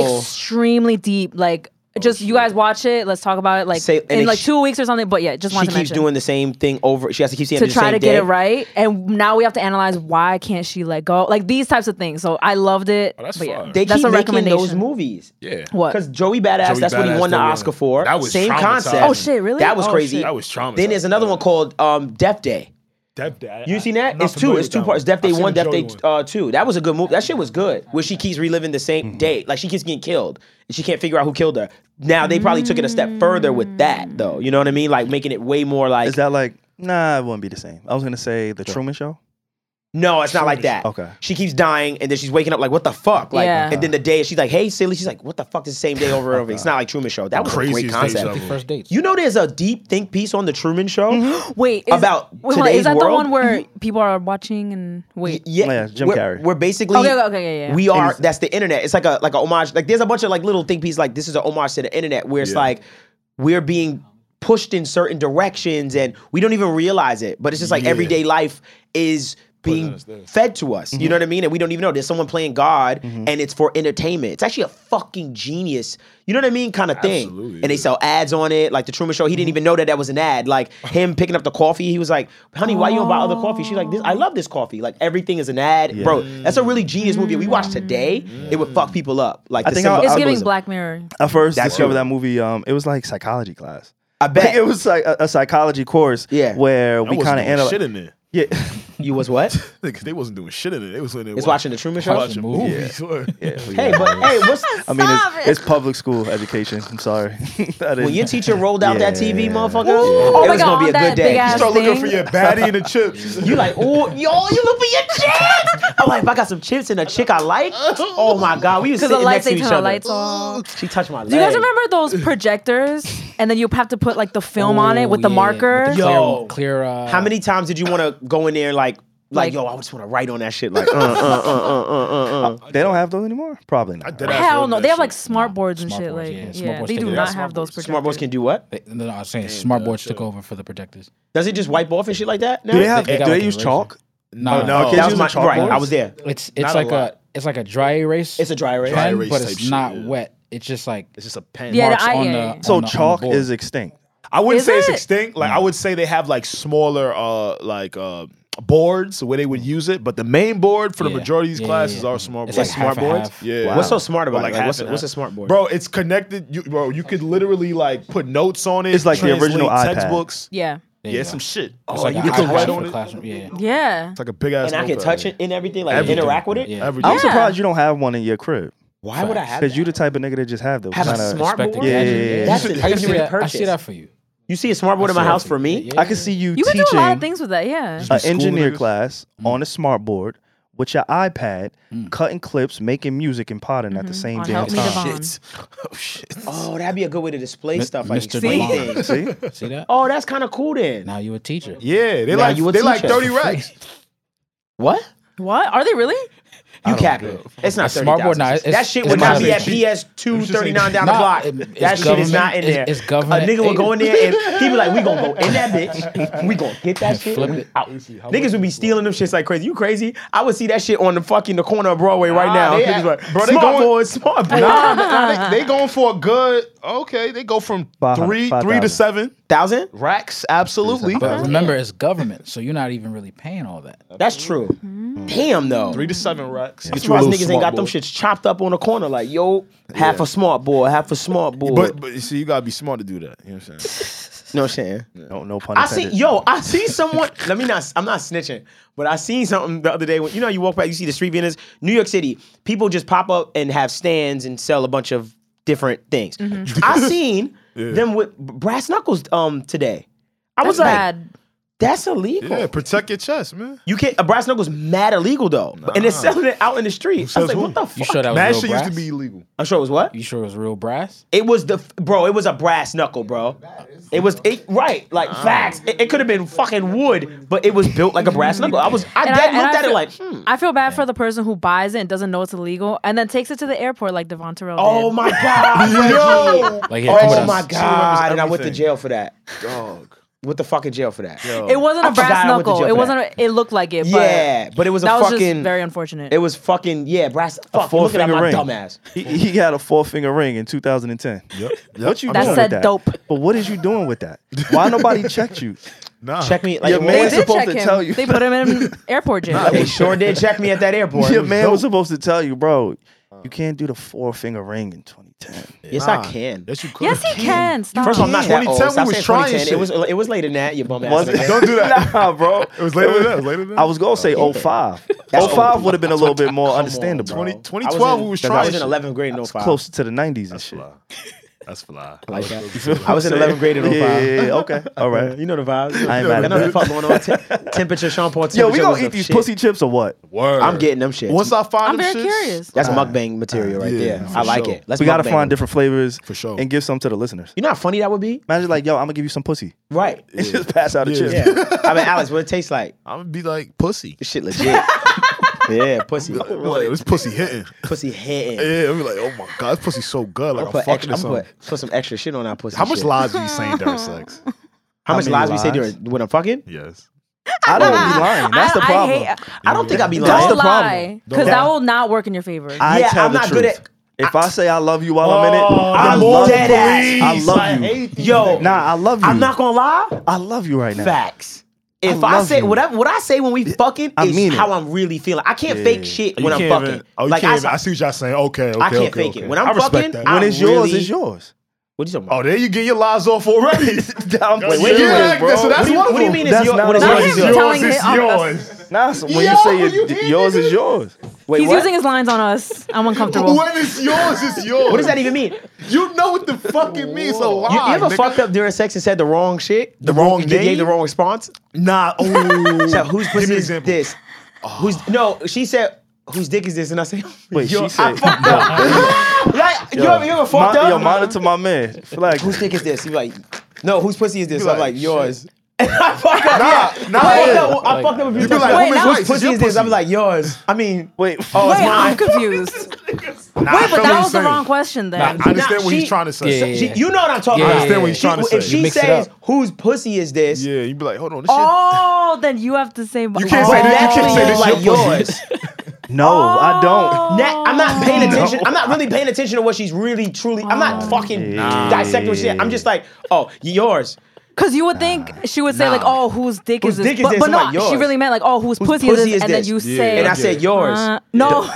is extremely deep. Like. Just you guys watch it. Let's talk about it, like
Say- and
in
it-
like two weeks or something. But yeah, just
She
want
keeps
to mention
doing the same thing over. She has to keep saying
to
the
try
same
to get it
day.
right. And now we have to analyze why can't she let go, like these types of things. So I loved it.
Oh, that's
But yeah,
fire.
They
that's
keep
a
making
recommendation.
those movies.
Yeah.
What?
Because Joey Badass,
Joey
that's what he
Badass,
won the
that was-
Oscar for.
that was
Same
traumatizing.
concept.
Oh shit! Really?
That was
Oh,
crazy.
shit.
That was traumatizing.
Then there's another one called um, Death Day.
Depth Day.
You seen that? It's two. It's two parts. Death Day one, Death Day uh, two. That was a good movie. That shit was good. Where she keeps reliving the
Mm-hmm.
same day, like she keeps getting killed, and she can't figure out who killed her. Now they probably took it a step further with that, though. You know what I mean? Like making it way more like
Is that like nah? It wouldn't be the same. I was gonna say the Truman Show.
no, it's not like that.
Okay.
She keeps dying, and then she's waking up like, what the fuck? Like,
Yeah.
and then the day she's like, hey, silly. She's like, what the fuck? This is the same day over and over. It's not like Truman Show. That was a great
Craziest days
concept.
ever.
First dates.
You know, there's a deep think piece on the Truman Show.
Wait, is
About
wait, hold on,
today's
is that
world?
the one where people are watching and wait?
*gasps* Yeah,
Oh, Yeah, Jim
we're,
Carrey.
We're basically
Okay, okay, okay, yeah, yeah.
we are. That's the internet. It's like a like a homage. Like there's a bunch of like little thing pieces. Like this is a homage to the internet, where it's like we're being pushed in certain directions and we don't even realize it. But it's just like everyday life is being fed to us. You know what I mean? And we don't even know. There's someone playing God, and it's for entertainment. It's actually a fucking genius. You know what I mean? Kind of thing.
Absolutely,
And they sell ads on it, like the Truman Show. He didn't even know that that was an ad. Like him picking up the coffee, he was like, "Honey, why you don't buy other coffee?" She's like, "This, I love this coffee. Like everything is an ad, bro. That's a really genius movie. If we watch today, it would fuck people up. Like
I
the
think I-
symbol-
It's
I
giving
symbolism.
Black Mirror.
I first
That
discovered
too.
that movie. Um, it was like psychology class. *laughs*
I bet
*laughs*
it was like a, a psychology course.
Yeah.
where we kind of analyze.
shit in there.
Yeah, *laughs*
you was what?
Niggas, they wasn't doing shit in it. They was in there
It's watching the Truman Show.
*laughs*
Watching movies.
Hey, but hey, what's uh,
I mean it's, it's public school education. I'm sorry. *laughs* I
when
didn't-
your teacher rolled out that TV,
Yeah.
motherfucker?
Oh
it
my
was
God,
gonna be a
that
good day.
big ass
Start looking
thing.
for your baddie and the chips.
You like, oh, yo, you look for your chips. I'm like, if I got some chips and a chick I like, oh my god,
*laughs*
we was
Because the
sitting next
lights,
to
they
each
turn the
other.
lights off.
She touched my leg.
Do you guys remember
*laughs*
those projectors? And then you have to put like the film on
Oh,
it with the
Oh, yeah,
marker.
with the clear,
Yo.
clear, uh,
How many times did you want to go in there and like, like,
Like-
yo, I just want to write on that shit, like, uh, uh,
*laughs*
uh, uh, uh, uh, uh.
they don't have those anymore. Probably not.
Hell no, they have like smart boards and
Smart
shit.
boards,
Like,
yeah,
yeah,
smart boards
they
take
do
over.
not
Smart
have those projectors.
Smart boys can do what?
They- no, I was saying smart boards took over for the projectors.
Does it just wipe off and shit like that? Now?
Do they have?
They
Do
got like
they
a
use
razor.
chalk?
No,
no.
kids
That was
use
my
chalk
right.
boards?
I was there.
It's it's like a, it's like a dry erase.
It's a dry erase.
pen,
Dry erase
but
type
it's
shit,
not
yeah.
wet. It's just like
It's just a pen.
Yeah,
marks
the- I-
on
yeah,
the.
yeah.
on
So
the- on the
chalk
board.
is extinct.
I wouldn't
Is
say it's
it?
extinct. Like I would say they have like smaller uh like uh boards where they would use it, but the main board for the
Yeah.
majority of these
Yeah, yeah,
classes
yeah.
are smart
It's
boards.
like half and half.
Yeah.
What's so smart
Or
about it? Like,
half
what's, a,
and
what's a
half.
smart board?
Bro, it's connected. You bro, you could literally like put notes on it.
It's like the original
translate
iPad.
textbooks.
Yeah.
There you
Yeah,
go.
some shit.
It's
Oh,
like
you
an
could
iPad
write
for
on it.
classroom. Yeah, yeah.
Yeah.
It's like a big ass.
and I can
notepad.
touch it and everything, like
Everything.
interact with it.
Yeah.
Everything.
I'm
Yeah.
surprised you don't have one in your crib.
Why would I have?
Because
that?
you the type of nigga that just have those.
have a
Kinda-
smart
Expect
board.
it. Yeah,
yeah, yeah, yeah.
That's
You
an
see- I can see
ignorant
that- I
purchase.
see that for you.
You see a smart board in my
I see
house
that
for
you.
me?
Yeah, yeah.
I could see you,
You can
teaching
do a lot of things with that. Yeah.
an
Just be schooling
engineer
niggas.
class on a smart board with your iPad, cutting clips, making music, and potting at the same
Mm-hmm. On
damn
Help Me
time.
Devon.
Oh shit.
Oh, that'd be a good way to display
Mi-
stuff. Like
Mr.
see
Devon.
things.
See?
*laughs* See that?
Oh, that's kind of cool then.
Now you a teacher.
Yeah, they
Now
like
you a
they like
teacher.
thirty racks.
What?
What? Are they really?
You capping? It's not
It's smart board,
30,000.
nah, it's-
that shit
it's
would not
gotta
be
be
at
cheap.
PS two thirty nine down the
Nah,
block.
it-
that
it's
shit is
government-
not in there.
it's- it's government
A nigga would
aided.
go in there and he be like, "We gonna go in that bitch. We gonna get that shit.
Flip
and we
it.
out." Niggas would be stealing them shits like crazy. You crazy? I would see that shit on the fucking the corner of Broadway right now.
Ah, they
Niggas
at-
like,
bro, they
smart
going-
board, smart board.
Nah, nah, they, they going for a good. Okay, they go from
Five hundred-
Three
five
three to
thousand.
seven
Thousand?
racks. Absolutely.
But remember, it's government, so you're not even really paying all that.
That's true. Damn though.
Three to seven racks. Get
Surprised niggas ain't got them shits chopped up on the corner like yo, half a smart board, half a smart board.
But but you see, you gotta be smart to do that. You know what I'm saying?
you know what I'm saying?
No, Oh, no pun
I see,
intended.
yo, I see someone. *laughs* let me not. I'm not snitching, but I seen something the other day. When you know, you walk back, you see the street vendors. New York City, people just pop up and have stands and sell a bunch of different things. I seen them with brass knuckles um today. I was
That's
like,
bad.
that's illegal.
Yeah, protect your chest, man.
You can't. A brass knuckles mad illegal though, and they're selling it out in the street. I was like, what the
You
fuck?
sure that was
That
real
shit
brass?
used to be illegal.
I'm sure it was what?
you sure it was real brass?
It was the bro. It was a brass knuckle, bro. It was it, right, like facts. It, it could have been fucking wood, but it was built like a brass knuckle. I was, I
And
dead
and
looked at
feel,
it like, hmm.
I feel bad for the person who buys it and doesn't know it's illegal, and then takes it to the airport like Devonta Rowe
oh
did.
my
*laughs*
god, yo,
Like, here, come with
oh
us.
my god, and I went to
everything.
jail for that.
Dog.
Went to fucking jail for that.
It wasn't a
I forgot
brass
I went to
knuckle.
jail
It
for
wasn't. A, it looked like it. But
Yeah, but it was a
that was
fucking-
just very unfortunate.
It was fucking yeah, brass. Fuck,
four
look at
finger
my
ring.
dumbass.
He, he had a four finger ring in 2010. What you
That
doing
said
with that?
dope.
But what is you doing with that? Why nobody
*laughs*
checked you?
Nah.
Check me, like
Your
it
man was
they
was-
did
supposed
check
to
him.
tell you.
They put him
*laughs*
in airport jail.
they sure did check me at that airport. It
Your
was
man
dope.
was supposed to tell you, bro.
Uh,
You can't do the four finger ring in 2010.
Yes,
Nah.
I can.
Yes, you could.
yes, he can. Stop.
First of all, I'm not that old.
2010
Stop
we
saying
was trying
2010.
shit.
It was it was later than that. You bum ass.
Was it?
nigga.
do that.
*laughs* Nah, bro.
It was later than that. It was later than that. Oh,
I was gonna say 05. 05 would have been a little bit more understandable.
bro.
20,
was
2012,
in-
we was
I
trying
was in
shit.
11th grade in 05.
Closer to the 90s and shit.
That's fly.
Like that. *laughs*
I
was in 11th grade in
yeah,
05.
Yeah, yeah,
*laughs*
okay. All right.
Uh, You know the vibes.
I ain't mad
I
at
know the
that.
fuck going on. *laughs* Te- temperature, Sean Paul.
Yo, we
temperature
gonna
was
eat
up
these
shit.
pussy chips or what?
Word.
I'm getting them shit.
Once I find
I'm
them
very
shits,
curious.
That's mukbang material right
Yeah,
there.
for
I like
sure.
it. Let's
we gotta
mukbang.
find different flavors
For sure.
and give some to the listeners.
You know how funny that would be?
Imagine like, yo, I'm gonna give you some pussy.
Right.
And just pass out a chip.
Yeah. I mean, Alex, what it tastes like?
I'm gonna be like pussy.
This
*laughs*
shit legit. yeah, pussy,
Like, it was
*laughs*
pussy hitting.
pussy hitting.
Yeah, I'm be like, oh my god, this pussy's so good. Like
I'm
I'm,
put,
fucking or
extra, I'm
something.
put, put some extra shit on our pussy.
How much
shit.
lies are you saying
*laughs*
during sex?
How, much
many
lies we say
lies?
during when I'm fucking?
Yes.
I don't be lying. That's
I,
the problem.
I, hate,
I don't think I'd be
don't
lying.
That's the
lie, because
Don't
that
lie.
will not work in your favor.
I
Yeah,
tell
I'm
the
not
truth.
good at-
If I, say I love you while I'm in it,
Oh,
I
I'm
love
dead ass.
I love you.
Yo,
Nah, I love you.
I'm not gonna lie.
I love you right now.
Facts. If
I
I,
love
say
you.
what I what I say when we fucking
I
is
mean it.
how I'm really feeling. I can't fake shit when I'm fucking.
oh, you
like
can't
I,
even, I see what y'all saying. Okay, okay.
I can't
okay,
fake
okay.
it when I'm
I respect
fucking.
that.
I
When it's
really,
yours, it's yours. *laughs*
What are you talking about?
Oh, there you get your lies off already.
*laughs*
I'm
That's
serious,
serious,
bro.
So that's
What do you-
one
what do you
of them.
mean it's
That's
your-
not
what is
a lie.
yours? is
That's him oh
yours?
telling
it's
it on
yours.
Nah, so when you say it, yours is yours.
Wait,
He's
what?
using his lines on us.
*laughs*
I'm uncomfortable.
When it's yours, *laughs* it's yours.
What does that even mean?
You know what the fuck it means. It's a lie.
You, you ever
nigga.
fucked up during sex and said the wrong shit? The
wrong
you gave
name?
the wrong response.
*laughs* Nah. Oh.
So whose pussy
an
is
example.
this? Who's no? She said whose dick is this? And I said, *laughs*
Wait,
yo,
she said,
I fucked up. like, you ever, you ever fucked
Mon-
up?
Yo, monitor my man. Flag.
whose dick is this? He's like, no, whose pussy is this? I'm
like,
like,
*laughs*
yours. I fuck up. yeah.
nah,
I fucked
yeah.
up. I fucked up a few
You
times.
be like,
Wait,
woman's
now-
rights.
whose
it's
pussy
your
is this? I'm like, yours. I mean,
Wait,
oh, it's
Wait, I'm
mine.
confused.
Nah, I
Wait,
feel
but
what
that was the
he's
wrong
saying.
question then.
I understand
Nah,
what
she-
he's trying to say.
Yeah,
She- you know what I'm talking
Yeah,
about.
I understand what
he's trying to
If
say.
she
You mix it
says
up.
whose pussy is this,
Yeah, you be like, hold on, this shit.
Oh, then you have to say.
You can't
oh.
say
but
that. You
naturally
can't say
you're
this
like
your pussy.
yours.
no,
oh.
I don't.
Na- I'm
Oh.
not paying attention. I'm not really paying attention to what she's really truly. I'm
Oh,
not fucking dissecting what she said. I'm just like, oh, yours.
Because you would think she would say like, "Oh, whose dick
Whose
is this?"
dick is
but,
this?
but
I'm
no,
like, yours.
she really meant like, "Oh, whose, pussy, is this?" and then you say,
and I said yours.
Uh, no,
*laughs*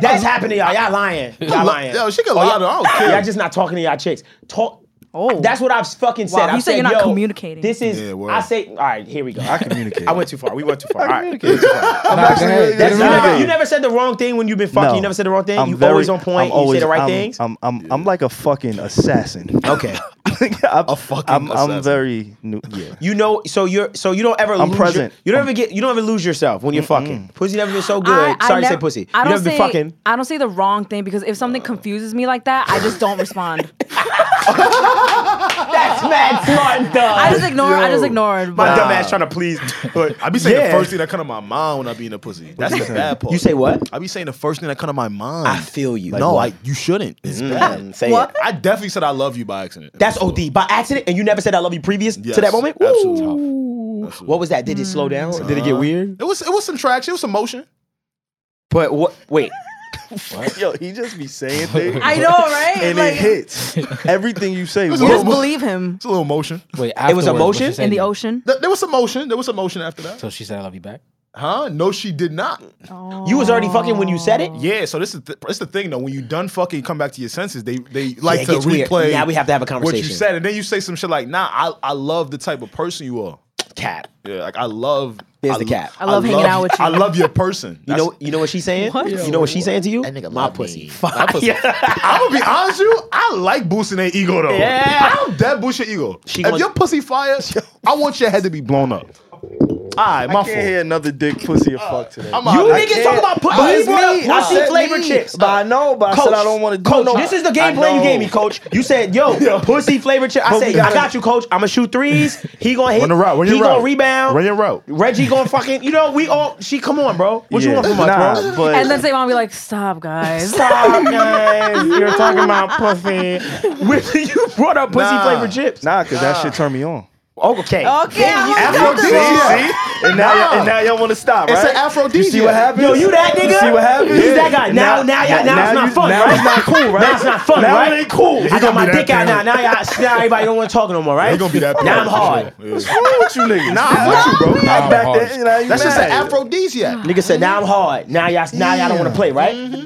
That's happened to y'all. Y'all lying. Y'all lying.
Yo, she can
Oh,
lie
y'all-
to her. I don't care.
Y'all just not talking to y'all chicks. Talk.
Oh.
That's what I've fucking said.
Wow,
I
you said
said
you're not
yo,
communicating.
This is.
Yeah, word.
I say. All right, here we go. I
communicate.
*laughs* I went too far. We went too far. All right.
Nah, go ahead.
That's- you,
Let him
never,
out.
you never said the wrong thing when you've been fucking.
No.
You never said the wrong thing.
I'm
you
very-
always on
I'm
point. You
always-
say the right
I'm-
things.
I'm, I'm, I'm like a fucking assassin.
okay.
*laughs* I'm, a
fucking
I'm, I'm
assassin.
very new. Yeah.
You know, so you're so you don't ever
I'm
lose
present.
Your, you don't ever get you don't ever lose yourself when you're fucking. Pussy never been so good.
I, I
Sorry to say
nev-
pussy.
I
you
don't
never
say
been fucking.
I don't say the wrong thing because if something confuses me like that, I just don't respond.
*laughs* That's mad smart though.
I just ignore. I just ignore it.
My
but-
dumb ass trying to please.
I be saying
Yeah.
the first thing that come to my mind when I be in a pussy. That's the bad part.
You say what?
I be saying the first thing that come to my mind.
I feel you.
no,
Like
I, you shouldn't. It's bad.
Say
What?
it.
I definitely said I love you by accident.
That's OD by accident, and you never said I love you previous
Yes,
to that moment. Woo.
absolutely. Absolutely.
What was that? Did it slow down? Uh-huh. Did it get weird?
It was it was some traction. It was some motion.
But what? Wait,
*laughs* Yo, he just be saying things.
I know, right?
and
like,
it hits. Everything you say.
was a
works.
Just believe him
It's a little motion.
It
Wait,
was
afterwards, what
emotion?
she said
in the
then.
*laughs*
ocean.
Th- There was some motion. There was some motion after that.
So she said, "I love you back."
Huh? No, she did not.
you was already fucking when you said it.
Yeah. So this is th- it's the thing though. When you done fucking, you come back to your senses. They they like
it
to
gets weird.
replay.
Now we have to have a
What you
conversation.
said, and then you say some shit like, "Nah, I I love the type of person you are."
Cat.
Yeah, like I love.
There's
I
the
lo-
cat.
I love hanging out with you.
I love your person.
You know, you know what she's saying. You know what she's saying to you. That nigga my pussy. Fuck.
I'm gonna be honest with you. I like boosting their ego though.
Yeah.
I'm dead boosting ego.
She
if
gon- *laughs*
your pussy fire, I want your head to be blown up. All right, my
I can't hear
fault.
another dick, pussy, or fuck today.
I'm
You
out. I
niggas
can't-
talk about pussy.
But
You
it's
brought up
me. I
pussy
said-
flavored chips.
But I know, but I said I don't want to do
Coach,
no-
this is the
I
game plan you
know.
gave me, coach. You
*laughs*
said, yo, pussy flavored chip. I
But we
said, I
gotta-
got you, coach. I'm going to shoot threes. He going to hit.
Run the route. Run your
he
route.
gonna rebound.
Run your route.
Reggie
*laughs*
going to fucking, you know, we all, she, come on, bro. What you
Yeah.
want from us,
nah,
bro?
But
*laughs* And
*laughs*
then say, "Mom, be like,
*laughs*
stop, guys."
Stop, guys. You're talking
*laughs*
about pussy. *laughs* you brought up pussy
Nah.
flavored chips.
nah, because that shit turned me on.
Oh, Okay.
Okay, I
you
want
Afro
See, see, and now, y'all- and now y'all want to stop, right?
It's an aphrodisiac.
You see what happens?
Yo, you that nigga?
You see what happens?
He's that guy. Now, now, now, now, it's not
you-
fun,
now
right?
it's not cool, right?
Now it's not fun,
Now
right?
it ain't cool.
I got
gonna
my
be that
dick out now.
parent.
Now, y'all, now everybody don't want to talk no more,
They
right?
gonna be that.
Now I'm
parent.
hard.
Yeah.
What's wrong with you, nigga? Nah, I'm with you, bro.
Nah,
I'm
I'm
back
hard.
there. You know, you
That's just
mad.
an aphrodisiac.
*laughs* Nigga said, now I'm hard. Now y'all, now y'all don't want to play, right?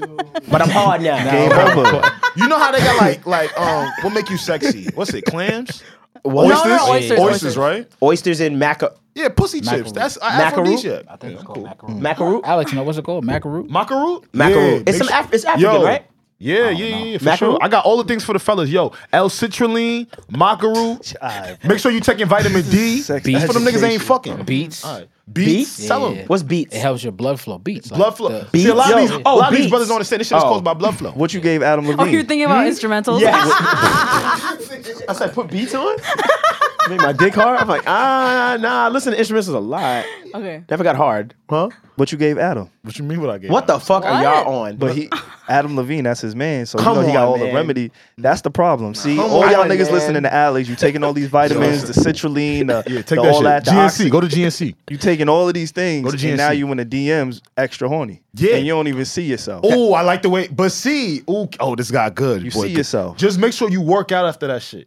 But I'm hard now.
Game over.
You know how they got like like um what make you sexy? What's it? Clams?
No, no, no, oysters, oysters.
Oysters, right?
Oysters and maca-
Yeah, pussy
Macaroon.
chips. That's an
Macaroon?
aphrodisiac.
I think it's called macaroon.
macaroon.
Alex, no, what's it called? Macaroon.
Macaroon? Yeah,
Macaroon. it's
make
some
sure-
Af- it's African,
Yo.
right?
Yeah, yeah, yeah, yeah, for
Macaroon?
sure. I got all the things for the fellas. Yo, L-citrulline, macaroon. Make sure you taking vitamin D. That's for
Sex
them niggas that ain't fucking.
Beets.
Beats,
Beets?
sell them.
Yeah.
What's beats?
It helps your blood flow. Beats. like
Blood flow.
the-
See, a lot of
Yo.
these, a
Oh,
lot of these
beats.
brothers don't understand. This shit is
Oh.
caused by blood flow.
What you gave Adam Levine?
Oh, you're thinking about instrumentals? *laughs*
I said, put beats on?
Made my dick hard. I'm like, ah, nah. Listen, to instruments is a lot.
okay.
Never got hard.
Huh?
What you gave Adam?
What you mean what I gave?
What the fuck are
What?
y'all on?
But he, Adam Levine, that's his man. So you
Come
know he got
on,
all
man.
the remedy. That's the problem. See,
Come
all y'all
on,
niggas
man.
listening to Alex, you taking all
*laughs*
these vitamins, the citrulline, the,
Yeah, take
the
that
all
shit.
that, the
GNC.
oxy-
Go to GNC.
you taking all of these
Go
things,
to
and now
GNC.
you in the DMs extra horny.
Yeah.
and you don't even see yourself.
Oh, I like the way. But see, ooh, oh, this got good.
You see yourself.
Just make sure you work out after that shit.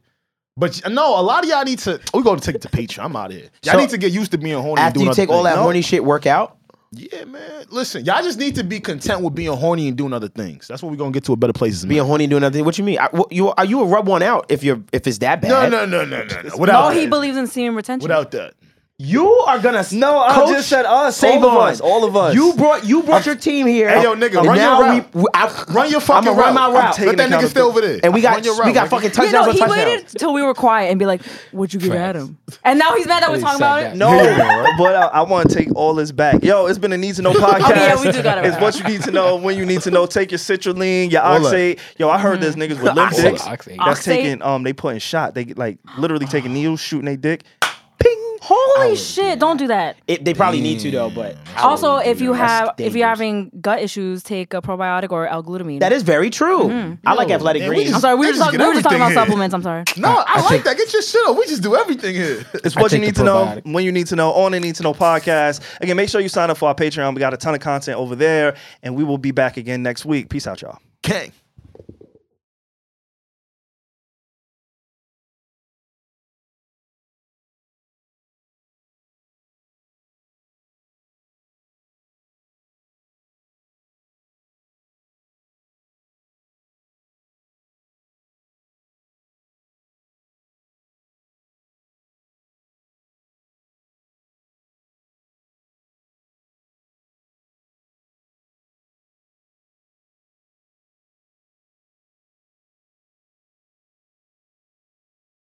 But y- no, a lot of y'all need to. We gonna take it to Patreon. I'm out of here. Y'all
So,
need to get used to being horny. and
After
doing
you
other
take all that
things.
horny shit, work out.
yeah, man. Listen, y'all just need to be content with being horny and doing other things. That's when we gonna get to a better place.
Being horny and doing nothing. What you mean? I, what, you are you a rub one out if you're if it's that *laughs* bad?
no, no, no, no, no, no. Without
Oh,
that.
he believes in semen retention.
Without that,
You are gonna
No, I
coach,
just said us,
save
all of
on.
us, all of us.
You brought you brought your team here.
Hey, yo, nigga, run
and
your
now
route.
We, we, I,
run your fucking
I'ma run my
route.
route.
Let
taking
that nigga stay
accountability.
over there.
and we got
Run your
we
route,
got
nigga.
fucking
You know,
touchdowns and
he waited
touchdowns.
till we were quiet and be like, "Would you give
Facts.
Adam?" And now he's mad that we're
He
talking
said
about
that.
it.
No, but I, I want to take all this back. Yo, it's been a need to
*laughs*
know podcast.
Oh, yeah, we do gotta
It's
wrap.
what you need to know when you need to know. Take your citrulline, your
All that.
oxate. Yo, I heard there's
*laughs*
niggas with limp
Oxate.
dicks
Oxate.
that's
Mm-hmm. Oxate.
taking um they putting shot. They like literally taking needles, shooting they dick.
Holy shit! Don't do that.
It, they probably need to though, but
Also, if you
That's
have if you're
dangerous.
having gut issues, take a probiotic or L-glutamine.
that is very true. I like athletic
man, we
greens.
I'm sorry, we were just,
Niggas
talk-
get
we were just talking about
everything here.
supplements. I'm sorry.
No, I, like that. Get your shit up. We just do everything here.
It's what
I
you
take
need
the
to know
probiotic.
when you need to know on the Need to Know podcast. Again, make sure you sign up for our Patreon. We got a ton of content over there, and we will be back again next week. Peace out, y'all.
Kang.